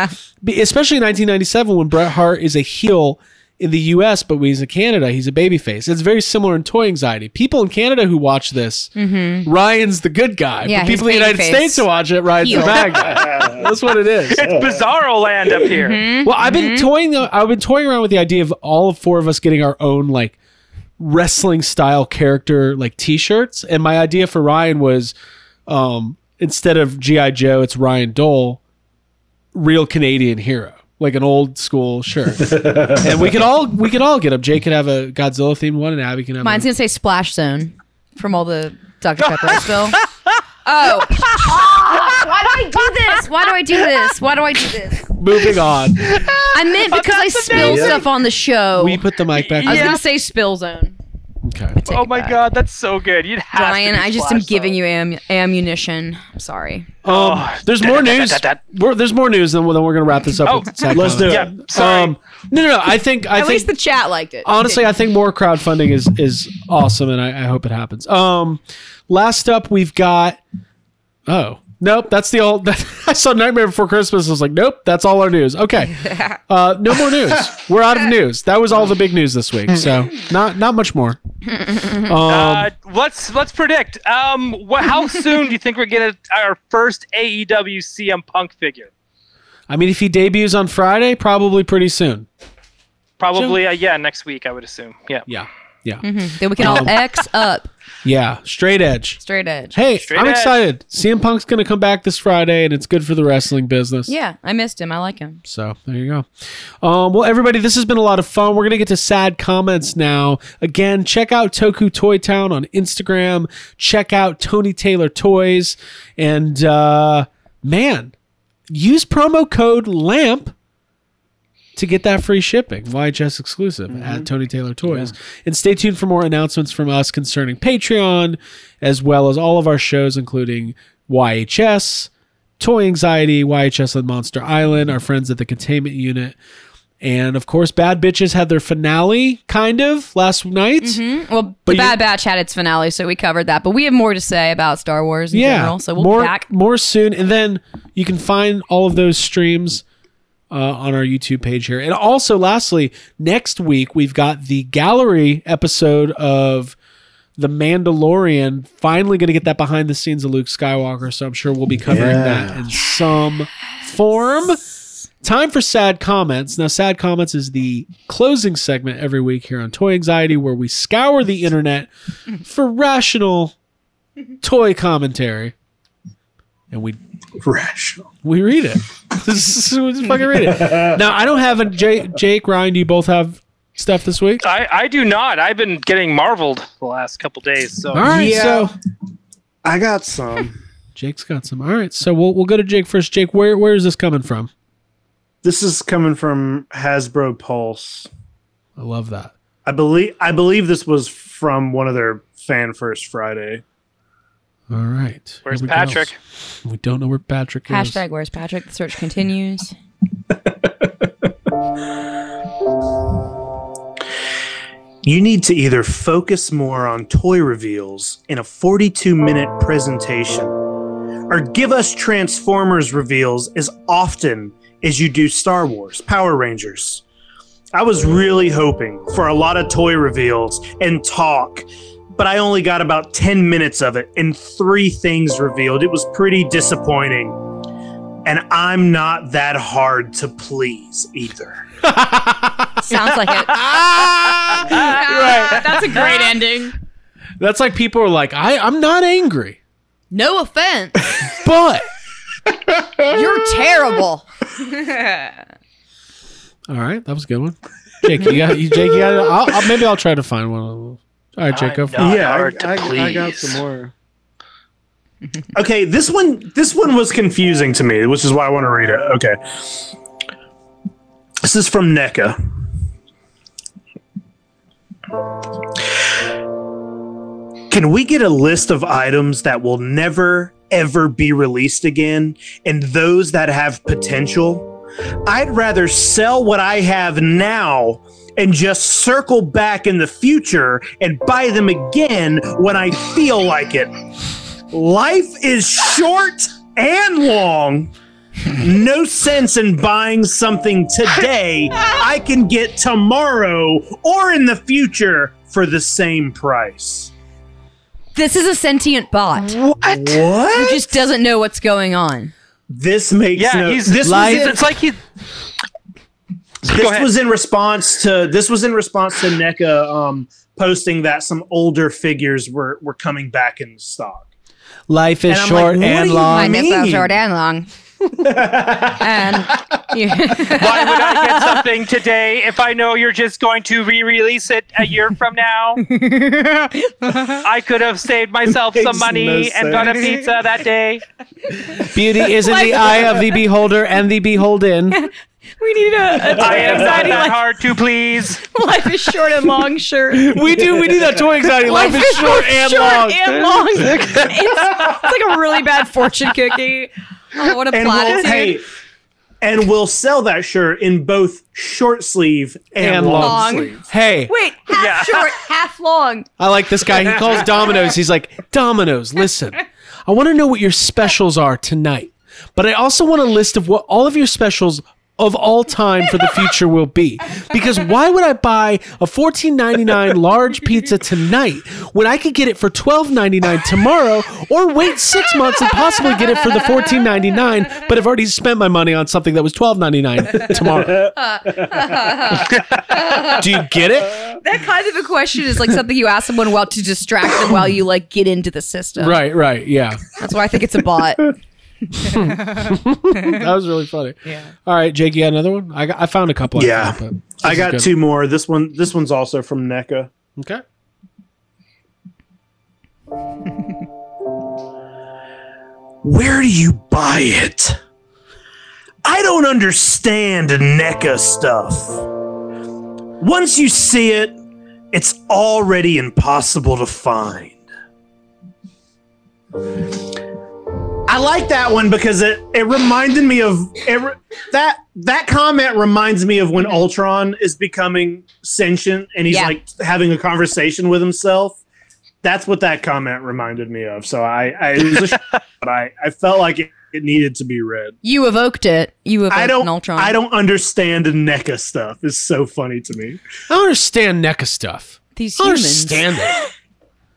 Speaker 4: be- especially in 1997 when Bret Hart is a heel in the U.S., but when he's in Canada, he's a babyface. It's very similar in toy anxiety. People in Canada who watch this, Ryan's the good guy.
Speaker 6: Mm-hmm. Yeah,
Speaker 4: but
Speaker 6: he's
Speaker 4: people in the United
Speaker 6: babyface.
Speaker 4: States who watch it, Ryan's
Speaker 6: Heel.
Speaker 4: the bad guy. That's what it is.
Speaker 5: It's bizarro land up here.
Speaker 6: Mm-hmm.
Speaker 4: Well, I've been toying. I've been toying around with the idea of all four of us getting our own like wrestling style character like T-shirts. And my idea for Ryan was um, instead of GI Joe, it's Ryan Dole, real Canadian hero, like an old school shirt. and we could all we could all get them. Jay could have a Godzilla themed one, and Abby can have.
Speaker 6: Mine's
Speaker 4: a,
Speaker 6: gonna say Splash Zone from all the Dr. Pepper I spill. Oh. Why do I do this? Why do I do this? Why do I do this?
Speaker 4: moving on.
Speaker 6: I meant because I spill stuff on the show.
Speaker 4: We put the mic back.
Speaker 6: I was
Speaker 4: on.
Speaker 6: gonna say Spill Zone.
Speaker 4: Okay.
Speaker 6: Take
Speaker 5: Oh
Speaker 6: it
Speaker 5: my
Speaker 6: back.
Speaker 5: god, that's so good. You'd have
Speaker 6: Ryan,
Speaker 5: to be
Speaker 6: I just am
Speaker 5: Flash,
Speaker 6: giving
Speaker 5: though.
Speaker 6: you am- ammunition. I'm sorry.
Speaker 4: Um,
Speaker 5: Oh,
Speaker 4: there's more news.
Speaker 5: da-da-da-da-da.
Speaker 4: We're, there's more news, and then we're gonna wrap this up.
Speaker 5: Oh,
Speaker 4: with sad
Speaker 8: let's do
Speaker 4: comments.
Speaker 8: it.
Speaker 5: Yeah, sorry.
Speaker 4: Um, no, no, no. I think I
Speaker 6: At
Speaker 4: think
Speaker 6: least the chat liked it.
Speaker 4: honestly, I think more crowdfunding is is awesome, and I, I hope it happens. Um, last up, we've got. Oh nope, that's the old. I saw Nightmare Before Christmas. I was like, nope, that's all our news. Okay, uh, no more news. We're out of news. That was all the big news this week. So not not much more. Um,
Speaker 5: Uh, let's let's predict. Um, wh- how soon do you think we're gonna our first E AEW CM Punk figure?
Speaker 4: I mean, if he debuts on Friday, probably pretty soon.
Speaker 5: Probably, uh, yeah, next week I would assume. Yeah.
Speaker 4: Yeah, yeah,
Speaker 5: Mm-hmm.
Speaker 6: Mm-hmm. then we can all X up
Speaker 4: yeah. Straight edge.
Speaker 6: straight edge.
Speaker 4: Hey,
Speaker 5: Straight
Speaker 4: I'm
Speaker 5: edge.
Speaker 4: excited. CM Punk's going to come back this Friday, and it's good for the wrestling business.
Speaker 6: Yeah, I missed him. I like him.
Speaker 4: So there you go. Um, well, everybody, this has been a lot of fun. We're going to get to sad comments now. Again, check out Toku Toy Town on Instagram. Check out Tony Taylor Toys. And uh, man, use promo code LAMP to get that free shipping. YHS exclusive at Tony Taylor Toys. And stay tuned for more announcements from us concerning Patreon, as well as all of our shows, including YHS. Toy Anxiety, YHS on Monster Island, our friends at the Containment Unit, And of course, Bad Bitches had their finale, kind of, last night.
Speaker 6: Well,
Speaker 4: But
Speaker 6: the Bad
Speaker 4: you-
Speaker 6: Batch had its finale, so we covered that. But we have more to say about Star Wars in
Speaker 4: yeah,
Speaker 6: general, so we'll
Speaker 4: more,
Speaker 6: be back.
Speaker 4: more soon. And then you can find all of those streams uh, on our YouTube page here. And also, lastly, next week we've got the gallery episode of The Mandalorian. Finally, going to get that behind the scenes of Luke Skywalker. So I'm sure we'll be covering that in some form. Time for sad comments. Now, sad comments is the closing segment every week here on Toy Anxiety, where we scour the internet for rational toy commentary, and we
Speaker 7: Rational.
Speaker 4: we read it. Just fucking read it. Now I don't have a Jake, Jake Ryan. Do you both have stuff this week?
Speaker 5: I, I do not. I've been getting marveled the last couple days. So
Speaker 4: All right,
Speaker 7: Yeah.
Speaker 4: so
Speaker 7: I got some.
Speaker 4: Jake's got some. All right, so we'll we'll go to Jake first. Jake, where where is this coming from?
Speaker 7: This is coming from Hasbro Pulse.
Speaker 4: I love that.
Speaker 7: I believe I believe this was from one of their Fan First Friday.
Speaker 4: All right,
Speaker 5: where's
Speaker 4: Here we go.
Speaker 5: Patrick?
Speaker 4: We don't know where Patrick is.
Speaker 6: Hashtag Where's Patrick? The search continues.
Speaker 7: You need to either focus more on toy reveals in a 42 minute presentation or give us Transformers reveals as often as you do Star Wars, Power Rangers. I was really hoping for a lot of toy reveals and talk, but I only got about 10 minutes of it and three things revealed. It was pretty disappointing. And I'm not that hard to please either.
Speaker 6: Sounds like it. That's a great ending.
Speaker 4: That's like people are like, I I'm not angry,
Speaker 6: No offense.
Speaker 4: but
Speaker 6: You're terrible.
Speaker 4: all right, that was a good one. Jake, you got you, Jake, you got. I'll, I'll, maybe I'll try to find one. All right, Jake, go for it.
Speaker 5: Not
Speaker 7: Yeah, I-
Speaker 5: hard to
Speaker 7: I- I got
Speaker 5: please.
Speaker 7: some more. okay, this one this one was confusing to me, which is why I want to read it. Okay. This is from NECA. Can we get a list of items that will never ever be released again and those that have potential? I'd rather sell what I have now and just circle back in the future and buy them again when I feel like it. Life is short and long. No sense in buying something today I can get tomorrow or in the future for the same price.
Speaker 6: This is a sentient bot who
Speaker 7: What? What?
Speaker 6: just doesn't know what's going on.
Speaker 7: This makes
Speaker 5: Yeah,
Speaker 7: no,
Speaker 5: he's
Speaker 7: this
Speaker 5: this
Speaker 7: was in-
Speaker 5: it's like he. Go
Speaker 7: this
Speaker 5: ahead.
Speaker 7: was in response to this was in response to NECA um, posting that some older figures were were coming back in stock.
Speaker 4: Life is
Speaker 7: And I'm like,
Speaker 4: short
Speaker 7: what
Speaker 4: and
Speaker 7: do you
Speaker 4: long.
Speaker 6: I miss that
Speaker 7: mean?
Speaker 6: short and long. and yeah.
Speaker 5: Why would I get something today if I know you're just going to re-release it a year from now? I could have saved myself some
Speaker 7: Makes no
Speaker 5: money and
Speaker 7: sense.
Speaker 5: got a pizza that day.
Speaker 4: Beauty is in the eye of the beholder and the beholden.
Speaker 6: we need a, a
Speaker 5: I am not that hard to please.
Speaker 6: life is short and long shirt.
Speaker 4: We do. We do that toy anxiety. Life, is short and long.
Speaker 6: it's, it's like a really bad fortune cookie. Oh, what a
Speaker 7: and we'll,
Speaker 6: platitude.
Speaker 7: hey, and we'll sell that shirt in both short sleeve and,
Speaker 4: And
Speaker 7: long,
Speaker 4: long.
Speaker 7: sleeve.
Speaker 4: hey,
Speaker 6: Wait, half
Speaker 5: Yeah.
Speaker 6: short, half long.
Speaker 4: I like this guy. He calls Domino's. He's like, Domino's, listen, I want to know what your specials are tonight, but I also want a list of what all of your specials of all time for the future will be. Because why would I buy a fourteen ninety nine large pizza tonight when I could get it for twelve ninety nine tomorrow, or wait six months and possibly get it for the fourteen ninety nine, but I've already spent my money on something that was twelve ninety nine tomorrow. Do you get it?
Speaker 6: That kind of a question is like something you ask someone while to distract them while you like get into the system.
Speaker 4: Right, right, yeah.
Speaker 6: That's why I think it's a bot.
Speaker 4: that was really funny. Yeah. All right, Jake, you got another one? I got, I found a couple. I
Speaker 7: Yeah.
Speaker 4: found, but
Speaker 7: I
Speaker 4: this is
Speaker 7: got
Speaker 4: good.
Speaker 7: two more. This one this one's also from E NECA.
Speaker 4: Okay.
Speaker 7: Where do you buy it? I don't understand NECA stuff. Once you see it, it's already impossible to find. I like that one because it it reminded me of it, re- that that comment reminds me of when Ultron is becoming sentient and he's
Speaker 6: Yeah.
Speaker 7: like having a conversation with himself. That's what that comment reminded me of. So I, I it was a sh- but I, I felt like it, it needed to be read.
Speaker 6: You evoked it. You evoked
Speaker 7: I don't
Speaker 6: an Ultron.
Speaker 7: I don't understand NECA stuff. It's so funny to me.
Speaker 4: I don't understand NECA stuff.
Speaker 6: These
Speaker 4: I don't
Speaker 6: humans.
Speaker 4: understand it.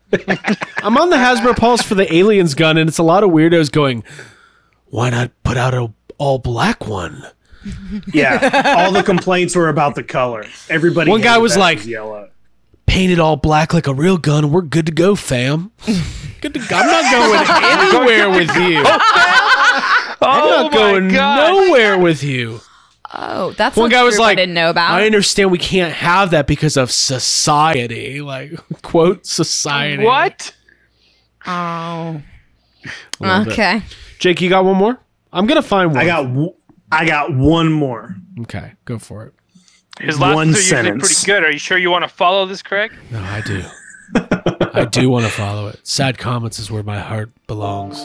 Speaker 4: I'm on the Hasbro Pulse for the aliens gun, and it's a lot of weirdos going, why not put out a all black one?
Speaker 7: Yeah, all the complaints were about the color. Everybody.
Speaker 4: One guy
Speaker 7: hated
Speaker 4: was
Speaker 7: that it
Speaker 4: like-
Speaker 7: yellow.
Speaker 4: Paint it all black like a real gun. We're good to go, fam. good to go. I'm not going anywhere with you. I'm
Speaker 5: Oh
Speaker 4: not
Speaker 5: my
Speaker 4: going
Speaker 5: God.
Speaker 4: nowhere with you.
Speaker 6: Oh, that's
Speaker 4: One
Speaker 6: a
Speaker 4: guy was
Speaker 6: group I
Speaker 4: like,
Speaker 6: didn't know about.
Speaker 4: I understand we can't have that because of society. Like, quote, society.
Speaker 5: What?
Speaker 6: oh.
Speaker 4: A little bit.
Speaker 6: Okay.
Speaker 4: Jake, you got one more? I'm going to find one.
Speaker 7: I got w- I got one more.
Speaker 4: Okay, go for it.
Speaker 5: His last
Speaker 7: One
Speaker 5: two are usually
Speaker 7: sentence.
Speaker 5: pretty good. Are you sure you want to follow this, Craig?
Speaker 4: No, I do. I do want to follow it. Sad comments is where my heart belongs.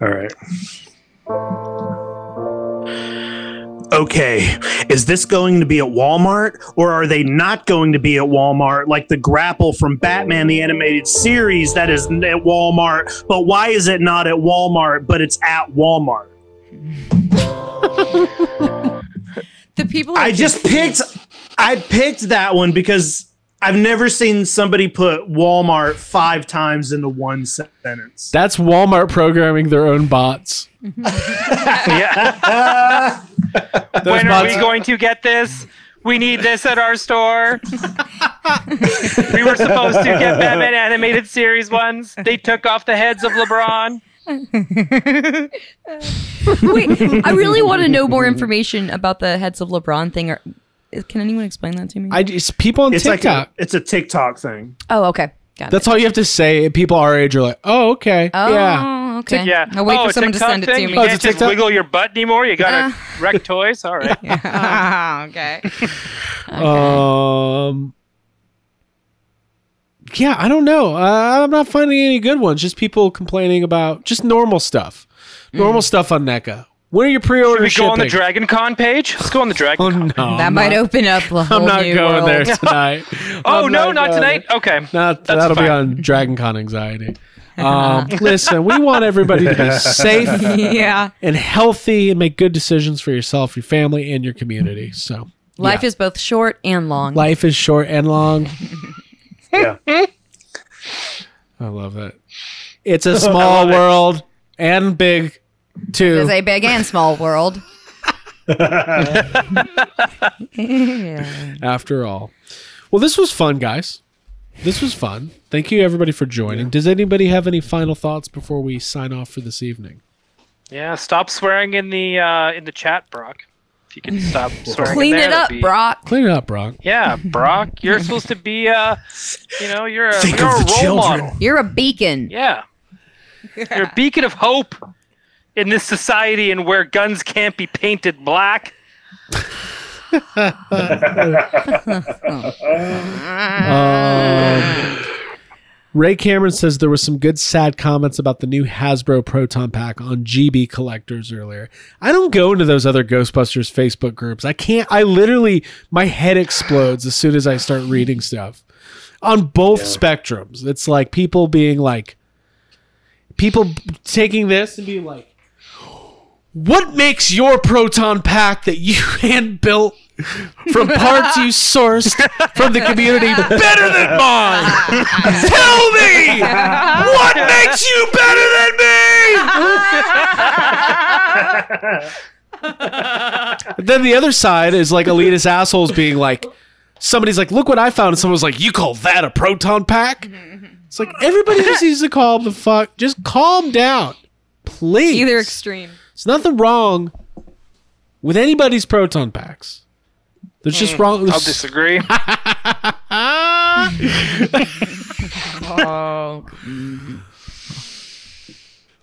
Speaker 7: All right. Okay, is this going to be at Walmart or are they not going to be at Walmart like the grapple from Batman the animated series that is n- at Walmart, but why is it not at Walmart but it's at Walmart?
Speaker 6: The people
Speaker 7: I just picked I picked that one because I've never seen somebody put Walmart 5 times into one sentence.
Speaker 4: That's Walmart programming their own bots.
Speaker 5: yeah.
Speaker 4: Those
Speaker 5: when are we
Speaker 4: bots-
Speaker 5: going to get this? We need this at our store. we were supposed to get Batman animated series ones. They took off the heads of LeBron.
Speaker 6: Wait, I really want to know more information about the heads of LeBron thing. Or, can anyone explain that to me?
Speaker 4: I just people on
Speaker 7: It's
Speaker 4: TikTok.
Speaker 7: like a, it's a TikTok thing.
Speaker 6: oh, okay. Got
Speaker 4: that's all you have to say. People our age are like, oh, okay,
Speaker 6: it. Oh,
Speaker 4: yeah.
Speaker 6: okay.
Speaker 5: Yeah.
Speaker 6: I'll wait
Speaker 5: oh,
Speaker 6: for someone to
Speaker 5: TikTok
Speaker 6: send it
Speaker 5: thing?
Speaker 6: to
Speaker 5: You
Speaker 6: me. Uh.
Speaker 4: Oh,
Speaker 5: can't
Speaker 4: it's a
Speaker 5: just
Speaker 4: TikTok?
Speaker 5: wiggle your butt anymore. You gotta wreck toys. All right.
Speaker 6: Oh, okay.
Speaker 4: Um. Yeah, I don't know. Uh, I'm not finding any good ones. Just people complaining about just normal stuff. Normal stuff on E NECA. When are your
Speaker 5: Hmm. Should
Speaker 4: pre-order
Speaker 5: we go
Speaker 4: shipping?
Speaker 5: on the Dragon Con page? Let's go on the Dragon
Speaker 4: oh
Speaker 5: Con.
Speaker 4: no,
Speaker 6: That
Speaker 4: I'm
Speaker 6: might
Speaker 4: not-
Speaker 6: open up a whole
Speaker 4: I'm not
Speaker 6: new
Speaker 4: going there
Speaker 6: world.
Speaker 4: tonight.
Speaker 5: Oh
Speaker 4: I'm
Speaker 5: no, not
Speaker 4: going there.
Speaker 5: tonight. Okay.
Speaker 4: Not,
Speaker 5: That's
Speaker 4: that'll be
Speaker 5: fine.
Speaker 4: on Dragon Con anxiety. Um, listen, we want everybody to be safe
Speaker 6: yeah.
Speaker 4: and healthy and make good decisions for yourself, your family, and your community. So
Speaker 6: Life is both short and long.
Speaker 4: life is short and long.
Speaker 7: Yeah.
Speaker 4: I love that. It's a small world and big too.
Speaker 6: There's a big and small world. yeah.
Speaker 4: after all. Well, this was fun, guys. This was fun. Thank you everybody for joining. Does anybody have any final thoughts before we sign off for this evening?
Speaker 5: Yeah. Stop swearing in the uh, in the chat, Brock. If you can stop swearing. in
Speaker 6: Clean
Speaker 5: there,
Speaker 6: it
Speaker 5: that'd
Speaker 6: up,
Speaker 5: be-
Speaker 6: Brock.
Speaker 4: Clean it up, Brock.
Speaker 5: Yeah, Brock. You're supposed to be uh, you know, you're a,
Speaker 7: Think
Speaker 5: you're
Speaker 7: of
Speaker 5: a
Speaker 7: the
Speaker 5: role
Speaker 7: children.
Speaker 5: model.
Speaker 6: You're a beacon.
Speaker 5: Yeah. You're a beacon of hope in this society and where guns can't be painted black.
Speaker 4: Ray Cameron says there was some good sad comments about the new Hasbro Proton Pack on GB collectors earlier. I don't go into those other Ghostbusters Facebook groups. I can't. I literally my head explodes as soon as I start reading stuff on both spectrums. It's like people being like people taking this and being like what makes your proton pack that you hand built from parts you sourced from the community better than mine? Tell me what makes you better than me. then the other side is like elitist assholes being like, somebody's like, look what I found, and someone's like, you call that a proton pack? It's like everybody just needs to calm the fuck, just calm down, please.
Speaker 6: Either extreme.
Speaker 4: There's nothing wrong with anybody's proton packs. There's just wrong.
Speaker 5: Mm, I'll disagree.
Speaker 6: Oh.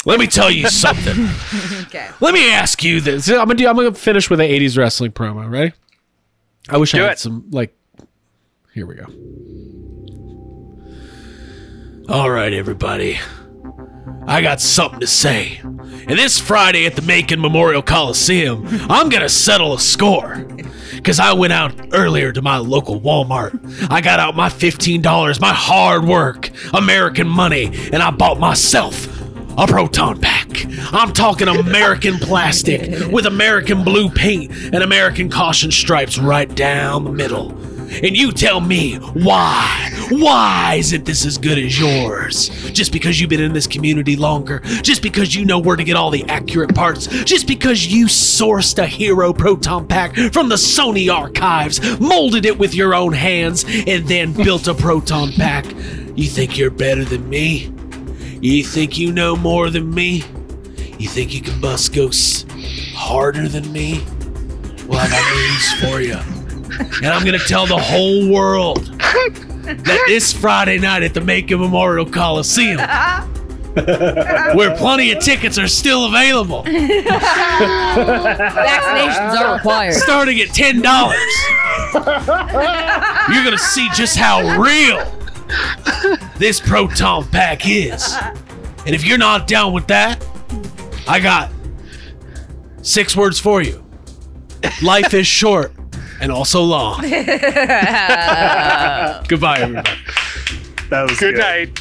Speaker 4: Let me tell you something.
Speaker 6: Okay.
Speaker 4: Let me ask you this. I'm gonna do, I'm gonna finish with an '80s wrestling promo. Ready? I wish I
Speaker 5: Do
Speaker 4: had
Speaker 5: it.
Speaker 4: some like. Here we go.
Speaker 10: All right, everybody. I got something to say. And this Friday at the Macon Memorial Coliseum, I'm going to settle a score. Because I went out earlier to my local Walmart. I got out my $15, my hard work, American money, and I bought myself a proton pack. I'm talking American plastic with American blue paint and American caution stripes right down the middle. And you tell me why? Why isn't this as good as yours? Just because you've been in this community longer, just because you know where to get all the accurate parts, just because you sourced a hero proton pack from the Sony archives, molded it with your own hands, and then built a proton pack. You think you're better than me? You think you know more than me? You think you can bust ghosts harder than me? Well, I got news for you and I'm gonna tell the whole world that this Friday night at the Macon Memorial Coliseum, where plenty of tickets are still available,
Speaker 6: Vaccinations are required.
Speaker 10: starting at ten dollars, you're gonna see just how real this proton pack is. And if you're not down with that, I got six words for you. Life is short and also long. Goodbye, everybody.
Speaker 8: That was
Speaker 5: Good night.